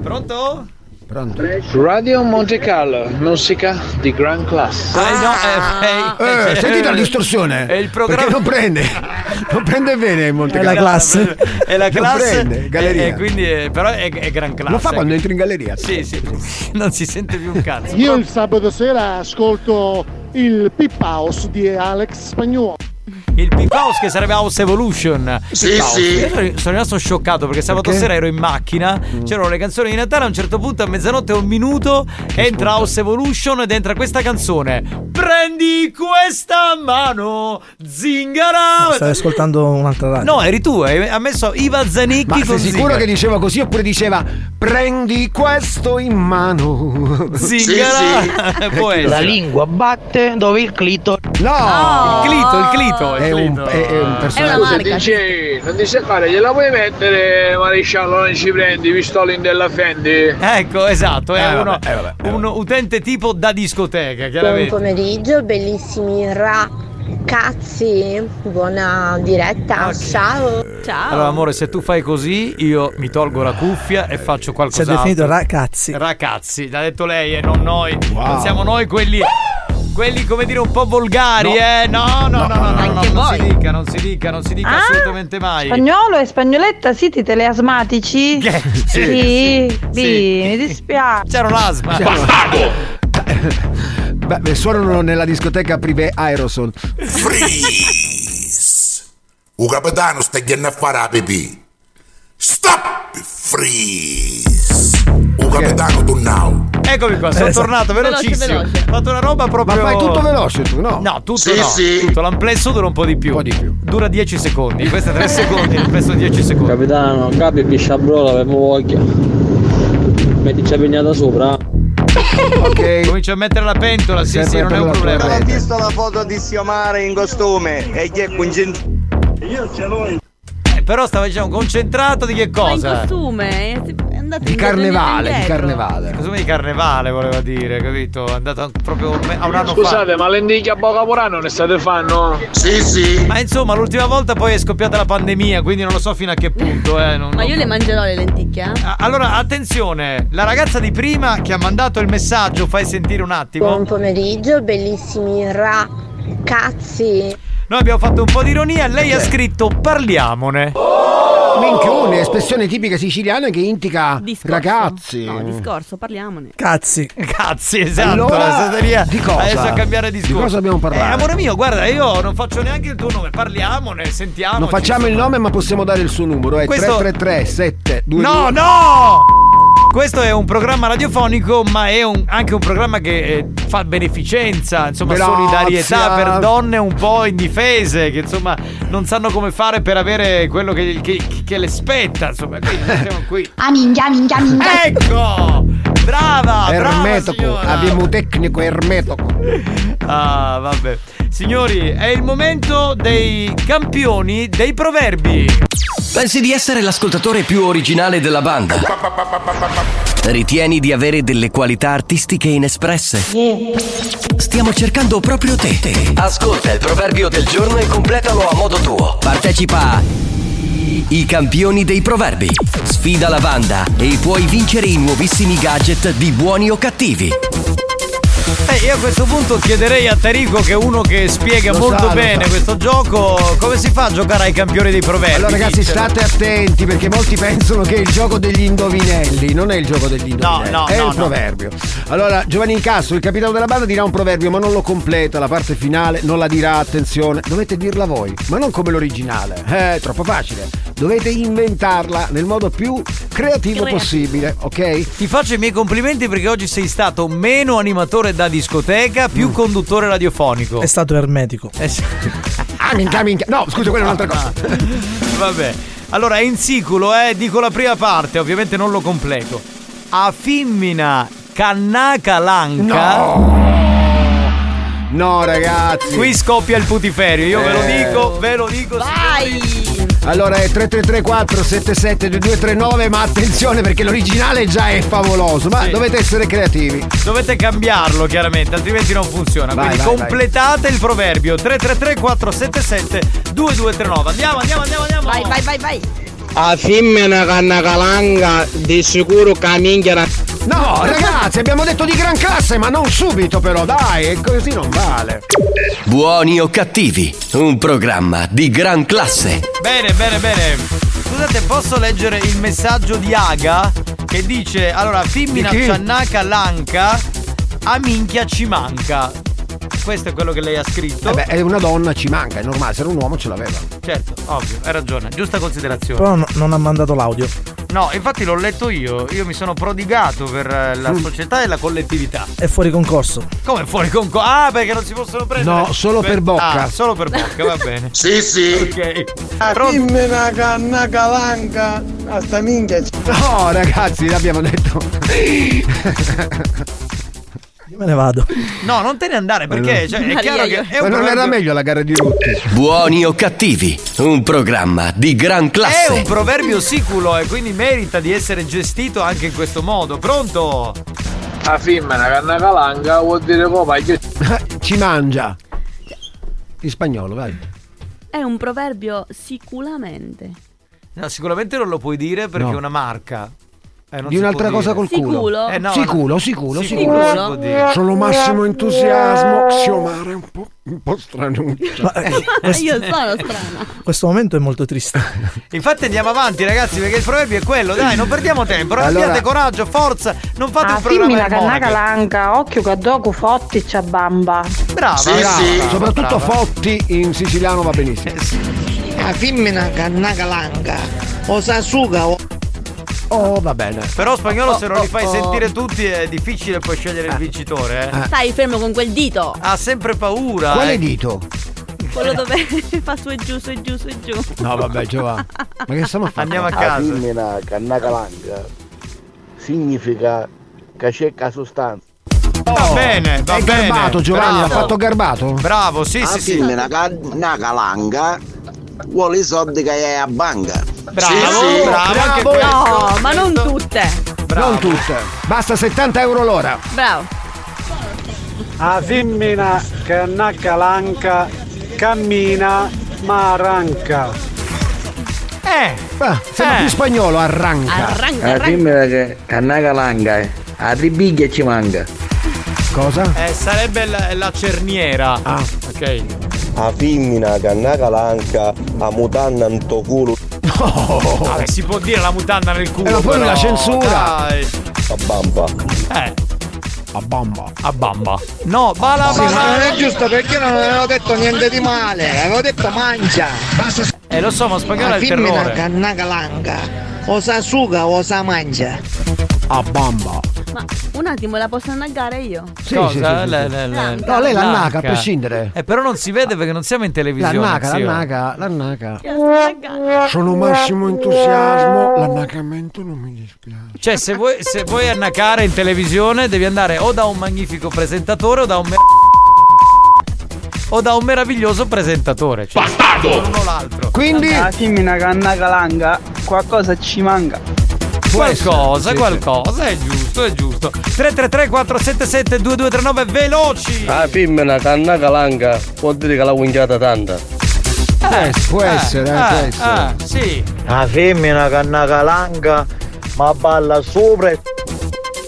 Speaker 9: Pronto?
Speaker 7: Pronto?
Speaker 22: Radio Monte Carlo, musica di gran classe.
Speaker 9: Ah,
Speaker 7: no, eh, eh, sentite la distorsione.
Speaker 22: È il programma-
Speaker 7: Perché non prende. Non prende bene il Monte
Speaker 9: È la
Speaker 7: Carlo.
Speaker 9: classe. [laughs] È la
Speaker 7: Non
Speaker 9: classe.
Speaker 7: prende,
Speaker 9: E,
Speaker 7: galleria.
Speaker 9: e quindi, eh, però, è, è gran classe.
Speaker 7: Lo fa quando entri in galleria.
Speaker 9: Sì, sì. [laughs] Non si sente più un cazzo.
Speaker 23: Io il sabato sera ascolto il Pip House di Alex Spagnolo.
Speaker 9: Il Pip House che sarebbe House Evolution.
Speaker 23: Sì,
Speaker 9: Pip House.
Speaker 23: sì.
Speaker 9: Io sono- sono rimasto scioccato perché sabato
Speaker 7: Perché? Mm.
Speaker 9: sera ero in macchina, c'erano le canzoni di Natale, a un certo punto a mezzanotte un minuto entra House Evolution ed entra questa canzone. Prendi questa mano, zingara.
Speaker 15: Stai ascoltando un'altra radio.
Speaker 9: No, eri tu, hai hai messo Iva Zanicchi
Speaker 7: Ma sei
Speaker 9: con
Speaker 7: sicuro
Speaker 9: Zingara.
Speaker 7: che diceva così oppure diceva prendi questo in mano?
Speaker 9: Zingara [laughs] può essere.
Speaker 7: lingua batte dove il clito. No!
Speaker 15: Ah.
Speaker 9: No! Il Ah, clito, il clito, il
Speaker 7: È un,
Speaker 9: clito.
Speaker 7: è, è un personaggio.
Speaker 22: DJ, non ti seccare, gliela puoi mettere maresciallo, non ci prendi, pistolin della Fendi.
Speaker 9: Ecco, esatto, è
Speaker 22: Eh, vabbè,
Speaker 9: uno- un utente tipo da discoteca, chiaramente.
Speaker 30: pomeriggio, bellissimi ra cazzi. Buona diretta.
Speaker 9: Ah,
Speaker 30: Ciao. Ciao.
Speaker 9: Allora, amore, se tu fai così, io mi tolgo la cuffia e faccio
Speaker 15: Si è
Speaker 9: qualcos'altro.
Speaker 15: definito ragazzi.
Speaker 9: Ragazzi, l'ha detto lei e non noi. Non siamo noi quelli. Quelli, come dire, un po' volgari,
Speaker 22: No.
Speaker 9: eh? No, no, no, no, no, no,
Speaker 22: Anche
Speaker 9: non si
Speaker 22: voi.
Speaker 9: dica, non si dica, non si dica assolutamente mai.
Speaker 17: Spagnolo e spagnoletta,
Speaker 9: [laughs]
Speaker 17: siti teleasmatici? Sì,
Speaker 9: Eh, sì,
Speaker 17: sì, mi dispiace.
Speaker 9: C'era l'asma.
Speaker 7: Beh, beh, suonano nella discoteca privé Aeroson.
Speaker 3: Freeze! O capitano sta andando a fare la pipì. Stop! Freeze! Un capitano tu now.
Speaker 9: Eccomi qua, sono
Speaker 3: Esatto.
Speaker 9: tornato
Speaker 3: Veloce,
Speaker 9: velocissimo.
Speaker 3: veloce.
Speaker 9: Ho fatto una roba proprio.
Speaker 7: Ma fai tutto veloce tu, no?
Speaker 9: No, tutto
Speaker 7: Sì,
Speaker 9: no.
Speaker 7: sì.
Speaker 9: Tutto l'amplesso dura un po' di più. Dura 10 secondi. Questa
Speaker 22: [laughs]
Speaker 9: 3 secondi, l'amplesso 10 secondi.
Speaker 26: Capitano, capi pisciabrola, avevo voglia. Mettici la pignata sopra.
Speaker 9: Ok. Comincio a mettere la pentola, sì, sì, non è un problema.
Speaker 28: Ho visto la foto di Siomare in costume e che è concentrato.
Speaker 9: Io ce l'ho. Eh, però stavo diciamo concentrato di che
Speaker 2: Ma in
Speaker 9: cosa?
Speaker 2: costume? eh, È andato
Speaker 9: Di
Speaker 2: indietro,
Speaker 9: carnevale,
Speaker 2: indietro,
Speaker 9: di
Speaker 2: indietro.
Speaker 9: carnevale. Costume di carnevale voleva dire, capito? È andato a- proprio un me- a un anno
Speaker 22: Scusate,
Speaker 9: fa.
Speaker 22: ma l'endicchia a Boca Purano ne state fanno?
Speaker 9: Sì, sì. Ma insomma, l'ultima volta poi è scoppiata la pandemia, quindi non lo so fino a che punto, eh. non-
Speaker 2: Ma io
Speaker 9: non-
Speaker 2: le mangerò le lenticchie. eh?
Speaker 9: Allora, attenzione, la ragazza di prima che ha mandato il messaggio, fai sentire un attimo.
Speaker 30: Buon pomeriggio, bellissimi ragazzi.
Speaker 9: Noi abbiamo fatto un po' di ironia, lei ha scritto parliamone.
Speaker 7: Minchione, espressione tipica siciliana che indica ragazzi.
Speaker 2: No, discorso, parliamone.
Speaker 9: Cazzi. Cazzi, esatto.
Speaker 7: Allora,
Speaker 9: è stata lì a-
Speaker 7: di cosa?
Speaker 9: Adesso a cambiare
Speaker 7: Di
Speaker 9: discorso.
Speaker 7: cosa abbiamo parlato?
Speaker 9: Eh, amore mio, guarda, io non faccio neanche il tuo nome, parliamone, sentiamo.
Speaker 7: Non facciamo il nome ma possiamo dare il suo numero, eh. è
Speaker 9: Questo-
Speaker 7: 333 722
Speaker 9: No, no! Questo è un programma radiofonico, ma è un- anche un programma che eh, fa beneficenza, insomma,
Speaker 7: Grazie.
Speaker 9: solidarietà per donne un po' indifese, che insomma non sanno come fare per avere quello che, che- che le spetta. Insomma, quindi siamo qui.
Speaker 29: Ah, minchia, minchia, minchia.
Speaker 9: Ecco! Brava!
Speaker 7: Ermetico, abbiamo un tecnico ermetico.
Speaker 9: Ah, vabbè. Signori, è il momento dei campioni dei proverbi.
Speaker 1: Pensi di essere l'ascoltatore più originale della banda? Ritieni di avere delle qualità artistiche inespresse? Stiamo cercando proprio te. Ascolta il proverbio del giorno e completalo a modo
Speaker 9: [laughs]
Speaker 1: tuo. Partecipa a I campioni dei proverbi. Sfida la banda e puoi vincere i nuovissimi gadget di buoni o cattivi.
Speaker 9: Eh, io a questo punto chiederei a Tarico, che è uno che spiega
Speaker 7: Lo
Speaker 9: molto
Speaker 7: sa, lo
Speaker 9: bene
Speaker 7: sa.
Speaker 9: questo gioco, come si fa a giocare ai campioni dei proverbi?
Speaker 7: Allora ragazzi
Speaker 9: Ditelo.
Speaker 7: state attenti perché molti pensano che è il gioco degli indovinelli, non è il gioco degli indovinelli,
Speaker 9: no,
Speaker 7: è
Speaker 9: no,
Speaker 7: il
Speaker 9: no.
Speaker 7: proverbio. Allora Giovanni Incasso, il capitano della banda dirà un proverbio ma non lo completa, la parte finale non la dirà, attenzione, dovete dirla voi, ma non come l'originale, eh, è troppo facile, dovete inventarla nel modo più creativo possibile, ok?
Speaker 9: Ti faccio i miei complimenti perché oggi sei stato meno animatore da discoteca,
Speaker 7: Mm.
Speaker 9: più conduttore radiofonico.
Speaker 15: È stato ermetico.
Speaker 7: Eh
Speaker 15: [laughs]
Speaker 7: Ah, minchia, minchia. No, scusa, quella è un'altra cosa.
Speaker 9: Vabbè. Allora, è insiculo, eh, dico la prima parte, ovviamente non lo completo. Afimmina cannaka lanca.
Speaker 7: No, ragazzi.
Speaker 9: Qui scoppia il putiferio, io ve lo
Speaker 7: Eh.
Speaker 9: dico, ve lo dico.
Speaker 7: Allora è 3334 772239 ma attenzione perché l'originale già è favoloso, ma
Speaker 9: Sì.
Speaker 7: dovete essere creativi.
Speaker 9: Dovete cambiarlo chiaramente, altrimenti non funziona.
Speaker 7: Vai,
Speaker 9: Quindi
Speaker 7: vai,
Speaker 9: completate il proverbio 333 477 2239. Andiamo, andiamo, andiamo, andiamo.
Speaker 2: Vai, vai, vai, vai.
Speaker 11: A femmina canna calanga di sicuro caminchia
Speaker 7: No, ragazzi, abbiamo detto di gran classe, ma non subito però, dai, così non vale.
Speaker 1: Buoni o cattivi, un programma di gran classe.
Speaker 9: Bene, bene, bene. Scusate, posso leggere il messaggio di Aga che dice Allora, femmina
Speaker 1: Di chi?
Speaker 9: ciannaka lanca, a minchia ci manca. Questo è quello che lei ha scritto.
Speaker 7: Vabbè, è Eh una donna, ci manca, è normale, se era un uomo ce l'aveva.
Speaker 9: Certo, ovvio, hai ragione, giusta considerazione.
Speaker 15: Però no- non ha mandato l'audio.
Speaker 9: No, infatti l'ho letto io, io mi sono prodigato per eh, la società e la collettività.
Speaker 15: È fuori concorso.
Speaker 9: Come fuori concorso? Ah, perché non si possono prendere?
Speaker 15: No, solo per bocca.
Speaker 9: Ah, solo per bocca, va
Speaker 7: [laughs]
Speaker 9: bene.
Speaker 7: Sì, sì. [laughs]
Speaker 9: Ok.
Speaker 11: A femmina canna calanga a sta minchia
Speaker 7: No, ragazzi, l'abbiamo detto.
Speaker 15: Io me ne vado.
Speaker 9: No, non te ne andare perché cioè, è
Speaker 11: Maria,
Speaker 9: chiaro che è
Speaker 7: Ma
Speaker 9: un
Speaker 7: non era
Speaker 9: proverbio,
Speaker 7: meglio la gara di Rutti?
Speaker 1: Buoni o cattivi, un programma di gran classe.
Speaker 9: è un proverbio siculo e quindi merita di essere gestito anche in questo modo. Pronto?
Speaker 22: A femmina Ah, canna calanga vuol dire copa che
Speaker 7: Ci mangia. In spagnolo, vai.
Speaker 9: Eh,
Speaker 2: È un proverbio sicuramente.
Speaker 9: [laughs] No, sicuramente non lo puoi dire perché
Speaker 7: No.
Speaker 9: è una marca. Eh, non
Speaker 7: Di
Speaker 9: si
Speaker 7: un'altra
Speaker 9: può
Speaker 7: cosa
Speaker 9: dire.
Speaker 7: col culo.
Speaker 2: Sicuro?
Speaker 9: Eh, no,
Speaker 7: sicuro,
Speaker 9: no.
Speaker 7: sicuro,
Speaker 9: Sicuro
Speaker 7: sicuro.
Speaker 9: si può dire.
Speaker 7: Sono massimo entusiasmo. Xiomara è un po', un po' stranuccia.
Speaker 2: Io sono strana.
Speaker 15: Questo momento è molto triste.
Speaker 9: Infatti andiamo avanti ragazzi perché il proverbio è quello, dai, non perdiamo tempo,
Speaker 15: Allora-
Speaker 9: abbiate coraggio, forza, non fate
Speaker 17: Ah,
Speaker 9: un programma
Speaker 17: femmina
Speaker 9: del
Speaker 17: canna
Speaker 9: monaco.
Speaker 17: calanga, occhio che dopo fotti c'ha bamba.
Speaker 9: Brava,
Speaker 7: Sì,
Speaker 9: brava,
Speaker 7: sì.
Speaker 9: brava,
Speaker 7: Soprattutto
Speaker 9: brava. Eh,
Speaker 7: Fotti in siciliano va benissimo.
Speaker 11: A femmina canna calanga o sasuga o
Speaker 7: Oh, va bene.
Speaker 9: Però spagnolo se non
Speaker 7: Oh,
Speaker 9: li fai
Speaker 7: oh, Ah. oh.
Speaker 9: sentire tutti è difficile poi scegliere il vincitore, eh.
Speaker 2: Stai fermo con quel
Speaker 17: oh.
Speaker 2: dito.
Speaker 9: Ha sempre paura.
Speaker 7: Quale
Speaker 9: eh.
Speaker 7: dito?
Speaker 2: Quello dove [laughs] fa su e giù, su e giù, su e giù.
Speaker 7: No, vabbè, Giovanni. Ma che stiamo a fare?
Speaker 9: Andiamo a
Speaker 7: casa.
Speaker 22: femmina cannagalanga significa che c'è la sostanza.
Speaker 9: Va bene, va
Speaker 7: È
Speaker 9: bene.
Speaker 7: garbato, Giovanni, l'ha
Speaker 9: Bravo.
Speaker 7: fatto garbato?
Speaker 9: Bravo, sì, sì, sì.
Speaker 22: La femmina calanga vuole i soldi che hai a banca.
Speaker 9: Bravo, bravo, anche questo.
Speaker 2: No, ma non tutte.
Speaker 7: Non tutte. Basta 70 euro l'ora.
Speaker 2: Bravo.
Speaker 5: A femmina Ah, che naccalanca cammina ma arranca.
Speaker 9: Eh,
Speaker 7: ah, sembra
Speaker 5: eh.
Speaker 7: più spagnolo, arranca.
Speaker 5: Arranca, arranca.
Speaker 22: femmina che cannagalanga a ribiglia ci manca.
Speaker 7: Cosa?
Speaker 9: Eh, sarebbe la, la cerniera. Ah, ok.
Speaker 22: A femmina cannagalanga a mutanna in tuo culo.
Speaker 7: Oh.
Speaker 9: Vabbè, si può dire la mutanda nel
Speaker 7: Eh,
Speaker 9: culo.
Speaker 22: ma poi
Speaker 9: però,
Speaker 22: la censura.
Speaker 9: dai.
Speaker 22: A bamba.
Speaker 9: Eh.
Speaker 7: A bamba.
Speaker 9: A bamba. No, bala
Speaker 22: Sì, ma non è
Speaker 9: giusto perché non avevo detto niente di male. Avevo detto mangia. Eh, lo so, ma
Speaker 22: Ah,
Speaker 9: spagnolo è il terrore.
Speaker 5: cannagalanga. O sa suga o sa mangia.
Speaker 7: A bamba.
Speaker 2: Ma un attimo la posso annagare io?
Speaker 7: Sì,
Speaker 9: Cosa?
Speaker 7: sì, sì, sì, sì.
Speaker 9: Le- le- le-
Speaker 7: No, lei l'annaca, a
Speaker 9: L'annaca.
Speaker 7: prescindere.
Speaker 9: Eh, però non si vede perché non siamo in televisione.
Speaker 7: L'annaca,
Speaker 9: zio.
Speaker 7: l'annaca, l'annaca. Sono massimo entusiasmo. L'annacamento non mi dispiace.
Speaker 9: Cioè, se vuoi, se vuoi annacare in televisione, devi andare o da un magnifico presentatore o da un. mer- o da un meraviglioso presentatore. Cioè, Uno o l'altro.
Speaker 7: Quindi.
Speaker 5: La femmina cannagalanga qualcosa ci manca.
Speaker 9: Qualcosa,
Speaker 5: essere, sì,
Speaker 9: qualcosa, è giusto, è giusto. 333-477-2239, veloci!
Speaker 22: A femmina cannagalanga vuol dire che l'ha guingiata tanta.
Speaker 9: Eh,
Speaker 7: può essere,
Speaker 9: eh, può essere. ah, sì.
Speaker 22: La femmina cannagalanga ma balla sopra e...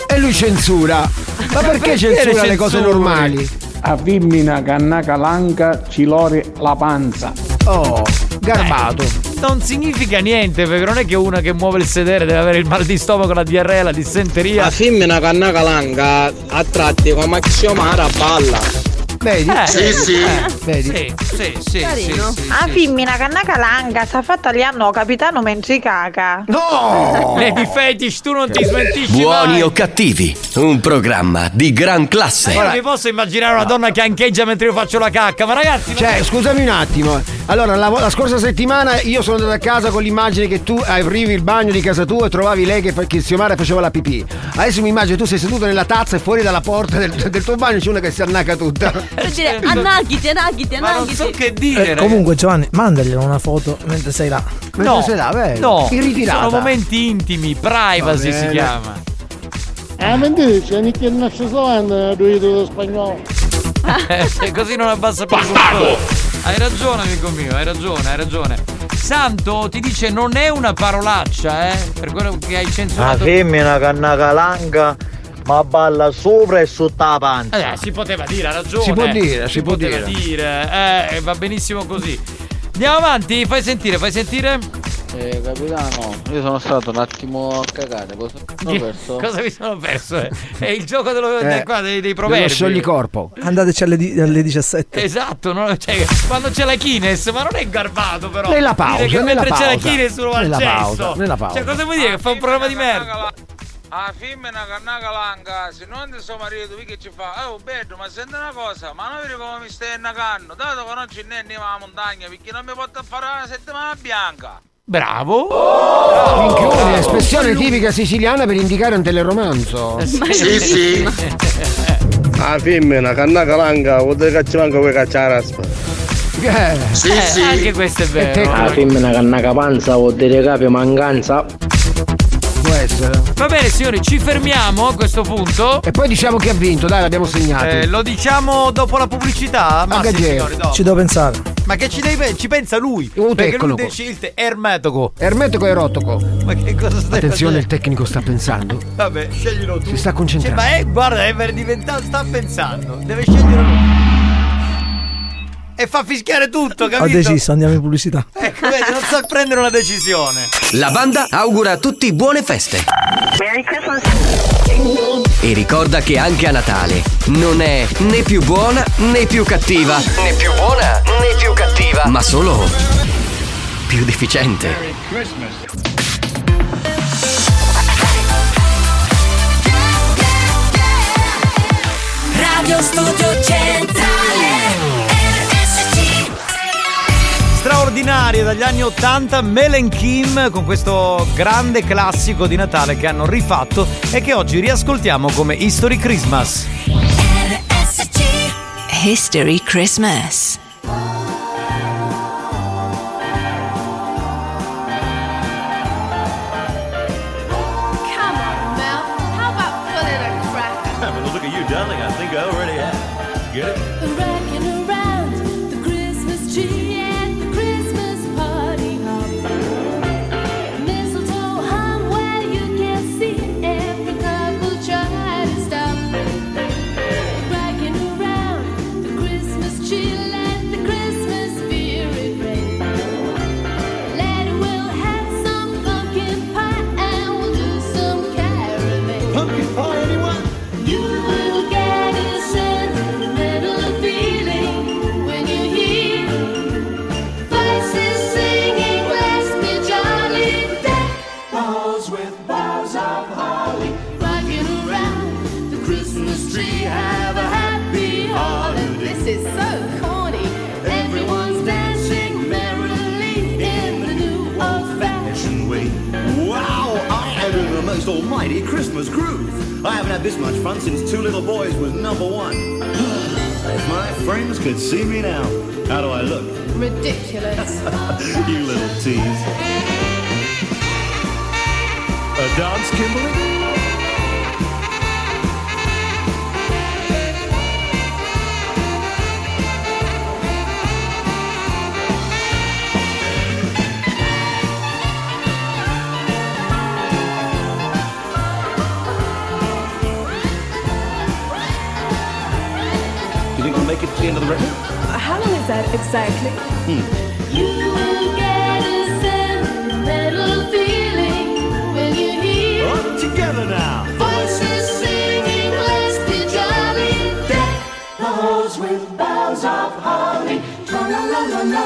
Speaker 7: E lui censura.
Speaker 9: Eh,
Speaker 7: Ma perché censura le cose normali?
Speaker 5: A femmina cannagalanga ci lore la panza.
Speaker 7: Oh, garbato.
Speaker 9: Non significa niente, perché non è che una che muove il sedere deve avere il mal di stomaco, la diarrea, la dissenteria.
Speaker 32: La femmina cannagalanga a tratti come Xiomara balla.
Speaker 7: Vedi?
Speaker 8: Eh.
Speaker 32: Sì, sì.
Speaker 22: Eh,
Speaker 7: Vedi?
Speaker 9: Eh, Sì, sì,
Speaker 17: Carino. A Ah, femmina cannagalanga sta fatta lì hanno capitano mentre caca.
Speaker 7: No!
Speaker 9: Lady Fetish, tu non ti smentisci
Speaker 1: Eh, Buoni
Speaker 9: mai. Eh,
Speaker 1: o cattivi, un programma di gran classe.
Speaker 9: Io non mi posso immaginare una donna che ancheggia mentre io faccio la cacca, ma ragazzi, ma-
Speaker 7: Cioè, scusami un attimo. Allora, la, la scorsa settimana io sono andato a casa con l'immagine che tu aprivi il bagno di casa tua e trovavi lei che, fa- che Xiomara faceva la pipì. Adesso mi immagino tu sei seduto nella tazza e fuori dalla porta del, del tuo bagno c'è una che si annaca tutta.
Speaker 2: Per
Speaker 9: Eh,
Speaker 2: dire, annagghiti, annagghiti, annagghiti.
Speaker 9: so che
Speaker 19: Eh, comunque Giovanni, mandagliela una foto mentre sei là.
Speaker 9: No, no,
Speaker 19: In ritirata.
Speaker 9: sono momenti intimi, privacy
Speaker 19: Va
Speaker 9: si
Speaker 19: bene.
Speaker 9: chiama.
Speaker 23: Ah, mentire, c'è Nicky e Nacho Slovan, eh, due dello spagnolo.
Speaker 9: [laughs] Eh, se così non abbassa più il cursore. Hai ragione, amico mio, hai ragione, hai ragione. Santo ti dice non è una parolaccia, eh? Per quello che hai
Speaker 22: La
Speaker 19: Ah,
Speaker 9: censurato.
Speaker 22: femmina cannagalanga ma balla sopra e sotto la panza.
Speaker 9: Eh, si poteva dire, ha ragione.
Speaker 22: Si può dire, si può
Speaker 9: poteva
Speaker 22: dire.
Speaker 9: dire. Eh, va benissimo così. Andiamo avanti, fai sentire, fai sentire.
Speaker 8: Eh, capitano, io sono stato un attimo a cagare, cosa ho perso?
Speaker 9: Cosa mi sono perso?
Speaker 19: [laughs]
Speaker 9: eh? È il gioco dello,
Speaker 19: Eh,
Speaker 9: del- qua, dei, dei proverbi.
Speaker 7: corpo.
Speaker 19: Andateci alle, di- alle 17.
Speaker 9: Esatto, no? Cioè, quando c'è la Kines, ma non è garbato però.
Speaker 19: Nella
Speaker 9: Dire
Speaker 19: pausa,
Speaker 9: che
Speaker 19: nella
Speaker 9: mentre c'è la
Speaker 19: pausa,
Speaker 9: Kines uno va al
Speaker 19: nella
Speaker 9: cesso.
Speaker 19: pausa, nella pausa.
Speaker 9: Cioè, cosa vuol dire? Che fa un programma di merda.
Speaker 8: A femmina cannagalanga, se non ti suo marito, vi che ci fa? Oh, bello, ma senti una cosa, ma non vedi come mi stai innaganno, dato che non ci ne andiamo alla montagna, perché non mi porta a fare una settimana bianca.
Speaker 9: Bravo.
Speaker 7: Minchione, espressione tipica siciliana per indicare un teleromanzo.
Speaker 8: Sì, sì.
Speaker 9: [laughs]
Speaker 22: La Ah, femmina cannagalanga vuol dire che ci manca quella cacciare raspa.
Speaker 7: Eh.
Speaker 22: Sì,
Speaker 9: Eh,
Speaker 22: sì.
Speaker 9: Anche questo è vero.
Speaker 22: La femmina cannacapanza vuol dire capi mancanza.
Speaker 7: Può essere.
Speaker 9: Va bene signori, ci fermiamo a questo punto.
Speaker 7: E poi diciamo chi ha vinto, dai, l'abbiamo segnato.
Speaker 9: Eh, lo diciamo dopo la pubblicità? Ma sì,
Speaker 7: Aggaggio.
Speaker 9: signori, dopo.
Speaker 19: Ci devo pensare.
Speaker 9: Ma che ci, deve- ci pensa lui? perché lui
Speaker 7: tecnico.
Speaker 9: decide ermetico.
Speaker 7: Ermetico e erotico.
Speaker 9: Ma che cosa stai
Speaker 7: Attenzione, il
Speaker 9: facendo?
Speaker 7: tecnico sta pensando.
Speaker 9: Vabbè, sceglilo tu.
Speaker 7: Si sta
Speaker 9: Cioè,
Speaker 7: concentrando.
Speaker 9: ma è, guarda, è per diventare, sta pensando. Deve scegliere lui. E fa fischiare tutto, capito?
Speaker 19: Ho deciso, andiamo in pubblicità.
Speaker 9: Ecco, vedi, non sa prendere una decisione.
Speaker 1: La banda augura a tutti buone feste. E ricorda che anche a Natale non è né più buona né più cattiva,
Speaker 33: Né più buona né più cattiva.
Speaker 1: ma solo più deficiente.
Speaker 34: Radio Studio Centrale RSC
Speaker 9: Straordinarie dagli anni 80 Melen Kim con questo grande classico di Natale che hanno rifatto e che oggi riascoltiamo come History Christmas.
Speaker 19: History Christmas.
Speaker 8: Come on, Mel. How about put in a cracker?
Speaker 5: but Eh, look at you, darling. I think I already have. Get it?
Speaker 8: Rocking around the Christmas tree at the Christmas party hop. Mistletoe hung where you can see it. Every couple try to stop. Rocking around the Christmas tree, let the Christmas spirit reign. Later we'll have some pumpkin pie and we'll do some caravan. Pumpkin pie, anyone? You will get a sentimental feeling when you hear voices singing "Bless Me Jolly," deck balls with boughs of holly, rocking around the Christmas tree. Have a happy holiday. This is so corny. Everyone's dancing merrily in the new old-fashioned
Speaker 5: way. Wow, I am in the most almighty Christmas groove. I haven't had this much fun since Two Little Boys was number one. [sighs] if my friends could see me now, how do I look?
Speaker 8: [laughs] ridiculous.
Speaker 5: you little tease. A dance, Kimberly? Do you think we'll make it to the end of the record?
Speaker 8: How long is that exactly?
Speaker 5: Hmm.
Speaker 8: You will get a sentimental feeling when you hear
Speaker 5: All together now.
Speaker 8: voices singing "Let's be jolly." Deck the halls with boughs of holly. La la la la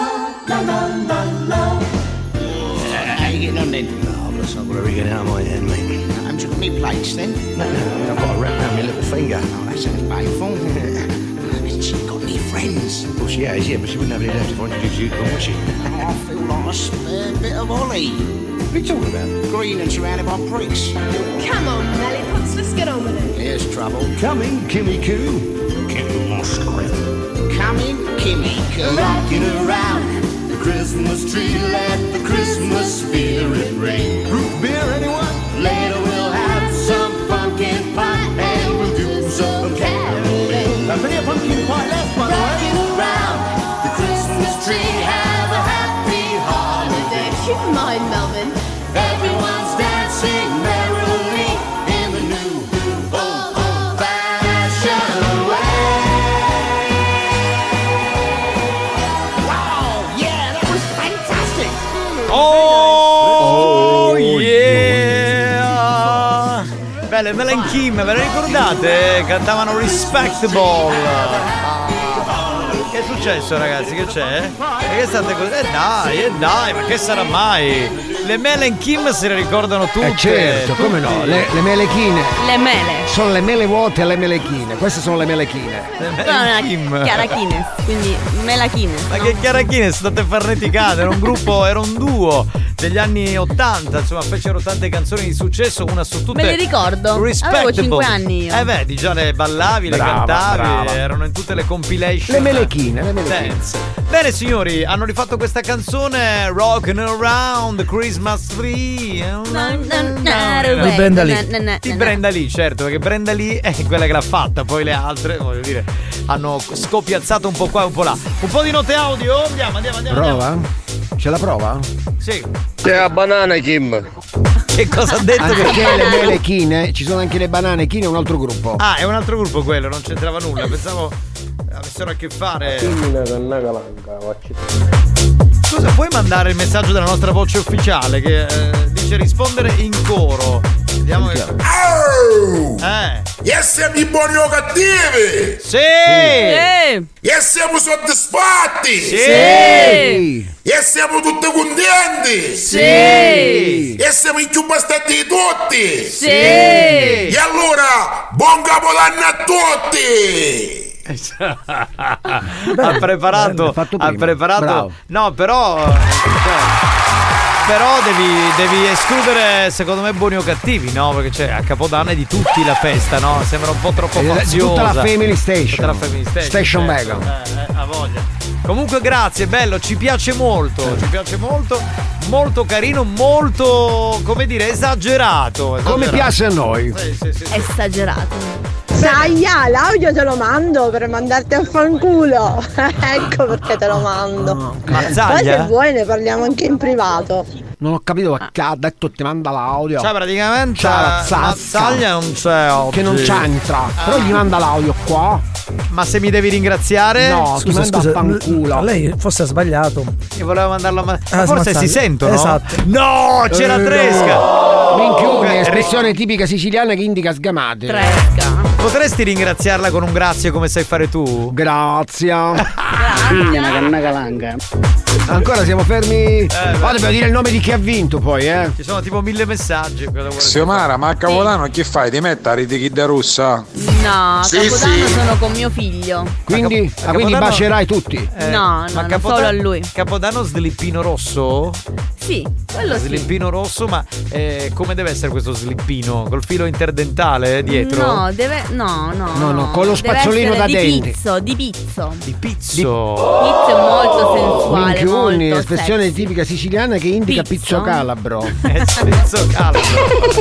Speaker 8: la la la la la.
Speaker 22: Hey, you don't need
Speaker 35: Oh, that's not where we get out of my head, mate.
Speaker 22: I'm just me plates then.
Speaker 35: No, no, I mean, I've got a wrap around my little finger.
Speaker 22: Oh, that sounds painful. she got any friends?
Speaker 35: Well, she has, yeah, but she wouldn't have any left if I introduced you to them, would she?
Speaker 22: I feel like a spare bit of Ollie.
Speaker 35: What are you talking about?
Speaker 22: Green and surrounded by pricks.
Speaker 8: Come on, Lollipops, let's get on with it.
Speaker 22: Here's trouble.
Speaker 5: Coming, Kimmy Coo.
Speaker 22: Kimmy Moscow. Coming, Kimmy Coo. Rocking around
Speaker 5: The Christmas tree, let the Christmas spirit ring. Root beer, anyone?
Speaker 8: Later we'll have some pumpkin pie and we'll do some caroling.
Speaker 5: Plenty of pumpkin pie left, by the way.
Speaker 8: Rocking around the Christmas tree, have a happy holiday. Keep in mind, Melvin, everyone's dancing merrily in the new old fashioned way. Wow, yeah, that was fantastic.
Speaker 9: Oh yeah! Belle, Melen Kim, ve la ricordate? Cantavano Respectable. Ah. Che è successo ragazzi? Che c'è? E che state così? Eh dai, eh dai, ma che sarà mai? Le Melen Kim se le ricordano tutte.
Speaker 7: Eh certo, come no,
Speaker 9: tutti.
Speaker 7: le, le melechine.
Speaker 2: Le mele.
Speaker 7: Sono le mele vuote e le melechine, queste sono le melechine.
Speaker 2: Però non
Speaker 9: Eh, Kim.
Speaker 2: era Chiara Chines, quindi Mela Chines.
Speaker 9: Ma che chiarachine, state farneticate, era un gruppo, era un duo degli anni 80, insomma, fecero tante canzoni di successo, una su tutte.
Speaker 2: Me le ricordo, avevo
Speaker 9: Respectable.
Speaker 2: 5 anni io.
Speaker 9: Eh vedi, già le ballavi, le
Speaker 7: Brava,
Speaker 9: cantavi,
Speaker 7: brava.
Speaker 9: erano in tutte le compilation.
Speaker 7: Le melechine, le melechine.
Speaker 9: Dance. Bene signori, hanno rifatto questa canzone Rockin' Around the Christmas Tree.
Speaker 2: Di
Speaker 9: Brenda Lee.
Speaker 2: Di
Speaker 9: Di Brenda Lee, certo, perché Brenda Lee è quella che l'ha fatta, poi le altre, voglio dire, hanno scopiazzato un po' qua e un po' là. Un po' di note audio, andiamo, andiamo, andiamo.
Speaker 7: Prova? C'è la prova?
Speaker 9: Sì.
Speaker 36: C'è la banana, Kim.
Speaker 9: Che cosa ha detto?
Speaker 7: Anche
Speaker 9: che-
Speaker 7: perché le melechine, ci sono anche le banane chine, è un altro gruppo.
Speaker 9: Ah, è un altro gruppo quello, non c'entrava nulla, pensavo avessero a che fare. Scusa, puoi mandare il messaggio della nostra voce ufficiale che eh, dice rispondere in coro? Vediamo che.
Speaker 5: Au!
Speaker 9: Eh.
Speaker 5: E siamo i buoni o cattivi!
Speaker 9: Sì!
Speaker 5: E siamo soddisfatti!
Speaker 8: Sì! Sì!
Speaker 5: E siamo tutti contenti!
Speaker 8: Sì!
Speaker 5: E siamo inchiubbastati tutti!
Speaker 8: Sì!
Speaker 5: E allora, buon capodanno a tutti!
Speaker 9: ha preparato. ha preparato.
Speaker 7: bravo.
Speaker 9: No, però. Però devi, devi escludere, secondo me, buoni o cattivi, no? Perché c'è a Capodanno è di tutti la festa, no? Sembra un po' troppo
Speaker 7: Eh,
Speaker 9: faziosa.
Speaker 7: Tutta la Family Station.
Speaker 9: Tutta la Family Station.
Speaker 7: Station
Speaker 9: certo.
Speaker 7: Wagon.
Speaker 9: Eh, eh, ha voglia. Comunque grazie, bello, ci piace molto, ci piace molto, molto carino, molto, come dire, esagerato.
Speaker 7: Come
Speaker 9: esagerato.
Speaker 7: piace a noi.
Speaker 9: Sì, sì, sì.
Speaker 2: Esagerato.
Speaker 30: Saia, l'audio te lo mando per mandarti a fanculo. [laughs] ecco perché te lo mando. Poi se
Speaker 7: Mazzaglia?
Speaker 30: vuoi ne parliamo anche in privato.
Speaker 7: Non ho capito ma che ha detto ti manda l'audio.
Speaker 30: Cioè,
Speaker 9: praticamente eh, Mazzaglia non c'è
Speaker 7: Che non
Speaker 9: oggi. Eh.
Speaker 7: c'entra. Però gli manda l'audio qua.
Speaker 9: Ma se mi devi ringraziare?
Speaker 7: No,
Speaker 15: Scusa,
Speaker 7: ti manda
Speaker 15: scusa,
Speaker 7: a fanculo.
Speaker 15: l- lei forse ha sbagliato.
Speaker 9: Io volevo mandarlo a ma-
Speaker 15: Ah,
Speaker 9: ma forse
Speaker 15: smazzaglia.
Speaker 9: si sentono.
Speaker 15: Esatto.
Speaker 9: No, c'era
Speaker 7: Eh, no.
Speaker 9: Tresca.
Speaker 7: Minchione,
Speaker 9: Comunque, eh,
Speaker 7: espressione tipica siciliana che indica sgamate.
Speaker 9: Potresti ringraziarla con un grazie come sai fare tu?
Speaker 7: Grazie.
Speaker 9: una canna calanga.
Speaker 7: Ancora siamo fermi.
Speaker 9: Eh, beh.
Speaker 7: Poi dobbiamo dire il nome di chi ha vinto poi, eh.
Speaker 9: Ci sono tipo mille messaggi. cosa vuole
Speaker 26: Xiomara, ma a Cavolano che fai? Ti metti a ritichidda russa?
Speaker 2: No, a
Speaker 26: Sì,
Speaker 2: Capodanno
Speaker 26: sì.
Speaker 2: sono con mio figlio.
Speaker 7: Quindi,
Speaker 9: a
Speaker 7: ah, quindi
Speaker 9: Capodanno-
Speaker 7: bacerai tutti.
Speaker 9: dire?
Speaker 2: No, no, no, solo a lui.
Speaker 9: Eh, Capodanno slippino rosso?
Speaker 2: Sì, quello sì.
Speaker 9: Slippino rosso, ma eh, come deve essere questo slippino? Col filo interdentale eh, dietro?
Speaker 2: No, deve. No, no.
Speaker 9: No, no, con lo
Speaker 2: Deve
Speaker 9: spazzolino
Speaker 2: essere
Speaker 9: da
Speaker 2: di
Speaker 9: denti.
Speaker 2: Pizzo, di pizzo. Di [laughs]
Speaker 9: pizzo.
Speaker 2: Pizzo è
Speaker 9: Oh,
Speaker 2: molto sensuale.
Speaker 7: Minchioni,
Speaker 2: molto
Speaker 7: espressione tipica siciliana che indica pizzo, calabro.
Speaker 9: Eh, pizzo calabro.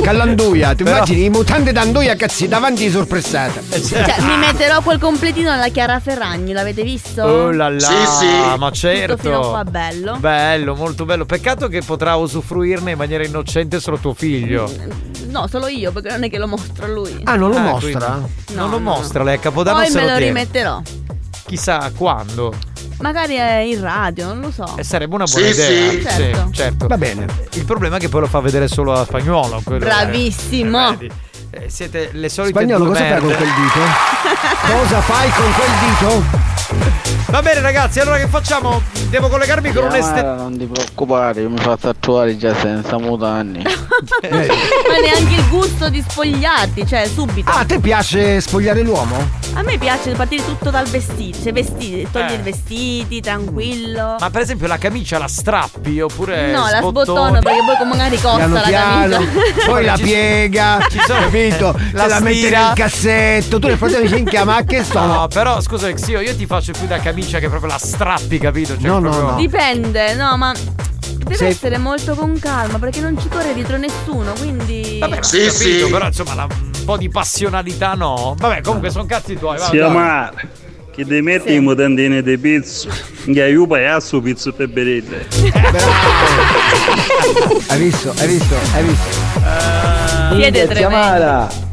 Speaker 7: Callanduia, ti
Speaker 9: Però-
Speaker 7: immagini i mutanti d'anduia cazzi davanti sorpressate.
Speaker 2: Cioè, mi metterò quel completino alla Chiara Ferragni, l'avete visto?
Speaker 9: Oh là là, ma certo.
Speaker 2: Tutto fino a qua bello.
Speaker 9: Bello, molto bello. Peccato che potrà usufruirne in maniera innocente solo tuo figlio.
Speaker 2: Mm, No, solo io, perché non è che lo mostro a lui.
Speaker 7: Ah, non lo mostra?
Speaker 2: No,
Speaker 9: non lo
Speaker 2: no.
Speaker 9: mostra, lei a Capodanno
Speaker 2: Poi
Speaker 9: se
Speaker 2: me
Speaker 9: lo
Speaker 2: lo Oh.
Speaker 9: tiene.
Speaker 2: rimetterò.
Speaker 9: Chissà quando.
Speaker 2: Magari è in radio, non lo so.
Speaker 9: E sarebbe una buona
Speaker 2: Sì,
Speaker 9: idea.
Speaker 2: sì. Certo.
Speaker 9: certo.
Speaker 7: Va bene.
Speaker 9: Il problema è che poi lo fa vedere solo a spagnolo. quello è-
Speaker 2: Bravissimo.
Speaker 9: Eh, siete le solite
Speaker 7: Spagnolo,
Speaker 9: due
Speaker 7: cosa fai
Speaker 9: merde.
Speaker 7: con quel dito?
Speaker 9: [laughs]
Speaker 7: cosa fai con quel dito?
Speaker 9: Va bene, ragazzi, allora che facciamo? Devo collegarmi con un
Speaker 11: Chiamare,
Speaker 9: estetto.
Speaker 11: non ti preoccupare, io mi faccio attuare già senza mutande.
Speaker 2: [laughs] Ma neanche il gusto di spogliarti, cioè subito.
Speaker 9: Ah,
Speaker 7: A te piace spogliare l'uomo?
Speaker 2: A me piace partire tutto dal vestito, cioè vestiti, togli
Speaker 9: Eh.
Speaker 2: i vestiti, tranquillo.
Speaker 9: Ma per esempio la camicia la strappi oppure.
Speaker 2: no, la
Speaker 9: sbottoni?
Speaker 2: sbottono perché poi come magari costa
Speaker 7: Eh, Piano
Speaker 2: la
Speaker 7: piano, [laughs]
Speaker 2: camicia.
Speaker 7: poi la piega,
Speaker 9: ci sono-
Speaker 7: capito?
Speaker 9: la
Speaker 7: Te la metti
Speaker 9: stira.
Speaker 7: nel cassetto, tu nel frattempo dici "Minchia, ma che sono?
Speaker 9: No, però scusa Xio, io ti faccio più da camicia che proprio la strappi, capito? Cioè,
Speaker 7: No, no,
Speaker 9: proprio-
Speaker 7: no.
Speaker 2: Dipende, no, ma deve
Speaker 9: Se-
Speaker 2: essere molto con calma perché non ci corre dietro nessuno, quindi
Speaker 9: Vabbè, sì, capito, però insomma la- un po' di passionalità no. Vabbè, comunque sono cazzi tuoi. vai, vai.
Speaker 18: Chiamare che ti metti i mutandini di pizzo che hai un paiazzo pizzo per berete
Speaker 7: Hai visto? Hai visto? Hai visto?
Speaker 2: siete tremendi.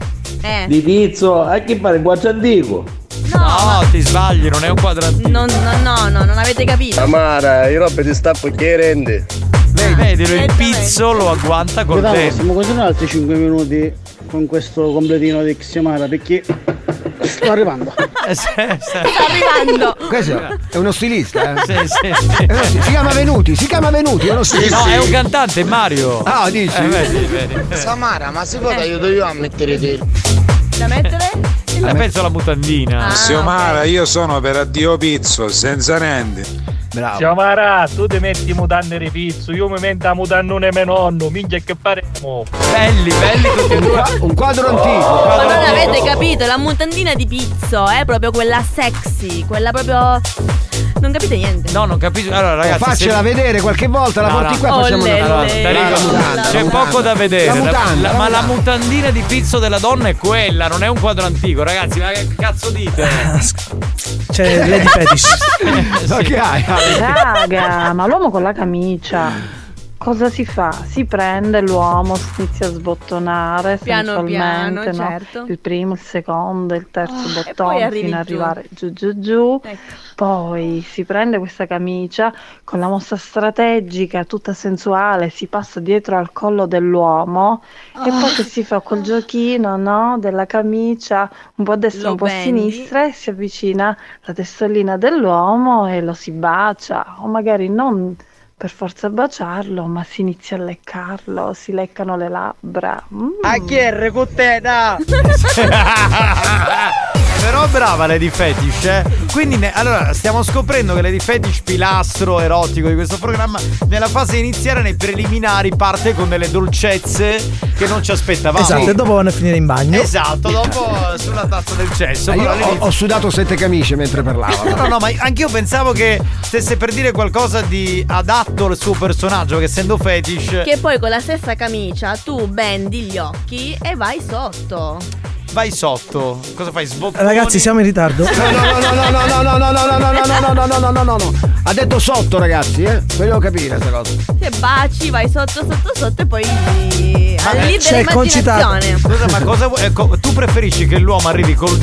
Speaker 2: Eh.
Speaker 11: di pizzo, a chi pare il guaccio antico?
Speaker 2: No,
Speaker 9: no, ti sbagli, non è un quadrantino.
Speaker 2: Non, no, no, no, non avete capito.
Speaker 28: Amara, io roba ti sta chiarendo.
Speaker 9: Vedilo, il pizzo lo agguanta col dente.
Speaker 3: possiamo continuare altri 5 minuti con questo completino di Xiomara perché sto arrivando.
Speaker 9: Sta
Speaker 2: arrivando.
Speaker 7: Questo è uno stilista, eh?
Speaker 9: Sì, sì, sì.
Speaker 7: Eh, no, si, si chiama Venuti, si chiama Venuti, è uno stilista.
Speaker 9: no, è un cantante, Mario.
Speaker 7: Ah, dici?
Speaker 9: Eh, vedi, vedi.
Speaker 11: Samara, ma si può che aiuto io a mettere te?
Speaker 2: Da mettere?
Speaker 9: Eh, penso alla mutandina.
Speaker 26: Xiomara, io sono per addio pizzo, senza niente.
Speaker 7: Bravo.
Speaker 37: Xiomara, tu ti metti mutande di pizzo, io mi metto a mutannone mio nonno, minchia che pare.
Speaker 9: Belli, belli tutti e due.
Speaker 7: Un quadro antico.
Speaker 2: Ma non avete capito, la mutandina di pizzo è proprio quella sexy, quella proprio. Non capite niente.
Speaker 9: No, non capisco. Allora, ragazzi.
Speaker 7: faccela
Speaker 9: se-
Speaker 7: vedere qualche volta, la
Speaker 9: No,
Speaker 7: porti
Speaker 9: no.
Speaker 7: qua e facciamo una
Speaker 9: Allora,
Speaker 7: cosa.
Speaker 9: Tarico,
Speaker 7: La mutanda,
Speaker 9: C'è
Speaker 7: la
Speaker 9: poco
Speaker 7: mutanda.
Speaker 9: da vedere.
Speaker 7: La mutanda,
Speaker 9: la-
Speaker 7: la
Speaker 9: ma la
Speaker 7: mutanda.
Speaker 9: mutandina di pizzo della donna è quella, non è un quadro antico, ragazzi. Ma che cazzo dite?
Speaker 15: C'è Cioè, Lady Fetish.
Speaker 9: Ma
Speaker 7: che hai?
Speaker 17: Raga, ma l'uomo con la camicia. cosa si fa? Si prende l'uomo, si inizia a sbottonare
Speaker 2: Piano piano,
Speaker 17: sensualmente, no?
Speaker 2: certo.
Speaker 17: il primo, il secondo, il terzo
Speaker 2: Ah, e poi
Speaker 17: bottone
Speaker 2: arrivi
Speaker 17: fino ad
Speaker 2: giù. Ecco.
Speaker 17: arrivare giù giù giù, poi si prende questa camicia con la mossa strategica tutta sensuale, si passa dietro al collo dell'uomo e
Speaker 23: Ah.
Speaker 17: poi che si fa quel giochino no? della camicia un po' a destra,
Speaker 23: Lo
Speaker 17: un po' a
Speaker 23: bendi.
Speaker 17: sinistra e si avvicina la testolina dell'uomo e lo si bacia o magari non per forza baciarlo, ma si inizia a leccarlo, si leccano le labbra. Mm.
Speaker 8: A chi è recutena?
Speaker 9: Però brava Lady Fetish, eh? Quindi, ne- allora, stiamo scoprendo che Lady Fetish, pilastro erotico di questo programma, nella fase iniziale, nei preliminari, parte con delle dolcezze che non ci aspettavamo.
Speaker 15: Esatto, e dopo vanno a finire in bagno.
Speaker 9: Esatto, dopo sulla tazza del cesso.
Speaker 7: Ah, io
Speaker 9: però
Speaker 7: ho,
Speaker 9: all'inizio-
Speaker 7: ho sudato sette camicie mentre
Speaker 9: No,
Speaker 7: parlavo.
Speaker 9: no, no, ma anch'io pensavo che stesse per dire qualcosa di adatto al suo personaggio, che essendo fetish.
Speaker 2: Che poi con la stessa camicia tu bendi gli occhi e vai sotto.
Speaker 9: Vai sotto. Cosa fai?
Speaker 7: Eh,
Speaker 9: Sbottoni?
Speaker 15: Ragazzi, siamo in ritardo.
Speaker 7: No, no, no, no, no, no, no, no, no, no, no, no, no, no, no, no, no. Ha detto sotto, ragazzi, eh. Voglio capire sta cosa.
Speaker 2: Te baci, vai sotto, sotto, sotto e poi a libera
Speaker 7: cioè,
Speaker 2: immaginazione.
Speaker 9: eh, Scusa, ma cosa vuoi? eh, co- tu preferisci che l'uomo arrivi col.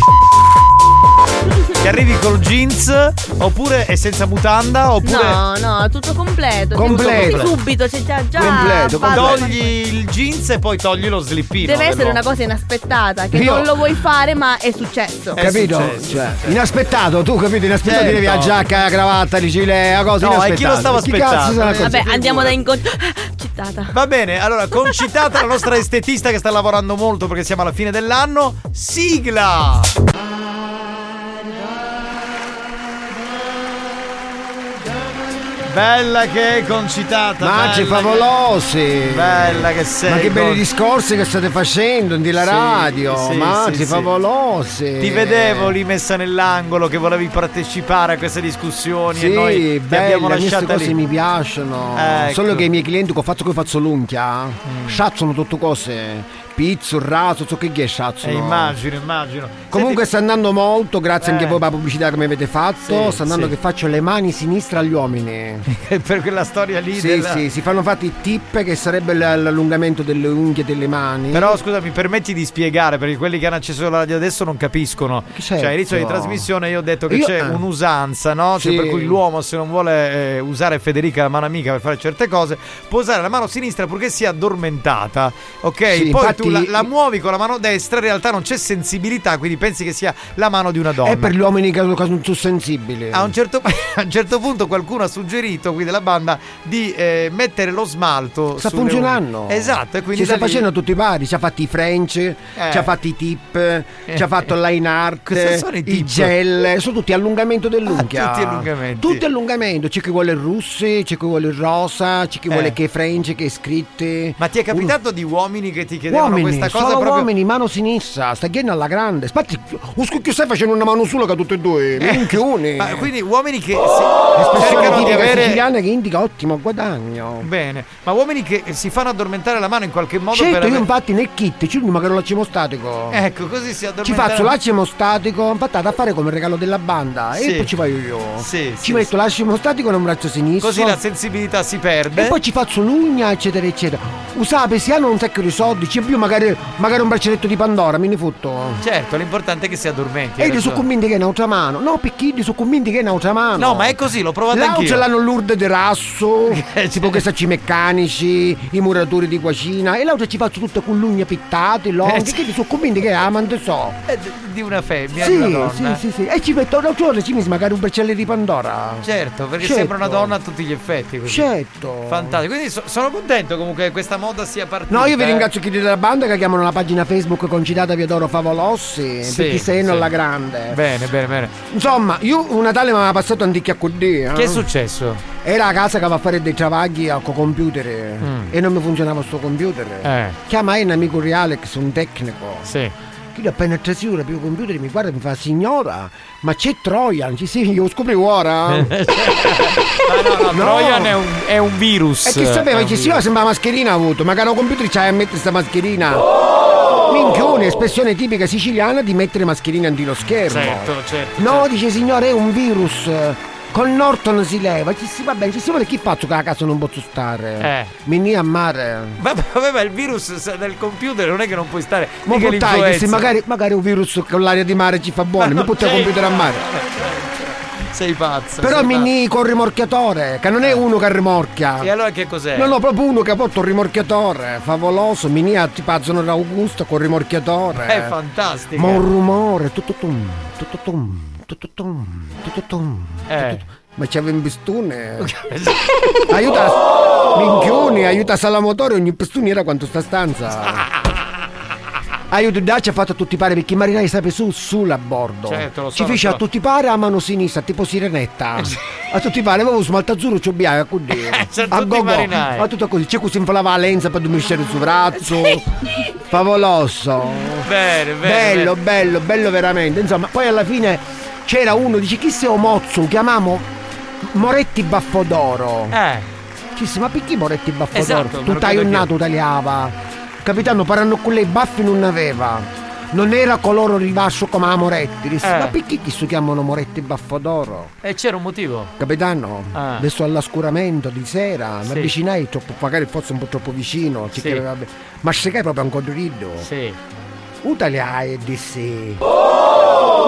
Speaker 9: Che arrivi col jeans oppure è senza mutanda oppure.
Speaker 2: No, no, tutto completo. Cioè,
Speaker 9: Completo.
Speaker 2: così subito, c'è già già. ballo.
Speaker 9: Togli il jeans e poi togli lo slippino.
Speaker 2: Deve essere
Speaker 9: dell'uomo.
Speaker 2: una cosa inaspettata, che
Speaker 9: Io-
Speaker 2: non lo vuoi fare, ma è successo.
Speaker 7: Capito? Cioè, inaspettato, tu capito? Inaspettato
Speaker 9: Certo.
Speaker 7: devi la giacca, la cravatta, di gilea, cosa
Speaker 9: No,
Speaker 7: inaspettata.
Speaker 9: e chi lo stava
Speaker 7: Cazzo se ne accorge?
Speaker 2: Vabbè, andiamo da incontro. Cittata.
Speaker 9: Va bene, allora concitata la nostra estetista che sta lavorando molto perché siamo alla fine dell'anno. Sigla! Bella che è concitata!
Speaker 7: Ma ci
Speaker 9: bella
Speaker 7: favolosi!
Speaker 9: Bella che sei,
Speaker 7: Ma che belli
Speaker 9: con-
Speaker 7: discorsi che state facendo in di la
Speaker 9: Sì,
Speaker 7: radio!
Speaker 9: sì,
Speaker 7: Ma
Speaker 9: sì,
Speaker 7: ci
Speaker 9: sì.
Speaker 7: favolosi!
Speaker 9: Ti vedevo lì messa nell'angolo che volevi partecipare a queste discussioni e
Speaker 7: Sì,
Speaker 9: noi ti
Speaker 7: belle,
Speaker 9: abbiamo
Speaker 7: queste
Speaker 9: lasciata
Speaker 7: cose
Speaker 9: lì. Eh,
Speaker 7: mi piacciono.
Speaker 9: Ecco. Mm.
Speaker 7: Solo che i miei clienti che faccio che faccio l'unchia, sciazzano tutte cose. Pizzo, raso, so che che sciazzano.
Speaker 9: Eh, immagino, immagino.
Speaker 7: Comunque sta andando molto, grazie anche
Speaker 9: Eh.
Speaker 7: a voi per la pubblicità che mi avete fatto.
Speaker 9: Sì,
Speaker 7: sta andando
Speaker 9: sì.
Speaker 7: che faccio le mani sinistra agli
Speaker 9: [laughs]
Speaker 7: uomini.
Speaker 9: per quella storia lì
Speaker 7: Sì,
Speaker 9: della-
Speaker 7: sì, si fanno fatti i tip che sarebbe l- l'allungamento delle unghie e delle mani.
Speaker 9: Però scusa, mi permetti di spiegare perché quelli che hanno acceso la radio adesso non capiscono.
Speaker 7: Certo.
Speaker 9: Cioè, all'inizio di trasmissione io ho detto che
Speaker 7: Io-
Speaker 9: c'è
Speaker 7: eh.
Speaker 9: un'usanza, no? Cioè,
Speaker 7: Sì.
Speaker 9: per cui l'uomo se non vuole eh, usare Federica la mano amica per fare certe cose, può usare la mano sinistra purché sia addormentata. Ok?
Speaker 7: Sì,
Speaker 9: Poi
Speaker 7: infatti-
Speaker 9: tu la, la muovi con la mano destra, in realtà non c'è sensibilità, quindi pensi che sia la mano di una donna.
Speaker 7: È per gli uomini che che sono più sensibili.
Speaker 9: A un, certo, [laughs] a un certo punto qualcuno ha suggerito qui della banda di eh, mettere lo smalto.
Speaker 7: Sta
Speaker 9: sulle
Speaker 7: funzionando.
Speaker 9: unghie. Esatto, e quindi
Speaker 7: Ci sta
Speaker 9: da lì- Eh.
Speaker 7: facendo a tutti i pari. Ci ha fatti i French, ci ha fatti i tip, ci ha fatto il line
Speaker 9: Cosa
Speaker 7: art,
Speaker 9: sono i
Speaker 7: i,
Speaker 9: tip?
Speaker 7: gel. Sono tutti allungamento dell'unghia.
Speaker 9: Ah, tutti allungamenti.
Speaker 7: Tutti allungamento. C'è chi vuole il russi, c'è chi vuole il rosa, c'è chi
Speaker 9: Eh.
Speaker 7: vuole che French, che scritte.
Speaker 9: Ma ti è capitato di uomini che ti chiedevano
Speaker 7: Uomini,
Speaker 9: questa cosa
Speaker 7: solo
Speaker 9: proprio?
Speaker 7: uomini, mano sinistra, sta chiedendo alla grande. Spatti, usco che stai facendo una mano sola che tutte e due,
Speaker 9: Eh.
Speaker 7: minchioni.
Speaker 9: Ma quindi uomini che si-
Speaker 7: Oh! Espressione
Speaker 9: cercano di
Speaker 7: tipica
Speaker 9: avere
Speaker 7: siciliana che indica ottimo guadagno.
Speaker 9: [laughs] bene, ma uomini che si fanno addormentare la mano in qualche modo
Speaker 7: Certo,
Speaker 9: per
Speaker 7: io
Speaker 9: avere-
Speaker 7: infatti nel kit c'è un macarone statico.
Speaker 9: Ecco, così si
Speaker 7: Ci
Speaker 9: addormentano.
Speaker 7: faccio l'acemo statico, impattato a fare come regalo della banda
Speaker 9: Sì.
Speaker 7: e poi ci vado io.
Speaker 9: Sì,
Speaker 7: ci
Speaker 9: sì,
Speaker 7: metto l'acemo statico nel braccio sinistro.
Speaker 9: Così la sensibilità si perde.
Speaker 7: e poi ci faccio l'ugna, eccetera, eccetera. Usate, se hanno un sacco di soldi, c'è più magari, magari un braccialetto di Pandora, me ne fotto.
Speaker 9: Certo, l'importante è che si addormenti.
Speaker 7: E
Speaker 9: hai
Speaker 7: io sono
Speaker 9: ragione.
Speaker 7: convinti Eh, che è un'altra mano. No, perché io sono convinti che è un'altra mano.
Speaker 9: No, ma è così, l'ho provato
Speaker 7: Là
Speaker 9: anch'io. Eh,
Speaker 7: ce l'hanno l'urde di
Speaker 9: [laughs]
Speaker 7: rasso, tipo che stanno i meccanici, i muratori di cucina, e l'altra ci faccio tutto con l'ugna pittate,
Speaker 9: Eh,
Speaker 7: l'onde,
Speaker 9: sì.
Speaker 7: che io sono convinti che è amante so.
Speaker 9: Eh, d- Di una femmina, di una
Speaker 7: Sì, sì,
Speaker 9: donna.
Speaker 7: sì, sì. E ci metto un altro giorno, ci messo magari un bracciale di Pandora.
Speaker 9: Certo, perché
Speaker 7: Certo.
Speaker 9: sembra una donna a tutti gli effetti. Così.
Speaker 7: Certo.
Speaker 9: Fantastico. Quindi so- sono contento comunque che questa moda sia partita.
Speaker 7: No, io vi
Speaker 9: eh.
Speaker 7: ringrazio chi della banda che chiamano la pagina Facebook Concitata Viadoro Favolossi,
Speaker 9: Sì,
Speaker 7: perché sei non
Speaker 9: sì.
Speaker 7: alla grande.
Speaker 9: Bene, bene, bene.
Speaker 7: Insomma, io un Natale mi aveva passato antichi a QD. eh.
Speaker 9: Che è successo?
Speaker 7: Era a casa che va a fare dei travagli al computer
Speaker 9: Mm.
Speaker 7: e non mi funzionava sto computer.
Speaker 9: Eh.
Speaker 7: Chiama un amico reale che sono un tecnico.
Speaker 9: Sì.
Speaker 7: Che io appena tre ore più computer mi guarda e mi fa signora, ma c'è Trojan? Ci sì, io lo scopri
Speaker 9: [laughs] Eh,
Speaker 7: ora.
Speaker 9: Ah, No,
Speaker 7: [laughs] No. Eh,
Speaker 9: Trojan è un, è un virus.
Speaker 7: E chi sapeva
Speaker 9: È un
Speaker 7: che
Speaker 9: virus.
Speaker 7: si sembra mascherina ha avuto, ma caro computer c'hai a mettere sta mascherina.
Speaker 9: Oh!
Speaker 7: Minchione, espressione tipica siciliana di mettere mascherina anti lo schermo.
Speaker 9: Certo, certo.
Speaker 7: No, dice signore, è un virus. Con Norton si leva, ci si va bene, ci si vuole chi pazzo che a casa non posso stare.
Speaker 9: Eh.
Speaker 7: Mini a mare.
Speaker 9: Vabbè, vabbè, ma il virus s- del computer non è che non puoi stare.
Speaker 7: Ma
Speaker 9: mica
Speaker 7: buttai che se
Speaker 9: l'influenza. [laughs]
Speaker 7: magari, magari un virus con l'aria di mare ci fa buono, mi butta il
Speaker 9: Sei-
Speaker 7: computer a mare.
Speaker 9: Sei pazzo.
Speaker 7: Però
Speaker 9: sei
Speaker 7: mini col rimorchiatore, che non è uno che rimorchia.
Speaker 9: pazzo. E allora che cos'è?
Speaker 7: No, no, proprio uno che ha portato un rimorchiatore, favoloso, mini a tipo a zona d'Augusta col rimorchiatore.
Speaker 9: È fantastico.
Speaker 7: Ma un rumore, tutto tum, tutto tum, tutto tum, tutto tum.
Speaker 9: Eh.
Speaker 7: Ma c'aveva un
Speaker 9: [laughs]
Speaker 7: pistone. aiuta, minchioni, aiuta sala motore, ogni pistone era quanto sta
Speaker 9: Ah,
Speaker 7: stanza. Aiuto Dacci ha fatto a tutti i pari perché i marinai sapeva su, sulla bordo.
Speaker 9: Certo, lo so,
Speaker 7: Ci
Speaker 9: lo
Speaker 7: fece
Speaker 9: so. Eh,
Speaker 7: a tutti i pari a mano sinistra, tipo sirenetta. a tutti i pari, avevo smalto azzurro, ci a
Speaker 9: [laughs]
Speaker 7: quindi.
Speaker 9: c'erano
Speaker 7: a
Speaker 9: Eh, tutti i marinai.
Speaker 7: Ma tutto così, c'è così in la Valenza per dormire sul razzo. Favoloso.
Speaker 9: Bene, bene.
Speaker 7: Bello,
Speaker 9: bene.
Speaker 7: bello, bello veramente. Insomma, poi alla fine c'era uno, dice chi sei Mozzo? Chiamamo Moretti Baffodoro.
Speaker 9: Eh.
Speaker 7: Chi sei? Ma perché Moretti Baffodoro?
Speaker 9: Esatto, me lo
Speaker 7: tu hai
Speaker 9: chiedo
Speaker 7: un
Speaker 9: anch'io.
Speaker 7: nato tagliava. Capitano parlando con lei baffi non aveva. Non era coloro rilascio come a Moretti. Disse,
Speaker 9: Eh.
Speaker 7: Ma perché chi si chiamano Moretti Baffodoro?
Speaker 9: E Eh, c'era un motivo.
Speaker 7: Capitano,
Speaker 9: Ah.
Speaker 7: adesso all'oscuramento di sera,
Speaker 9: Sì.
Speaker 7: mi avvicinai troppo, magari forse un po' troppo vicino, ci
Speaker 9: Sì.
Speaker 7: chiedeva, vabbè, ma scegai proprio un codrillo.
Speaker 9: Sì.
Speaker 7: Utaliai e dissi.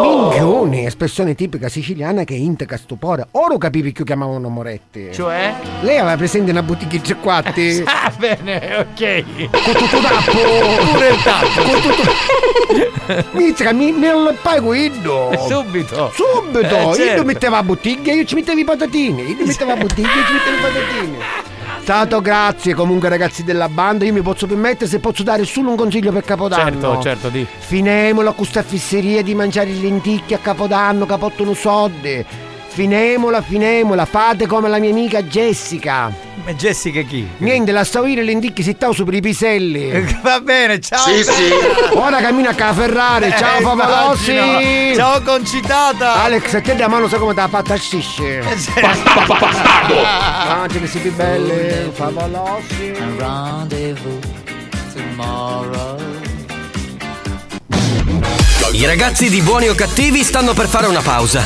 Speaker 7: Minchioni, espressione tipica siciliana che integra stupore. Ora capivi che chiamavano Moretti.
Speaker 9: Cioè?
Speaker 7: Lei aveva presente una boutique in
Speaker 9: [laughs]
Speaker 7: cequatti?
Speaker 9: Ah, bene, ok.
Speaker 7: Con tutto tappo!
Speaker 9: Pure il tappo.
Speaker 7: Con tutto. Mizzica, mi nel pago Indo!
Speaker 9: Subito.
Speaker 7: Subito!
Speaker 9: Eh, certo.
Speaker 7: Indo metteva la bottiglia, io ci mettevo i patatini!
Speaker 9: [laughs]
Speaker 7: Indo metteva la bottiglia, io ci mettevo i patatini! Tanto grazie comunque ragazzi della banda, io mi posso permettere se posso dare solo un consiglio per Capodanno.
Speaker 9: Certo, certo, di.
Speaker 7: Finemolo a questa fisseria di mangiare lenticchie a capodanno, capottono sodde. Finemola, finemola, fate come la mia amica Jessica.
Speaker 9: Ma Eh, Jessica chi?
Speaker 7: Niente, la stavire lenticchie si stavo sopra i
Speaker 9: [laughs]
Speaker 7: piselli.
Speaker 9: Va bene, ciao. Bella.
Speaker 7: Ora cammina a ca Ferrari,
Speaker 9: Eh,
Speaker 7: ciao Favalossi.
Speaker 9: immagino. Ciao concitata. Eh,
Speaker 7: Alex, a te da mano sai come te la fatta a scisce.
Speaker 9: Bastardo.
Speaker 7: Mangia che siete belle, Favalossi.
Speaker 1: I ragazzi di buoni o cattivi stanno per fare una pausa.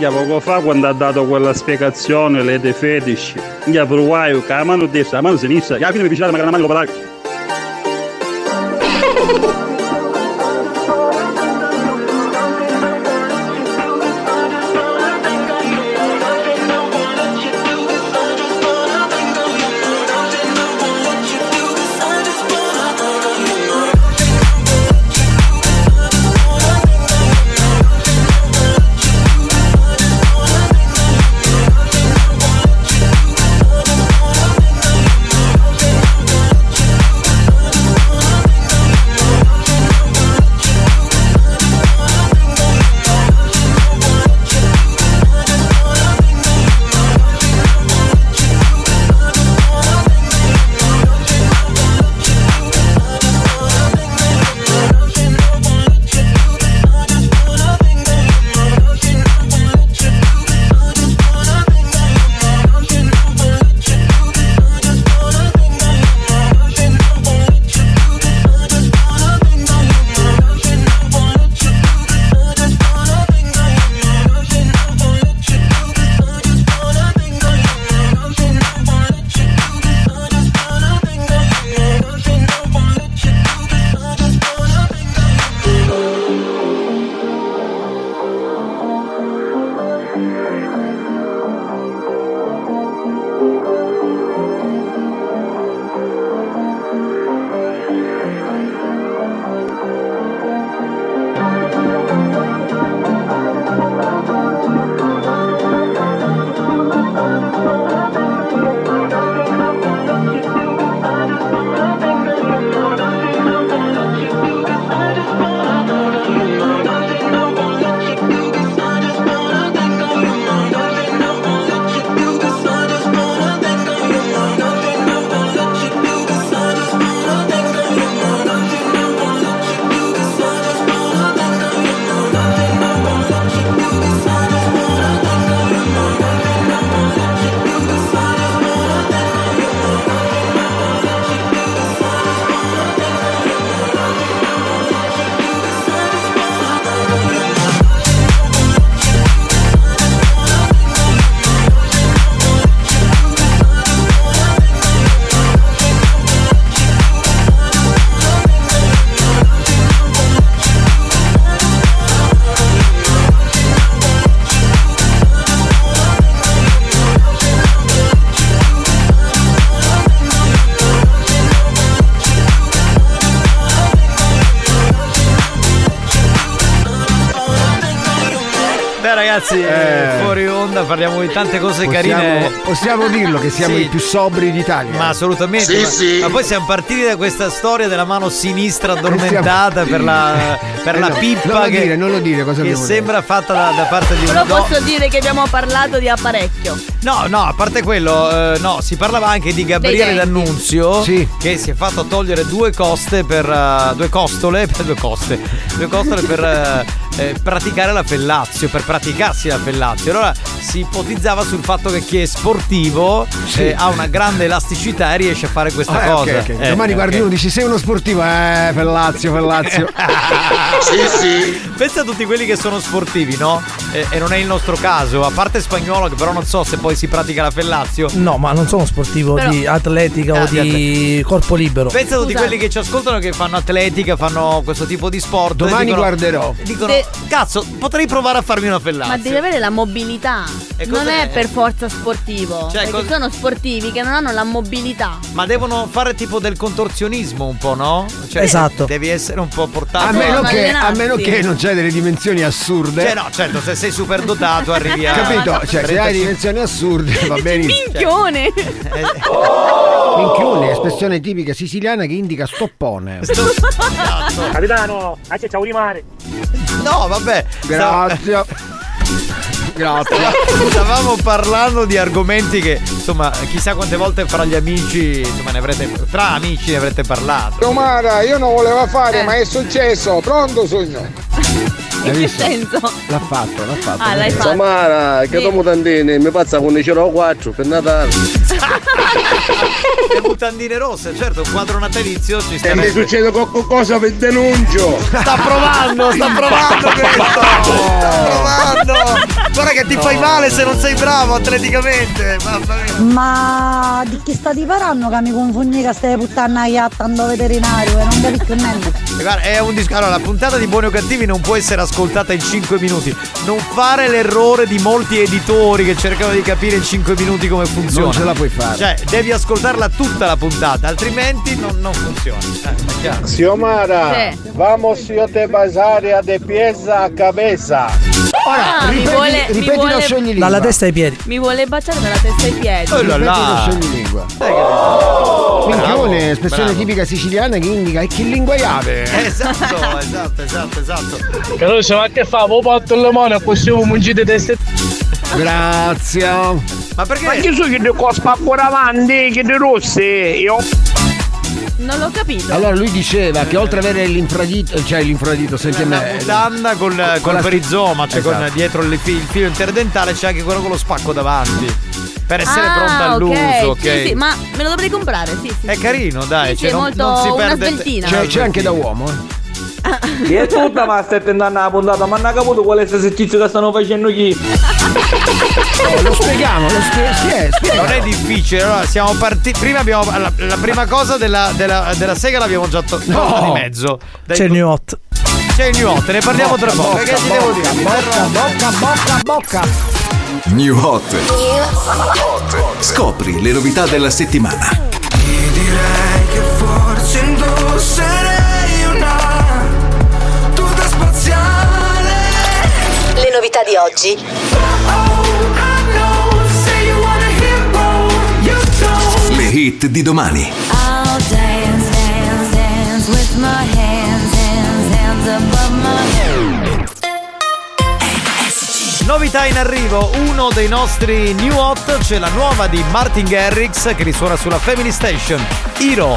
Speaker 18: già poco fa quando ha dato quella spiegazione, le dei fetici, gli provai con la mano destra, la mano sinistra, gli alla fine mi piaceva magari la mano popolare.
Speaker 9: ragazzi,
Speaker 7: Eh.
Speaker 9: fuori onda parliamo di tante cose carine.
Speaker 7: Possiamo, possiamo dirlo che siamo
Speaker 9: Sì.
Speaker 7: i più sobri d'Italia.
Speaker 9: Ma assolutamente.
Speaker 7: Sì,
Speaker 9: ma,
Speaker 7: sì.
Speaker 9: ma poi siamo partiti da questa storia della mano sinistra addormentata
Speaker 7: Siamo-
Speaker 9: per la, per
Speaker 7: Eh
Speaker 9: la
Speaker 7: no,
Speaker 9: pippa
Speaker 7: non lo
Speaker 9: che,
Speaker 7: dire, non lo dire cosa
Speaker 9: che
Speaker 7: abbiamo
Speaker 9: sembra fatta da, da parte di una
Speaker 2: [laughs] Però
Speaker 9: donna.
Speaker 2: posso dire che abbiamo parlato di apparecchio.
Speaker 9: No, no, a parte quello, eh, no, si parlava anche di Gabriele
Speaker 2: Dei denti.
Speaker 9: D'Annunzio che si è fatto togliere due coste per eh, due costole, [laughs] per due coste, due costole per eh, eh, praticare la fellazio, per praticarsi la fellazio. Allora si ipotizzava sul fatto che chi è sportivo
Speaker 7: Sì.
Speaker 9: eh, ha una grande elasticità e riesce a fare questa
Speaker 7: Ah, eh,
Speaker 9: cosa.
Speaker 7: ok, ok.
Speaker 9: Eh,
Speaker 7: Domani
Speaker 9: ok.
Speaker 7: guardi uno dici sei uno sportivo, eh, Fellazio,
Speaker 9: [laughs]
Speaker 7: Fellazio.
Speaker 9: Pensa a tutti quelli che sono sportivi, no? Eh, E, non è il nostro caso, a parte spagnolo, che però non so se poi si pratica la fellazio.
Speaker 15: No, ma non sono sportivo
Speaker 9: Però-
Speaker 15: di atletica
Speaker 9: Ah,
Speaker 15: o
Speaker 9: di
Speaker 15: di corpo libero.
Speaker 9: Pensa a tutti quelli che ci ascoltano che fanno atletica, fanno questo tipo di sport.
Speaker 15: Domani
Speaker 9: e dicono-
Speaker 15: guarderò.
Speaker 9: Dicono, cazzo, potrei provare a farmi una fellazio.
Speaker 2: Ma devi avere la mobilità.
Speaker 9: Ah, cosa
Speaker 2: Non è,
Speaker 9: è?
Speaker 2: per forza sportivo.
Speaker 9: Cioè,
Speaker 2: perché
Speaker 9: cosa- Cioè.
Speaker 2: sono sportivi che non hanno la mobilità.
Speaker 9: Ma devono fare tipo del contorzionismo un po', no? Cioè,
Speaker 7: Esatto.
Speaker 9: Devi essere un po' portato
Speaker 7: A meno, che, a meno che non c'hai delle dimensioni assurde.
Speaker 9: Cioè, no, certo, se sei
Speaker 7: [laughs]
Speaker 9: superdotato arrivi a.
Speaker 7: Capito? Cioè, se hai
Speaker 9: 35.
Speaker 7: dimensioni assurde
Speaker 9: [laughs]
Speaker 7: va benissimo.
Speaker 2: Minchione! [laughs]
Speaker 7: Minchione, espressione tipica siciliana che indica
Speaker 9: [laughs]
Speaker 7: stoppone.
Speaker 37: Capitano, accetta un mare.
Speaker 9: No, vabbè.
Speaker 7: Grazie. Grazie.
Speaker 9: Stavamo parlando di argomenti che, insomma, chissà quante volte fra gli amici, insomma, ne avrete. Tra amici ne avrete
Speaker 3: [laughs]
Speaker 9: parlato.
Speaker 23: Romara, io non volevo
Speaker 8: Eh.
Speaker 23: fare, ma è successo. Pronto, sogno?
Speaker 7: L'hai visto?
Speaker 2: senso?
Speaker 7: L'ha fatto, l'ha fatto.
Speaker 2: Ah, l'hai fatto.
Speaker 28: Samara, che
Speaker 2: Sì.
Speaker 28: dopo tantini, mi pazza con i 4 per Natale.
Speaker 9: Le mutandine rosse, certo, un quadro natalizio ci sta.
Speaker 23: Se mi succede qualcosa vi denuncio.
Speaker 9: Sta provando, [laughs] sta provando questo! Sta provando! Guarda che ti fai male se non sei bravo atleticamente! Mamma mia!
Speaker 10: [laughs] Ma di chi sta di paranno che mi confondi che stai puttana a attando veterinario e non capisco più niente.
Speaker 9: E Eh, Guarda, è un disco. Allora, la puntata di Buoni o Cattivi non può essere ascoltata in 5 minuti. Non fare l'errore di molti editori che cercano di capire in 5 minuti come funziona.
Speaker 7: ce la puoi fare.
Speaker 9: Cioè, devi ascoltarla tutta la puntata, altrimenti non, non funziona. Eh, è chiaro.
Speaker 23: Xiomara, vamos io te basare de pieza a cabeza.
Speaker 2: Ah, mi
Speaker 23: ripeti-
Speaker 2: vuole, mi
Speaker 23: ripeti,
Speaker 2: vuole-
Speaker 23: non sciogli lingua. Dalla testa
Speaker 15: ai piedi.
Speaker 2: Mi vuole baciare dalla testa ai piedi.
Speaker 7: Oh là là. Ripeti, non sciogli lingua. Minchione, espressione
Speaker 9: Oh! bravo.
Speaker 7: tipica siciliana che indica e che lingua iave.
Speaker 9: Esatto, esatto, esatto, esatto.
Speaker 23: Che non so ma che fa, voi porto il limone e possiamo mungire teste.
Speaker 7: Grazie.
Speaker 9: Ma perché?
Speaker 23: Ma io so che ne qua spaccora avanti, che ne rosse. Io.
Speaker 2: Non l'ho capito.
Speaker 7: Allora lui diceva che oltre ad avere l'infradito, cioè l'infradito, senti a
Speaker 9: Eh,
Speaker 7: me. eh,
Speaker 9: Mutanda col, col,
Speaker 7: la-
Speaker 9: perizoma, cioè con
Speaker 7: Esatto.
Speaker 9: dietro il, fi- il filo interdentale c'è anche quello con lo spacco davanti. Per essere
Speaker 2: Ah,
Speaker 9: pronta
Speaker 2: ok,
Speaker 9: all'uso, ok?
Speaker 2: sì, sì, ma me lo dovrei comprare, sì. sì.
Speaker 9: È carino, dai,
Speaker 2: Sì,
Speaker 9: cioè
Speaker 2: sì,
Speaker 9: non,
Speaker 2: molto
Speaker 9: non si
Speaker 2: una
Speaker 9: perde.
Speaker 2: sveltina.
Speaker 7: Cioè, c'è anche da uomo, eh.
Speaker 12: Chi è tutta ma stai prendendo la puntata, ma non ha capito quale esercizio che stanno facendo chi?
Speaker 7: Oh, lo spieghiamo, lo spie- sì, eh, spiega.
Speaker 9: Non è difficile, allora siamo partiti. Prima abbiamo. La, la prima cosa della, della, della sega l'abbiamo già to-
Speaker 15: No.
Speaker 9: tolta di mezzo. Dai,
Speaker 15: C'è il new hot.
Speaker 9: c'è il new hot, ne parliamo tra poco.
Speaker 15: Bocca,
Speaker 9: Perché ti devo dire?
Speaker 7: Bocca, bocca, bocca, bocca.
Speaker 22: New Hot. Scopri le novità della settimana.
Speaker 8: Forse indosserei una tuta spaziale.
Speaker 29: Le novità di oggi.
Speaker 22: Le hit di domani.
Speaker 8: I'll dance, dance, dance with my hands, hands, hands above my
Speaker 9: Novità in arrivo, uno dei nostri new hot, c'è la nuova di Martin Garrix che risuona sulla Family Station. Hero.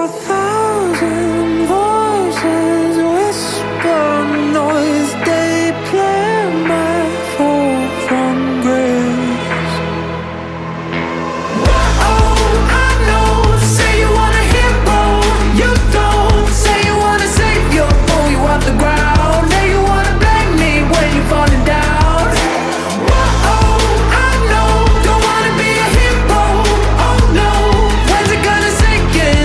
Speaker 21: A thousand voices whisper noise. They play my fall from grace.
Speaker 8: I know, say you want a hero, you don't. Say you wanna save your boy, you off the ground. Now you wanna blame me when you're falling down. Whoa, I know, don't wanna be a hero. Oh no, when's it gonna sink in?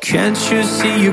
Speaker 8: Can't you see you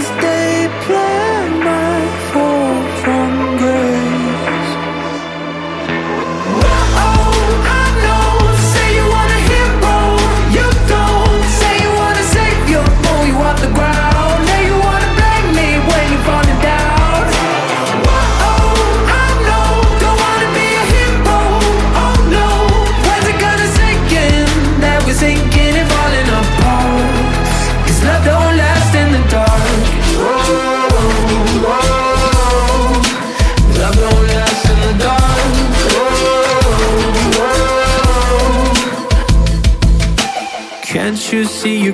Speaker 8: They plan my fall from grace. I know. Say you want a hero, you don't. Say you want a savior, pull you off the ground. Now you wanna blame me when you're falling down. Whoa, I know. Don't wanna be a hero. Oh no, when's it gonna sink in that we're sinking and falling apart? 'Cause love don't last in the dark. Whoa, whoa. Love don't last in the dark. Whoa, whoa. Can't you see you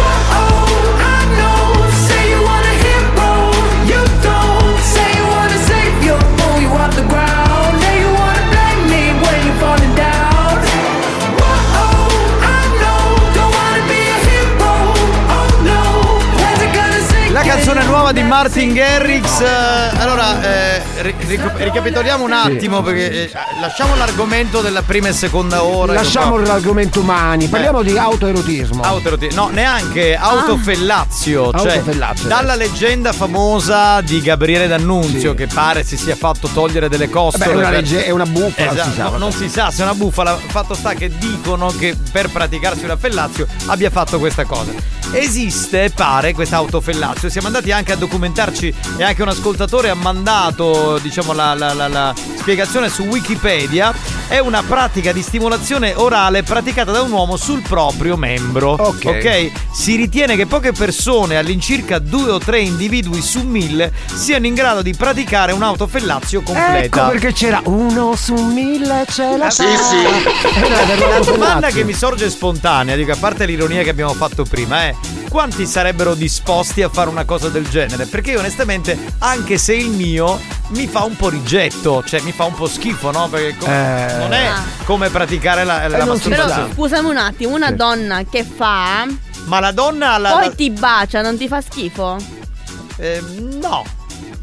Speaker 8: Oh, I know. Say you want a hero, you don't. Say you want a savior, pull you off the ground. Now you wanna blame me when you're falling down. Oh, I know. Don't wanna be a hero. Oh no, when's it gonna sink
Speaker 9: La canzone
Speaker 8: in?
Speaker 9: nuova di Martin Garrix. eh, allora, eh, ri- ri- ricapitoliamo un attimo perché eh, lasciamo l'argomento della prima e seconda ora.
Speaker 7: Lasciamo l'argomento umani, parliamo di autoerotismo.
Speaker 9: Autorotti- no, neanche autofellazio.
Speaker 7: Ah.
Speaker 9: Cioè,
Speaker 7: Autofellazio,
Speaker 9: dalla leggenda famosa di Gabriele D'Annunzio, che pare si sia fatto togliere delle costole.
Speaker 7: Beh, è una
Speaker 9: per-
Speaker 7: legge- è una bufala,
Speaker 9: Esatto,
Speaker 7: si sa,
Speaker 9: no,
Speaker 7: vabbè.
Speaker 9: non si sa se è una bufala. Fatto sta che dicono che per praticarsi una fellazio abbia fatto questa cosa. Esiste, pare, questa autofellazio. Siamo andati anche a documentarci e anche un ascoltatore ha mandato, diciamo, la, la- la- la spiegazione su Wikipedia. È una pratica di stimolazione orale praticata da un uomo sul proprio membro.
Speaker 7: Ok.
Speaker 9: ok? Si ritiene che poche persone, all'incirca due o tre individui su mille, siano in grado di praticare un autofellazio completa.
Speaker 7: Ecco perché c'era uno su mille c'è
Speaker 2: Ah,
Speaker 7: la
Speaker 9: Sì, sì.
Speaker 7: Era per
Speaker 9: La
Speaker 7: l'automazzio.
Speaker 9: domanda che mi sorge spontanea, dico a parte l'ironia che abbiamo fatto prima, è quanti sarebbero disposti a fare una cosa del genere? Perché io onestamente, anche se il mio mi fa un po' rigetto, cioè mi fa un po' schifo, no? Perché co-
Speaker 7: Eh.
Speaker 9: non è come praticare la,
Speaker 2: Eh,
Speaker 9: la
Speaker 2: Però
Speaker 9: masturbazione.
Speaker 2: scusami un attimo, una
Speaker 9: Sì.
Speaker 2: donna che fa.
Speaker 9: Ma la donna la-
Speaker 2: Poi
Speaker 9: la-
Speaker 2: ti bacia, non ti fa schifo?
Speaker 9: Eh, no.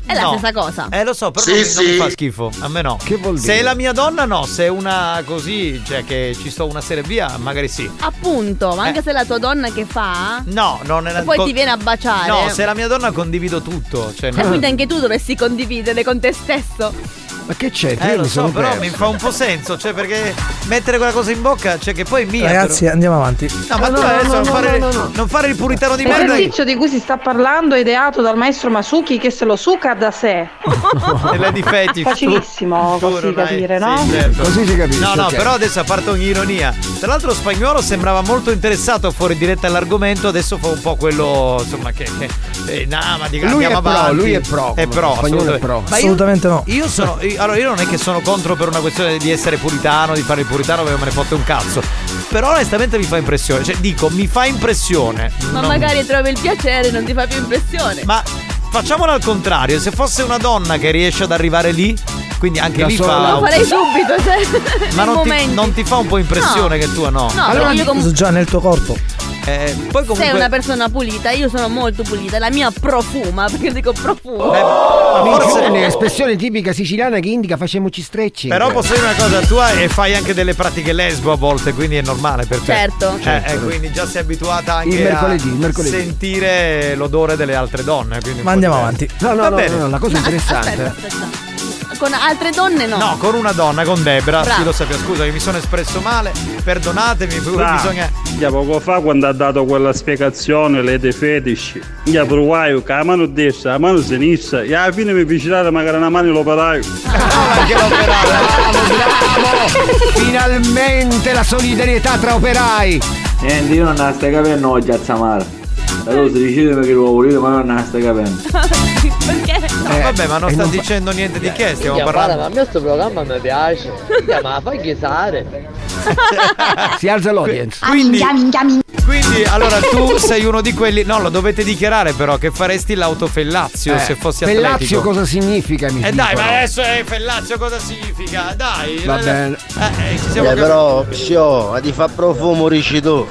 Speaker 2: È la
Speaker 9: No.
Speaker 2: stessa cosa.
Speaker 9: Eh lo so, però non, mi- non mi fa schifo, a me no. Che vuol Se è la mia donna no, se è una così, cioè che ci sto una serie via, magari sì.
Speaker 2: Appunto, ma anche
Speaker 9: Eh.
Speaker 2: se è la tua donna che fa.
Speaker 9: No, non è la
Speaker 2: E poi
Speaker 9: co-
Speaker 2: ti viene a baciare.
Speaker 9: No, se è la mia donna condivido tutto. Cioè, [laughs]
Speaker 2: E quindi anche tu dovresti condividere con te stesso.
Speaker 7: Ma che c'è?
Speaker 9: Eh,
Speaker 7: Io
Speaker 9: lo
Speaker 7: mi
Speaker 9: so,
Speaker 7: sono
Speaker 9: però
Speaker 7: perso.
Speaker 9: mi fa un po' senso, cioè perché mettere quella cosa in bocca, cioè che poi è mia.
Speaker 38: Ragazzi,
Speaker 9: però-
Speaker 38: andiamo avanti.
Speaker 9: No, ma
Speaker 38: No,
Speaker 9: tu
Speaker 38: no,
Speaker 9: adesso
Speaker 38: no,
Speaker 9: non,
Speaker 38: no,
Speaker 9: fare,
Speaker 38: no, no.
Speaker 9: non fare il puritano di
Speaker 38: Ma
Speaker 9: merda.
Speaker 17: L'esercizio di cui si sta parlando è ideato dal maestro Masuki che se lo suca da sé.
Speaker 9: [laughs] E la di fetish.
Speaker 17: Facilissimo
Speaker 9: Tu- tu
Speaker 17: così
Speaker 9: non hai-
Speaker 17: capire,
Speaker 9: sì,
Speaker 17: no?
Speaker 9: certo.
Speaker 7: Così si capisce,
Speaker 9: No, no,
Speaker 7: ok.
Speaker 9: però adesso a parte ogni ironia. Tra l'altro spagnolo sembrava molto interessato fuori diretta all'argomento, adesso fa un po' quello, insomma, che... che eh, nah, ma dica,
Speaker 7: Lui è
Speaker 9: andiamo
Speaker 7: pro,
Speaker 9: avanti.
Speaker 7: lui è pro,
Speaker 9: È pro,
Speaker 7: Spagnolo è
Speaker 9: assolutamente.
Speaker 7: pro.
Speaker 9: Ma io-
Speaker 38: Assolutamente no.
Speaker 9: Io sono. io- allora, io non è che sono contro per una questione di essere puritano, di fare il puritano perché me ne fotte un cazzo. Però onestamente mi fa impressione. Cioè, dico, mi fa impressione.
Speaker 2: Ma
Speaker 9: Non-
Speaker 2: magari trovi il piacere e non ti fa più impressione.
Speaker 9: Ma facciamolo al contrario, se fosse una donna che riesce ad arrivare lì, quindi anche
Speaker 7: Da
Speaker 9: lì
Speaker 7: sola.
Speaker 9: fa.
Speaker 2: lo
Speaker 9: [laughs]
Speaker 2: farei subito, cioè.
Speaker 9: Ma
Speaker 2: [laughs] nel
Speaker 9: non ti,
Speaker 2: momento.
Speaker 9: non ti fa un po' impressione
Speaker 2: No.
Speaker 9: che tu no?
Speaker 2: No, Allora, perché io com-
Speaker 38: Sono già nel tuo corpo.
Speaker 9: Eh, poi comunque.
Speaker 2: Sei una persona pulita, io sono molto pulita, la mia profuma, [laughs] perché dico profuma.
Speaker 9: Eh,
Speaker 7: Mi
Speaker 9: forse-
Speaker 7: giù l'espressione tipica siciliana che indica facemoci stretching.
Speaker 9: Però posso dire una cosa tua e fai anche delle pratiche lesbo a volte, quindi è normale per te.
Speaker 2: Certo.
Speaker 9: Eh,
Speaker 7: Certo.
Speaker 9: eh, quindi già sei abituata anche
Speaker 7: Il mercoledì,
Speaker 9: a
Speaker 7: il mercoledì.
Speaker 9: sentire l'odore delle altre donne. quindi
Speaker 38: Ma
Speaker 9: un po'
Speaker 38: andiamo
Speaker 9: diverso.
Speaker 38: avanti.
Speaker 7: No, no,
Speaker 9: Va
Speaker 7: no,
Speaker 9: bene.
Speaker 7: no, no, la cosa interessante.
Speaker 2: Con altre donne no.
Speaker 9: No, con una donna, con Debra,
Speaker 2: Bravo.
Speaker 9: sì lo sappia, scusa che mi sono espresso male, perdonatemi,
Speaker 14: Ah,
Speaker 9: bisogna...
Speaker 14: Già poco fa quando ha dato quella spiegazione le dei fetici, io provai che la mano destra, la mano sinistra, e alla fine mi vicinato magari una mano l'operaio.
Speaker 7: Eh. Finalmente la solidarietà tra operai.
Speaker 22: Niente, io non la stai capendo oggi a Samara. Allora se dicetemi che lo volete, ma non la stai capendo.
Speaker 2: [laughs] Perché?
Speaker 9: No, vabbè, ma non sta dicendo niente di che, stiamo
Speaker 39: Minchia, guarda,
Speaker 9: parlando.
Speaker 39: ma a me sto programma mi piace. Minchia, ma fai chiesare.
Speaker 7: Si alza l'audience.
Speaker 8: Ah,
Speaker 9: Quindi, quindi, allora
Speaker 8: [laughs]
Speaker 9: tu sei uno di quelli. No, lo dovete dichiarare, però, che faresti l'autofellazio
Speaker 7: Eh,
Speaker 9: se fossi
Speaker 7: Fellazio
Speaker 9: atletico.
Speaker 7: cosa significa? Mi
Speaker 9: E dai,
Speaker 7: dicono?
Speaker 9: ma adesso eh, fellazio cosa significa? Dai,
Speaker 7: Va
Speaker 9: eh,
Speaker 7: bene.
Speaker 9: eh, ci siamo
Speaker 40: Eh,
Speaker 9: capiti.
Speaker 40: però, psio, ti fa profumo rici tu.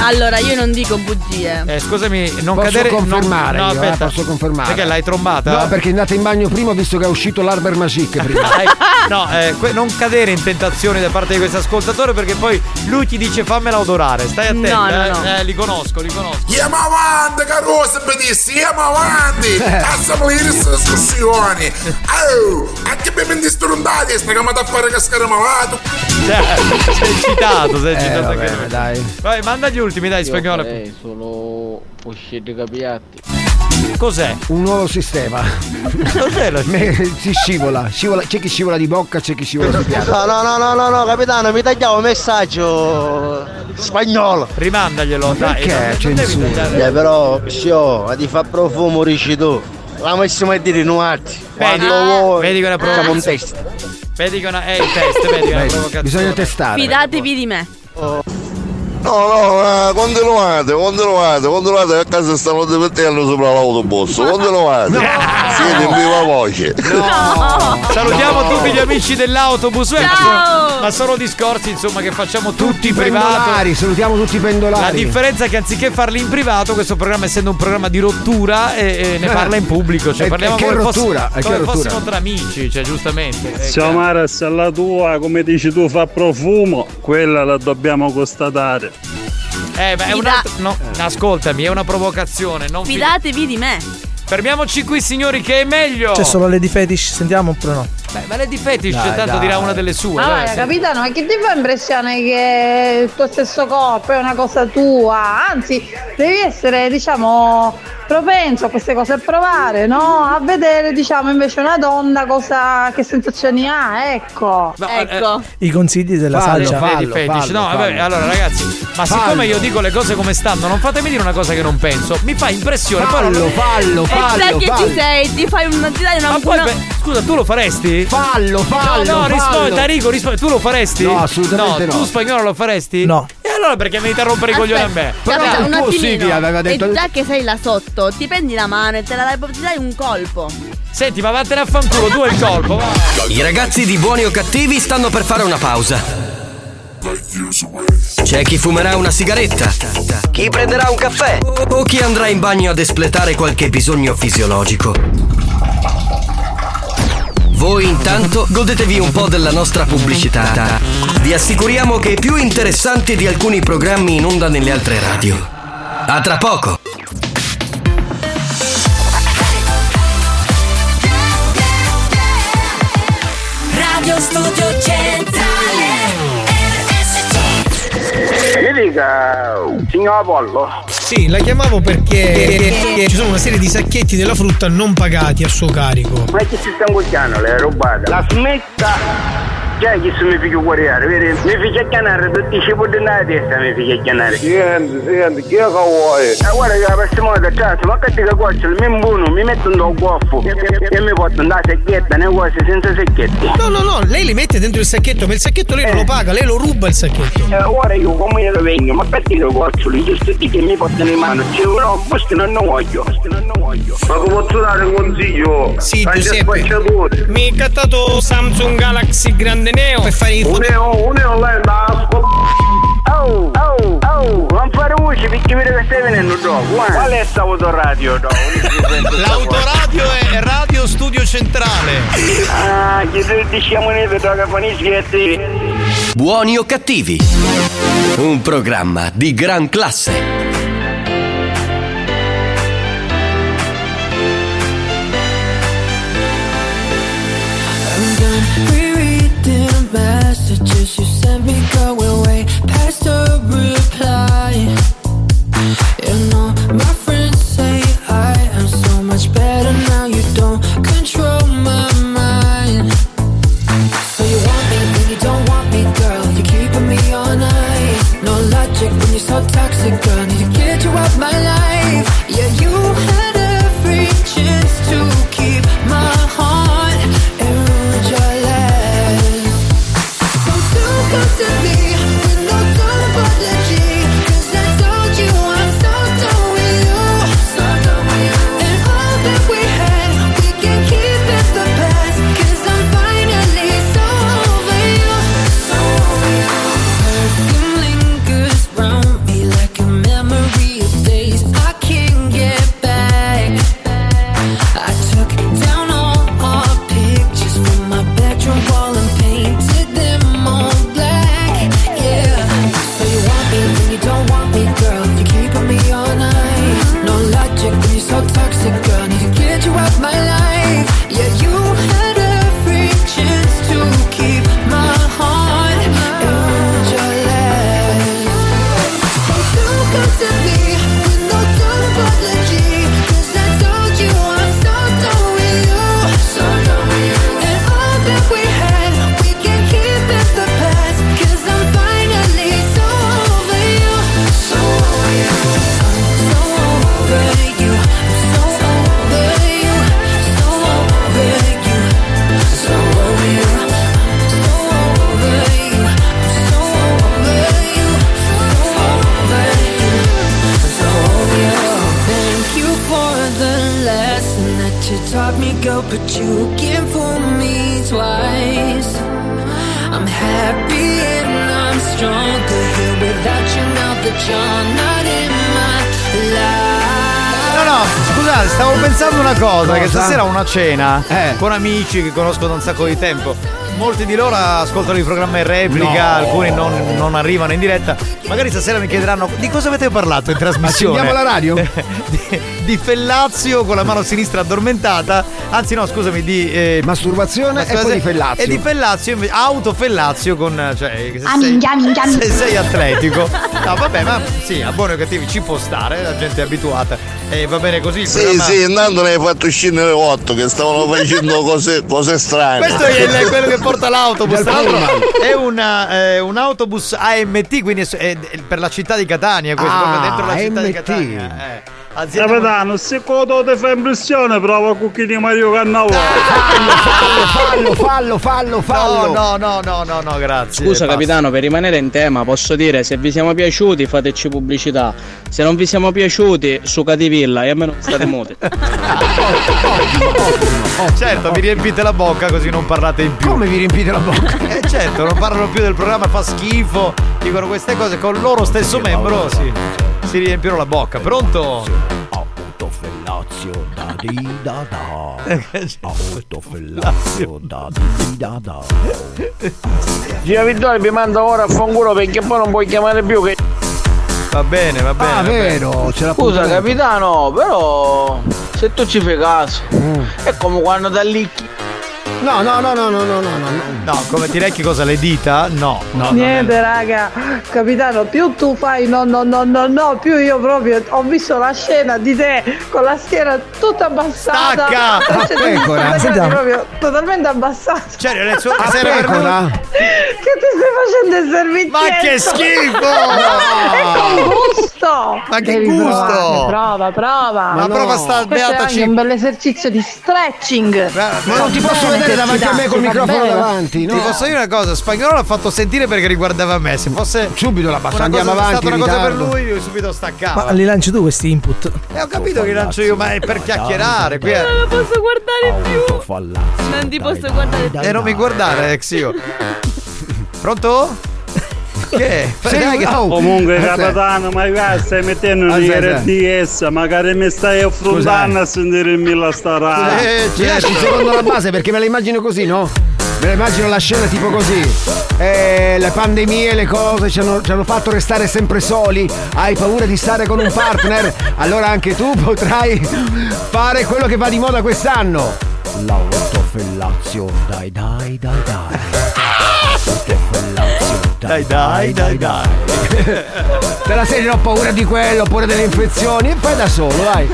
Speaker 2: Allora, io non dico bugie.
Speaker 9: Eh, scusami, non
Speaker 7: Posso
Speaker 9: cadere.
Speaker 7: confermare
Speaker 9: No, no
Speaker 7: io, eh,
Speaker 9: aspetta.
Speaker 7: posso confermare.
Speaker 9: Perché l'hai [laughs] trombata?
Speaker 7: No, perché è andata in bagno prima ho visto che è uscito l'Arber
Speaker 9: [laughs]
Speaker 7: Magic prima.
Speaker 9: Dai, no, eh, que- non cadere in tentazioni da parte di questo ascoltatore perché poi lui ti dice fammela odorare. Stai attento,
Speaker 8: No, no,
Speaker 9: eh,
Speaker 8: no.
Speaker 9: eh, li conosco, li conosco.
Speaker 3: Andiamo avanti, caro Sabadissi, andiamo avanti! Assemblea di discussioni! Oh, anche per ben distrondati, stiamo a fare cascare malato!
Speaker 9: [laughs] Cioè, sei eccitato, sei
Speaker 3: Eh,
Speaker 9: eccitato
Speaker 3: vabbè,
Speaker 9: anche tu.
Speaker 7: Dai.
Speaker 9: Vai, manda gli ultimi, dai, spagnolo.
Speaker 39: sono uscito capiatti.
Speaker 9: Cos'è?
Speaker 7: Un nuovo sistema.
Speaker 9: Cos'è la
Speaker 7: Si scivola, scivola, c'è chi scivola di bocca, c'è chi scivola di piatto.
Speaker 41: No, no, no, no, no, no, capitano, mi tagliavo un messaggio spagnolo.
Speaker 9: Rimandaglielo,
Speaker 41: dai.
Speaker 9: non- non devi tagliare.
Speaker 41: Eh, però, psio, ti fa profumo rici tu. La massima è di rinnovati. Quando vuoi.
Speaker 9: Ah, Vedi che è una
Speaker 41: Siamo
Speaker 9: provocazione.
Speaker 41: un test.
Speaker 9: Vedi che è una. Eh, il test, vedi che è una provocazione.
Speaker 7: Bisogna
Speaker 9: eh,
Speaker 7: testare.
Speaker 2: Fidatevi di me.
Speaker 9: Oh.
Speaker 3: No, no, eh, continuate, continuate, continuate, a casa stanno divertendo sopra l'autobus, continuate! Siete in viva voce!
Speaker 9: Salutiamo tutti gli amici dell'autobus. eh, ma
Speaker 8: Ciao!
Speaker 9: sono- Ma sono discorsi, insomma, che facciamo tutti,
Speaker 7: I
Speaker 9: privati.
Speaker 7: pendolari, salutiamo tutti i
Speaker 9: La
Speaker 7: pendolari.
Speaker 9: differenza è che anziché farli in privato, questo programma essendo un programma di rottura, eh, eh, ne
Speaker 7: Eh.
Speaker 9: parla in pubblico. Cioè,
Speaker 7: E-
Speaker 9: parliamo
Speaker 7: e che
Speaker 9: come, fosse-
Speaker 7: rottura, e che
Speaker 9: come
Speaker 7: rottura.
Speaker 9: fossimo tra amici, cioè, giustamente. Eh,
Speaker 14: Zio Maras, la tua, come dici tu, fa profumo, quella la dobbiamo constatare.
Speaker 9: eh, ma è un altro- no, ascoltami, è una provocazione. Non fi-
Speaker 2: Fidatevi di me.
Speaker 9: Fermiamoci qui, signori, che è meglio.
Speaker 22: C'è solo Lady Fetish, sentiamo oppure no?
Speaker 9: Beh, ma Lady Fetish,
Speaker 22: Dai,
Speaker 9: tanto
Speaker 22: dai.
Speaker 9: dirà una delle sue.
Speaker 22: Ah,
Speaker 9: dai.
Speaker 22: hai
Speaker 17: Capitano, ma che ti fa impressione che il tuo stesso corpo è una cosa tua? Anzi, devi essere, diciamo, propenso a queste cose, a provare, no? A vedere, diciamo, invece una donna cosa, che sensazioni ha, ecco. ecco.
Speaker 22: I consigli della
Speaker 9: Fallo,
Speaker 22: saggia.
Speaker 9: Lady Fetish. no, vabbè, allora ragazzi, ma
Speaker 22: Fallo.
Speaker 9: siccome io dico le cose come stanno, non fatemi dire una cosa che non penso. Mi fa impressione. poi
Speaker 7: Fallo,
Speaker 9: non-
Speaker 7: fallo,
Speaker 2: e perché ci sei, ti fai una ti dai una
Speaker 9: Ma poi,
Speaker 2: una-
Speaker 9: beh, scusa, tu lo faresti?
Speaker 7: Fallo, fallo,
Speaker 9: No, no,
Speaker 7: fallo.
Speaker 9: rispondi, Tarico, rispondi. Tu lo faresti?
Speaker 7: No, assolutamente no.
Speaker 9: Tu spagnolo lo faresti?
Speaker 22: No.
Speaker 9: E allora perché mi interrompere i coglioni a me?
Speaker 2: Aspetta,
Speaker 7: Però
Speaker 2: aspetta,
Speaker 7: il
Speaker 2: un
Speaker 7: tuo
Speaker 2: attimino.
Speaker 7: Siri aveva detto-
Speaker 2: E già che sei là sotto, ti prendi la mano e te la dai, ti dai un colpo.
Speaker 9: Senti, ma vattene a fanculo, tu hai il colpo, va.
Speaker 1: I ragazzi di buoni o cattivi stanno per fare una pausa. C'è chi fumerà una sigaretta, chi prenderà un caffè o chi andrà in bagno ad espletare qualche bisogno fisiologico. Voi intanto godetevi un po' della nostra pubblicità. Vi assicuriamo che è più interessante di alcuni programmi in onda nelle altre radio. A tra poco!
Speaker 8: Radio Studio Centrale
Speaker 5: Che dica, signor Apollo?
Speaker 22: Sì, la chiamavo perché ci sono una serie di sacchetti della frutta non pagati a suo carico.
Speaker 5: Ma che si sta ingoiando, l'hai rubata? La smetta! Cioè che se mi figlio guerriere, vedi? Mi figlio chianare, tutti ci può dare testa, mi figlio chianare.
Speaker 11: Senti, senti, chi è che vuoi?
Speaker 5: Ma guarda che la prossima volta, certo, ma che ti che coccio, mi imbuno, mi metto un goffo e, e- e mi porto andare a secchietta, ne cose senza secchietti.
Speaker 22: No, no, no, lei li mette dentro il sacchetto, ma il sacchetto lei non lo paga, lei lo ruba il sacchetto.
Speaker 5: Eh, Ora io come glielo vengo, ma perché lo coccio? Giusto di che mi portano in mano, cioè no, questo non lo voglio, questo non lo voglio. Ma come posso dare un consiglio?
Speaker 22: Sì, Giuseppe. Mi è cattato Samsung Galaxy Grande Neo per fare i foto.
Speaker 5: Uneo, uneo lei da ascolto. Oh, oh, oh, non fare voce perché vedo che stai venendo dopo. eh. Qual è sta autoradio dopo?
Speaker 22: [laughs]
Speaker 9: L'autoradio è Radio Studio Centrale.
Speaker 5: Ah, che tu diciamo noi per la capanisci che te.
Speaker 1: Buoni o cattivi? Un programma di gran classe.
Speaker 8: I'm done rereading messages you sent me going way past a reply. You know, my friends say I am so much better now. You don't control my mind. So you want me, then you don't want me, girl. You're keeping me all night. No logic when you're so toxic, girl. Need to get you out my life. Yeah, you had every chance. that you're not in my life.
Speaker 9: No, no, scusate, stavo pensando una cosa, che stasera ho una cena
Speaker 7: Eh.
Speaker 9: con amici che conosco da un sacco di tempo. Molti di loro ascoltano il programma in replica,
Speaker 7: No.
Speaker 9: alcuni non, non arrivano in diretta. Magari stasera mi chiederanno di cosa avete parlato in trasmissione.
Speaker 7: Accendiamo la radio?
Speaker 9: [laughs] di, di Fellazio con la mano sinistra addormentata. Anzi, no, scusami, di. eh,
Speaker 7: masturbazione e poi di Fellazio.
Speaker 9: E di Fellazio, invece- autofellazio con. Cioè, se
Speaker 42: Ah,
Speaker 9: sei-
Speaker 42: minchia, minchia, minchia.
Speaker 9: Se sei atletico. No, vabbè, ma sì, a buoni o cattivi ci può stare, la gente è abituata. E va bene così. il
Speaker 5: Sì,
Speaker 9: programma-
Speaker 5: sì, intanto ne hai fatto uscire le 8 che stavano facendo cose, cose strane.
Speaker 9: Questo è il- quello che porta l'autobus.
Speaker 5: Del
Speaker 9: Tra l'altro
Speaker 5: pullman.
Speaker 9: è una, eh, un autobus AMT, quindi è, è- è per la città di Catania, questo,
Speaker 14: Ah,
Speaker 9: proprio dentro la città di
Speaker 14: AMT.
Speaker 9: Catania. eh. Azienda-
Speaker 14: Capitano, se codo ti fa impressione, prova a cucchini Mario Cannavo.
Speaker 7: Ah, Fallo, fallo, fallo, fallo.
Speaker 9: No, no, no, no, no, grazie.
Speaker 43: Scusa
Speaker 9: Basta.
Speaker 43: capitano, per rimanere in tema posso dire se vi siamo piaciuti fateci pubblicità, se non vi siamo piaciuti sucativilla e a me non
Speaker 22: [laughs]
Speaker 43: state muti.
Speaker 9: certo, vi riempite la bocca così non parlate in più.
Speaker 7: Come vi riempite la bocca?
Speaker 9: [laughs] Eh certo, non parlano più del programma, fa schifo. Dicono queste cose con il loro stesso membro si, si riempiono la bocca. Pronto?
Speaker 8: Fellazio da di da
Speaker 22: Oh.
Speaker 8: da.
Speaker 9: Eh, Autofellazio
Speaker 8: da di da da.
Speaker 22: Gia Vittorio mi manda ora a fanculo perché poi non puoi chiamare più che...
Speaker 9: Va bene, va bene.
Speaker 22: Ah,
Speaker 9: va bene.
Speaker 22: vero, Scusa capitano, però se tu ci fai caso è come quando da lì
Speaker 7: No, no, no, no, no, no, no,
Speaker 9: No, come ti lecchi cosa? Le dita? No, no. no.
Speaker 22: Niente
Speaker 17: raga, capitano, più tu fai no no no no no, più io proprio ho visto la scena di te con la schiena tutta abbassata.
Speaker 9: Stacca!
Speaker 22: Ah,
Speaker 17: Cioè, ti sei
Speaker 22: pecora.
Speaker 17: staccati
Speaker 22: Sentiamo.
Speaker 17: proprio totalmente abbassata.
Speaker 9: Cioè,
Speaker 22: nel suo-
Speaker 17: che
Speaker 22: Ah,
Speaker 17: ti stai
Speaker 22: pecora?
Speaker 17: facendo il servizio?
Speaker 22: Ma che schifo!
Speaker 17: E con gusto!
Speaker 22: Ma che
Speaker 17: Devi
Speaker 22: gusto!
Speaker 17: provare, prova, prova!
Speaker 22: Ma no.
Speaker 17: Questo è anche un bel esercizio di stretching.
Speaker 7: Ma non ti posso vedere davanti a me col microfono davanti, no?
Speaker 9: Ti posso dire una cosa, Spagnolo l'ha fatto sentire perché riguardava me, se fosse subito la
Speaker 7: basta, andiamo avanti,
Speaker 9: Una
Speaker 7: in
Speaker 9: cosa per
Speaker 7: ritardo.
Speaker 9: lui, io subito staccavo.
Speaker 44: Ma li lanci tu questi input?
Speaker 9: E ho capito che lancio io, ma è per chiacchierare. Qui è...
Speaker 2: [laughs] Non lo
Speaker 9: Oh.
Speaker 2: posso guardare più. Non ti posso guardare più.
Speaker 9: E non mi guardare, ex io. Pronto? Che? è?
Speaker 14: Sì,
Speaker 9: Dai, che-
Speaker 14: oh.
Speaker 7: Eh,
Speaker 14: Comunque capitano, magari stai mettendo
Speaker 9: Ah,
Speaker 14: in
Speaker 9: sì, sì.
Speaker 14: RTS, magari mi stai affrontando a sentire il Mila Starà.
Speaker 9: Ah,
Speaker 7: Mi
Speaker 9: Eh,
Speaker 7: Eh,
Speaker 9: certo.
Speaker 7: lasci secondo la base perché me la immagino così, no? Me la immagino la scena tipo così. Eh, le pandemie, le cose ci hanno, ci hanno fatto restare sempre soli. Hai paura di stare con un
Speaker 9: [laughs]
Speaker 7: partner? Allora anche tu potrai fare quello che va di moda quest'anno. L'autofellazio, dai dai dai dai.
Speaker 9: Dai dai dai dai.
Speaker 7: Per la serie ho paura di quello, ho paura delle infezioni e fai da solo, vai.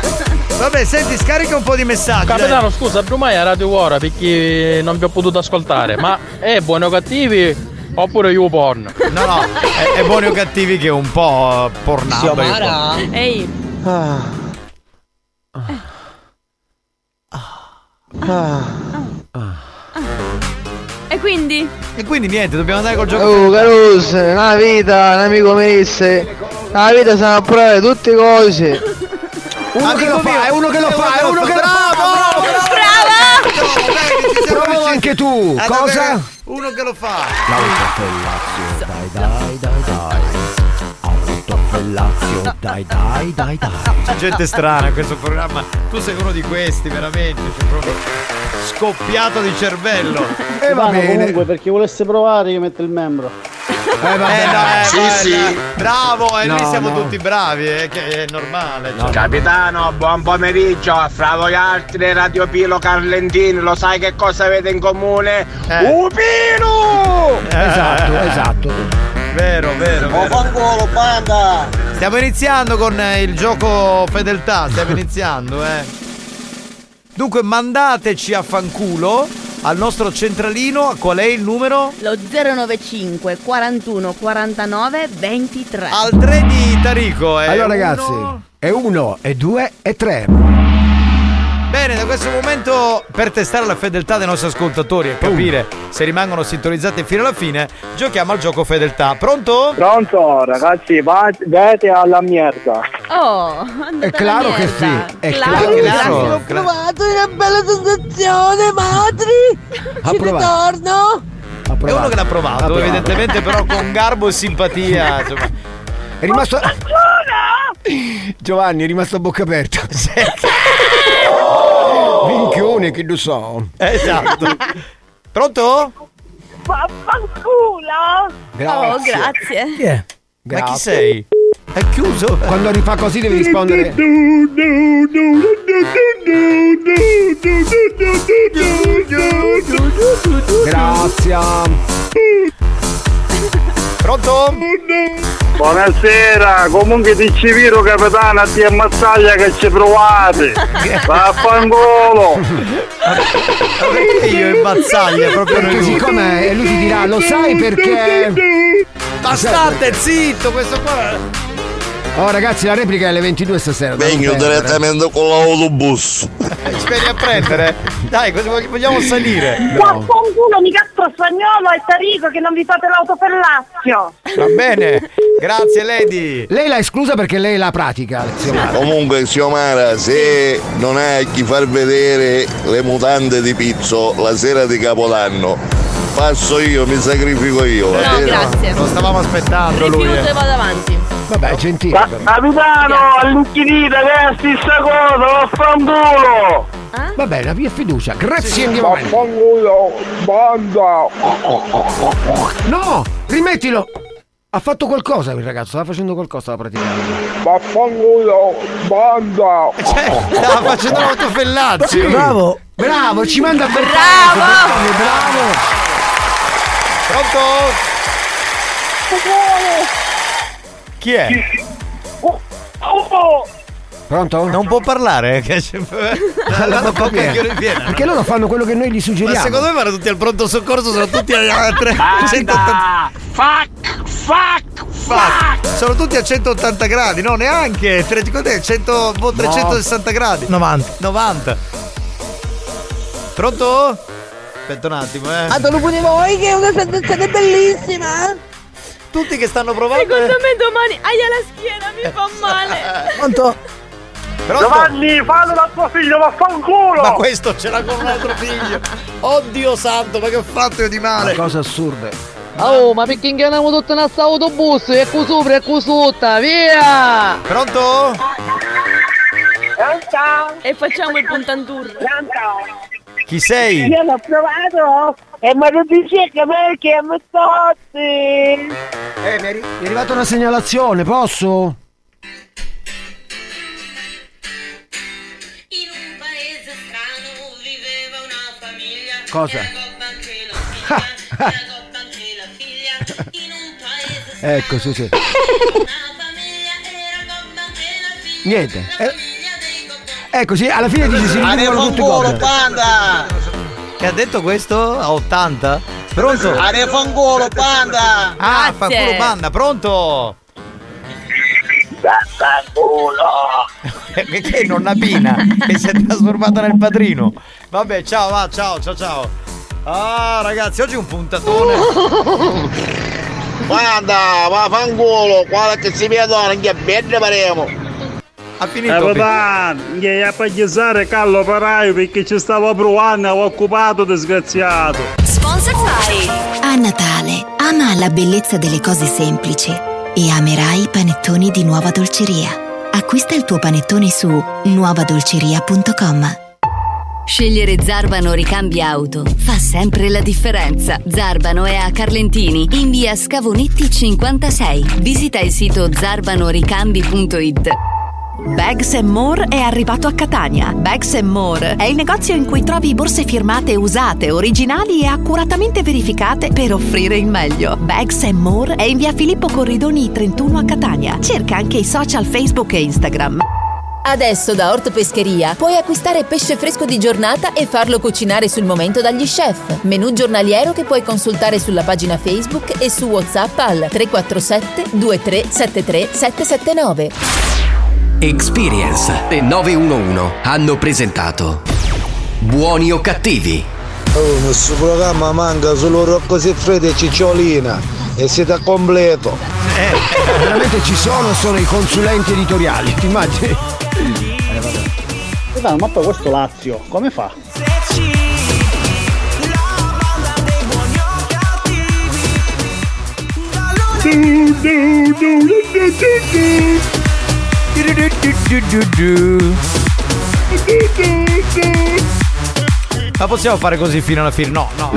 Speaker 9: Vabbè, senti, scarica un po' di messaggi.
Speaker 43: Capitano, scusa, ormai a Radio Ora perché non vi ho potuto ascoltare, ma è buono o cattivi oppure you porn?
Speaker 9: No, no, è, è buoni o cattivi che è un po' pornato.
Speaker 2: Ehi, Ah. e quindi?
Speaker 9: E quindi niente, dobbiamo andare col gioco.
Speaker 22: Oh Carus, una vita, un amico mi disse, la vita sono a provare tutte cose.
Speaker 7: Uno che lo fa, è uno che lo fa, è uno che lo fa.
Speaker 9: Bravo, bravo.
Speaker 7: Provalo anche tu.
Speaker 9: Ah,
Speaker 7: Cosa?
Speaker 9: vabbè, Uno che lo fa.
Speaker 8: L'autofellazio, dai dai dai dai. Autofellazio, dai dai dai dai.
Speaker 9: C'è gente strana in questo programma. Tu sei uno di questi, veramente. Sei proprio scoppiato di cervello.
Speaker 5: Eh,
Speaker 9: Eh,
Speaker 23: E va bene. Comunque, per chi volesse provare, io metto il membro.
Speaker 7: Eh, vabbè.
Speaker 9: no, eh,
Speaker 23: Sì,
Speaker 9: vai,
Speaker 23: sì.
Speaker 9: dai. Bravo, e noi
Speaker 23: No,
Speaker 9: siamo
Speaker 23: no.
Speaker 9: tutti bravi, eh, che è normale. cioè.
Speaker 22: Capitano, buon pomeriggio, fra voi altri Radio Pilo Carlentini, lo sai che cosa avete in comune?
Speaker 9: Eh.
Speaker 22: Upino!
Speaker 9: Esatto,
Speaker 7: esatto.
Speaker 9: Vero, vero, vero.
Speaker 22: Buon banda!
Speaker 9: Stiamo iniziando con eh, il gioco fedeltà,
Speaker 7: [laughs]
Speaker 9: stiamo iniziando, eh. Dunque mandateci a fanculo al nostro centralino, qual è il numero?
Speaker 2: Lo 095 41 49 23.
Speaker 9: Al 3 di Tarico, eh.
Speaker 7: Allora
Speaker 9: Uno.
Speaker 7: ragazzi, è uno, è due, è tre.
Speaker 9: Bene, da questo momento per testare la fedeltà dei nostri
Speaker 7: Uh.
Speaker 9: ascoltatori e capire se rimangono sintonizzati fino alla fine, giochiamo al gioco fedeltà. Pronto?
Speaker 22: Pronto ragazzi, va- vete alla merda!
Speaker 2: Oh, andate alla
Speaker 22: claro che
Speaker 2: merda.
Speaker 22: sì, è
Speaker 2: Claro,
Speaker 22: claro che
Speaker 2: claro.
Speaker 22: sì.
Speaker 2: L'ho
Speaker 22: Cla-
Speaker 2: provato, è una bella sensazione, madri.
Speaker 9: Ha
Speaker 2: Ci
Speaker 9: provato.
Speaker 2: ritorno.
Speaker 9: È uno che l'ha provato,
Speaker 22: provato.
Speaker 9: evidentemente però con garbo e simpatia. Ah, Insomma.
Speaker 7: È rimasto. Giovanni è rimasto a bocca
Speaker 9: [laughs]
Speaker 7: aperta. Minchione, che lo so.
Speaker 9: Esatto. Pronto?
Speaker 8: Vaffanculo!
Speaker 7: Grazie.
Speaker 8: grazie.
Speaker 7: Chi è?
Speaker 9: Ma chi sei?
Speaker 7: È chiuso. Quando rifà così devi rispondere. Grazie.
Speaker 9: Pronto?
Speaker 14: Buonasera, comunque dici vero capitano, ti ammazzaglia che
Speaker 7: [laughs]
Speaker 14: ci provate. Vaffanculo.
Speaker 9: Perché io e Bazzaglia proprio noi
Speaker 7: Perché
Speaker 9: due?
Speaker 7: siccome è- lui ti dirà, "Lo sai perché?"
Speaker 9: [laughs] Ma state zitto, questo qua.
Speaker 7: Oh ragazzi, la replica è alle 22 stasera. non
Speaker 25: Vengo
Speaker 7: perdere.
Speaker 25: direttamente con l'autobus.
Speaker 9: Speri Eh, a prendere. Dai, cosa vog- vogliamo salire?
Speaker 8: Vaffanculo, mi cazzo spagnolo e tarico che non vi fate l'autopellazio.
Speaker 9: Va bene. Grazie Lady.
Speaker 7: Lei l'ha esclusa perché lei la pratica, zio Mario.
Speaker 25: Comunque, Xiomara, se non hai chi far vedere le mutande di Pizzo la sera di Capodanno, passo io, mi sacrifico io. va bene?
Speaker 9: Lo stavamo aspettando lui.
Speaker 2: Rifiuto
Speaker 9: eh.
Speaker 2: e vado avanti.
Speaker 7: Vabbè, gentile.
Speaker 14: Capitano, all'inchiesta che è stessa cosa, vaffanculo.
Speaker 7: Va bene, la mia fiducia. Grazie andiamo avanti.
Speaker 14: Vaffanculo, banda.
Speaker 7: No, rimettilo. Ha fatto qualcosa quel ragazzo, stava facendo qualcosa da praticare.
Speaker 14: Vaffanculo, banda.
Speaker 9: Eh, certo, Stava facendo
Speaker 7: Ah,
Speaker 9: l'autofellazio.
Speaker 7: Bravo. Bravo, ci manda a
Speaker 9: Bravo.
Speaker 7: Bertazzi, Bravo, bravo.
Speaker 9: Pronto? Chi è?
Speaker 7: Pronto?
Speaker 9: Non può parlare? eh, Che c'è...
Speaker 7: [laughs]
Speaker 9: L'hanno
Speaker 7: Porca
Speaker 9: proprio
Speaker 7: miseria.
Speaker 9: il coglione pieno.
Speaker 7: Perché loro fanno quello che noi gli
Speaker 9: Ma
Speaker 7: suggeriamo.
Speaker 9: secondo me vanno tutti al pronto soccorso, sono tutti a [laughs] 180. Fuck, fuck, fuck. Sono tutti a 180 gradi, no neanche. Tre- quant'è? 100 boh, 360 gradi.
Speaker 15: 90.
Speaker 9: 90. Pronto? Aspetta un attimo,
Speaker 7: Ah,
Speaker 9: eh.
Speaker 10: dopo di voi che è una sentenza bellissima! eh.
Speaker 9: Tutti che stanno provando.
Speaker 10: Secondo
Speaker 9: eh.
Speaker 2: me domani aia la schiena mi fa male.
Speaker 9: [laughs]
Speaker 15: Pronto?
Speaker 9: Pronto?
Speaker 14: fallo da tuo figlio, vaffanculo.
Speaker 9: Ma questo ce l'ha con un altro figlio. Oddio santo, ma che ho fatto io di male?
Speaker 7: Cose assurde.
Speaker 5: Oh, ma perché inganniamo tutta la sta autobus? E qua sopra, e qua sotto, via!
Speaker 9: Pronto?
Speaker 2: E facciamo il puntantur.
Speaker 10: Eh,
Speaker 9: Chi sei?
Speaker 8: Io l'ho provato e mi hanno detto perché mi tozzi.
Speaker 7: Eh, mi è, arri- mi è arrivata una segnalazione, posso? Cosa? [laughs] ecco, sì, sì. Niente. Eh, ecco, sì, alla fine dici si riducono tutti i
Speaker 9: Arefanculo,
Speaker 7: compiti.
Speaker 9: panda! Che ha detto questo? A 80? Pronto? Arefangolo, panda! Ah,
Speaker 8: Grazie.
Speaker 9: fanculo panda, pronto? [laughs] Che che nonna Pina che si è trasformata nel padrino. Vabbè, ciao, va, ciao, ciao, ciao. Ah, ragazzi, oggi è
Speaker 22: [laughs]
Speaker 9: un puntatone.
Speaker 25: Guarda, ma fangolo, guarda che si vedono, che bene faremo.
Speaker 9: Ha
Speaker 18: Eh, papà, gli a pagliazzare Carlo Paraio perché ci stavo provando, ho occupato disgraziato.
Speaker 11: Sponsor A Natale, ama la bellezza delle cose semplici e amerai i panettoni di Nuova Dolceria. Acquista il tuo panettone su nuovadolceria.com.
Speaker 16: Scegliere Zarbano Ricambi Auto fa sempre la differenza. Zarbano è a Carlentini, in via Scavonetti 56. Visita il sito zarbanoricambi.it.
Speaker 19: Bags More è arrivato a Catania. Bags More è il negozio in cui trovi borse firmate usate, originali e accuratamente verificate per offrire il meglio. Bags More è in via Filippo Corridoni 31 a Catania. Cerca anche i social Facebook e Instagram.
Speaker 22: Adesso da Ortopescheria puoi acquistare pesce fresco di giornata e farlo cucinare sul momento dagli chef. Menù giornaliero che puoi consultare sulla pagina Facebook e su WhatsApp al 347 2373 779.
Speaker 1: Experience e 911 hanno presentato Buoni o cattivi?
Speaker 22: Oh, nel suo programma manca solo Rocco Siffredi e Cicciolina e siete a completo.
Speaker 7: Veramente ci sono, sono i consulenti editoriali, ti immagini? Eh,
Speaker 3: Capitano, ma poi questo Lazio, come fa?
Speaker 9: Ma possiamo fare così fino alla fine? No, no.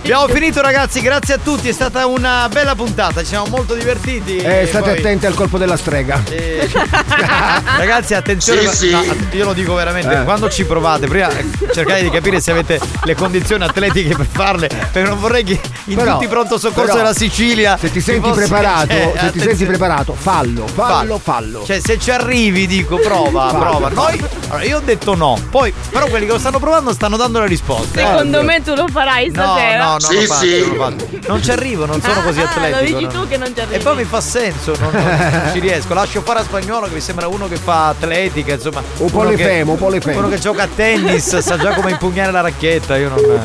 Speaker 9: Abbiamo finito ragazzi, grazie a tutti, è stata una bella puntata, ci siamo molto divertiti.
Speaker 7: Eh, state
Speaker 9: poi-
Speaker 7: attenti al colpo della strega. [laughs]
Speaker 9: Eh, Ragazzi, attenzione,
Speaker 7: Sì,
Speaker 9: ma-
Speaker 7: sì.
Speaker 9: no, att- io lo dico veramente,
Speaker 7: Eh.
Speaker 9: quando ci provate, prima eh, cercate di capire se avete le condizioni atletiche per farle, perché non vorrei che in
Speaker 7: Però-
Speaker 9: tutti i pronto soccorso
Speaker 7: però,
Speaker 9: della Sicilia
Speaker 7: Se ti
Speaker 9: ci
Speaker 7: senti
Speaker 9: fosse-
Speaker 7: preparato,
Speaker 9: cioè,
Speaker 7: se ti senti
Speaker 9: attenzione.
Speaker 7: preparato, fallo, fallo, fallo.
Speaker 9: Cioè, se ci arrivi, dico, prova,
Speaker 7: Fallo,
Speaker 9: prova.
Speaker 7: fallo.
Speaker 9: Noi, allora, io ho detto no, poi, però quelli che lo stanno provando stanno dando la risposta. Eh,
Speaker 12: Secondo me tu lo farai
Speaker 9: No,
Speaker 12: stasera.
Speaker 9: no, no, lo faccio, lo faccio. non ci arrivo, non sono così
Speaker 12: Ah, lo
Speaker 9: atletico.
Speaker 12: dici
Speaker 9: no.
Speaker 12: tu che non ci arrivi.
Speaker 9: E poi mi fa senso, non, non ci riesco. Lascio fare a spagnolo che mi sembra uno che fa atletica, insomma. Un
Speaker 7: polifemo, un polifemo.
Speaker 9: Uno che gioca a tennis, sa già
Speaker 7: [laughs]
Speaker 9: come impugnare la racchetta, io non.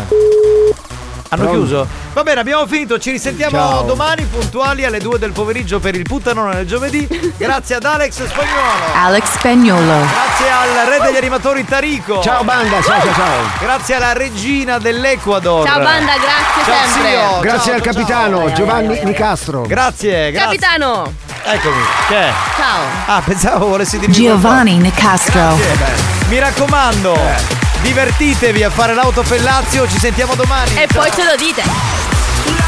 Speaker 9: Hanno
Speaker 7: Pronto?
Speaker 9: chiuso? Va bene, abbiamo finito, ci risentiamo
Speaker 7: Ciao.
Speaker 9: domani puntuali alle 2 del pomeriggio per il puttanone del giovedì. Grazie ad Alex Spagnolo.
Speaker 19: Alex Spagnolo.
Speaker 9: Grazie al re degli animatori Tarico.
Speaker 7: Ciao, banda, ciao, ciao, ciao.
Speaker 9: Grazie alla regina dell'Ecuador.
Speaker 12: Ciao banda, grazie
Speaker 9: Ciao,
Speaker 12: sempre.
Speaker 9: zio.
Speaker 7: Grazie
Speaker 9: ciao,
Speaker 7: al
Speaker 9: ciao,
Speaker 7: capitano Giovanni Nicastro.
Speaker 9: Grazie, Eh, grazie.
Speaker 12: Capitano.
Speaker 9: Eccomi. Che è?
Speaker 12: Ciao.
Speaker 9: Ah, pensavo volessi dirmi
Speaker 19: Giovanni Nicastro.
Speaker 9: qualcosa. Mi raccomando, divertitevi a fare l'autofellazio, ci sentiamo domani.
Speaker 12: E poi ce lo dite.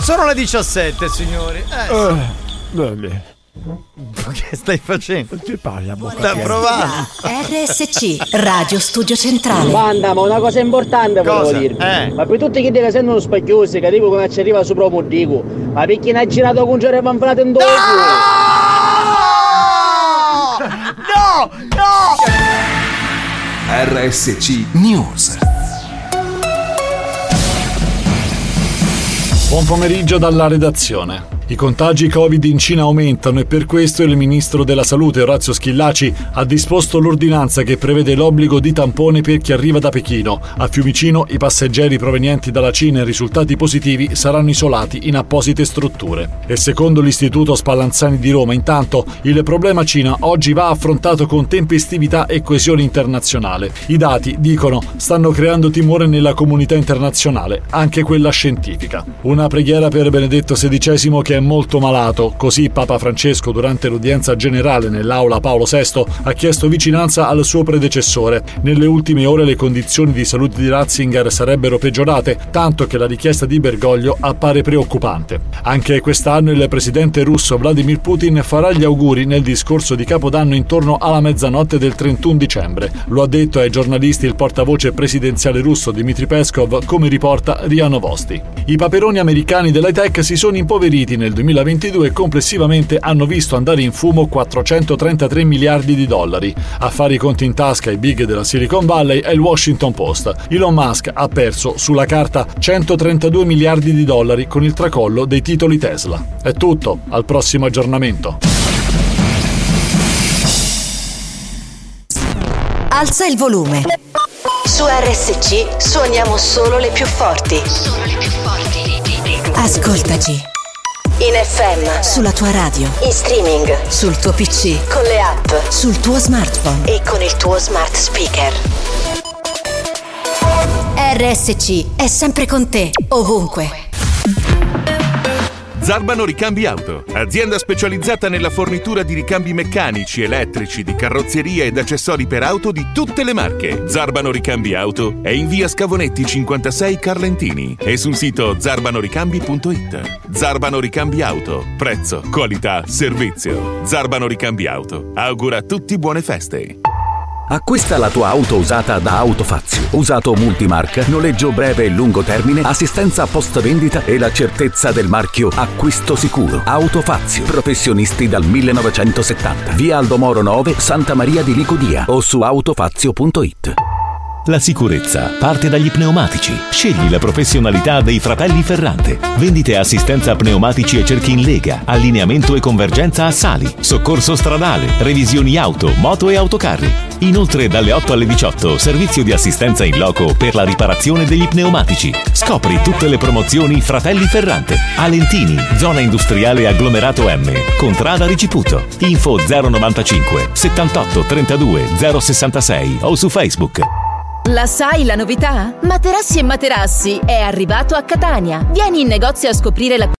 Speaker 9: Sono le 17, signori. Eh, sì. Che stai facendo?
Speaker 7: Che parli a bocca
Speaker 9: Sta provando.
Speaker 13: RSC Radio Studio Centrale.
Speaker 17: Banda, Ah, ma una cosa importante
Speaker 13: Cosa?
Speaker 17: volevo dirvi. Ma per tutti che deve sentono spacchiosi, che dico che non ci arriva su proprio dico. Ma perché ne ha girato con Giorgio Panflato in doppio?
Speaker 9: [laughs] No! No!
Speaker 37: RSC News.
Speaker 29: Buon pomeriggio dalla redazione. I contagi Covid in Cina aumentano e per questo il ministro della Salute Orazio Schillaci ha disposto l'ordinanza che prevede l'obbligo di tampone per chi arriva da Pechino. A Fiumicino i passeggeri provenienti dalla Cina e risultati positivi saranno isolati in apposite strutture. E secondo l'Istituto Spallanzani di Roma, intanto, il problema Cina oggi va affrontato con tempestività e coesione internazionale. I dati, dicono, stanno creando timore nella comunità internazionale, anche quella scientifica. Una preghiera per Benedetto XVI che è molto malato, così Papa Francesco durante l'udienza generale nell'aula Paolo VI ha chiesto vicinanza al suo predecessore. Nelle ultime ore le condizioni di salute di Ratzinger sarebbero peggiorate, tanto che la richiesta di Bergoglio appare preoccupante. Anche quest'anno il presidente russo Vladimir Putin farà gli auguri nel discorso di Capodanno intorno alla mezzanotte del 31 dicembre. Lo ha detto ai giornalisti il portavoce presidenziale russo Dmitry Peskov, come riporta Riano Vosti. I paperoni americani dell'high-tech si sono impoveriti nel 2022 e complessivamente hanno visto andare in fumo 433 miliardi di dollari. A fare i conti in tasca ai big della Silicon Valley è il Washington Post. Elon Musk ha perso sulla carta 132 miliardi di dollari con il tracollo dei titoli Tesla. È tutto, al prossimo aggiornamento.
Speaker 13: Alza il volume. Su RSC suoniamo solo le più forti. Solo le più forti. Ascoltaci. In FM. Sulla tua radio. In streaming. Sul tuo PC. Con le app. Sul tuo smartphone. E con il tuo smart speaker. RSC è sempre con te, ovunque.
Speaker 21: Zarbano Ricambi Auto, azienda specializzata nella fornitura di ricambi meccanici, elettrici, di carrozzeria ed accessori per auto di tutte le marche. Zarbano Ricambi Auto è in via Scavonetti 56 Carlentini e sul sito zarbanoricambi.it. Zarbano Ricambi Auto, prezzo, qualità, servizio. Zarbano Ricambi Auto augura a tutti buone feste.
Speaker 45: Acquista la tua auto usata da Autofazio. Usato multimarca, noleggio breve e lungo termine, assistenza post vendita e la certezza del marchio acquisto sicuro. Autofazio, professionisti dal 1970. Via Aldomoro 9, Santa Maria di Licodia o su autofazio.it.
Speaker 26: La sicurezza parte dagli pneumatici. Scegli la professionalità dei fratelli Ferrante. Vendite e assistenza pneumatici e cerchi in lega, allineamento e convergenza a sali, soccorso stradale, revisioni auto, moto e autocarri. Inoltre dalle 8 alle 18 servizio di assistenza in loco per la riparazione degli pneumatici. Scopri tutte le promozioni Fratelli Ferrante. Alentini, zona industriale agglomerato M, contrada Riciputo. Info 095 78 32 066 o su Facebook.
Speaker 22: La sai la novità? Materassi e Materassi è arrivato a Catania. Vieni in negozio a scoprire la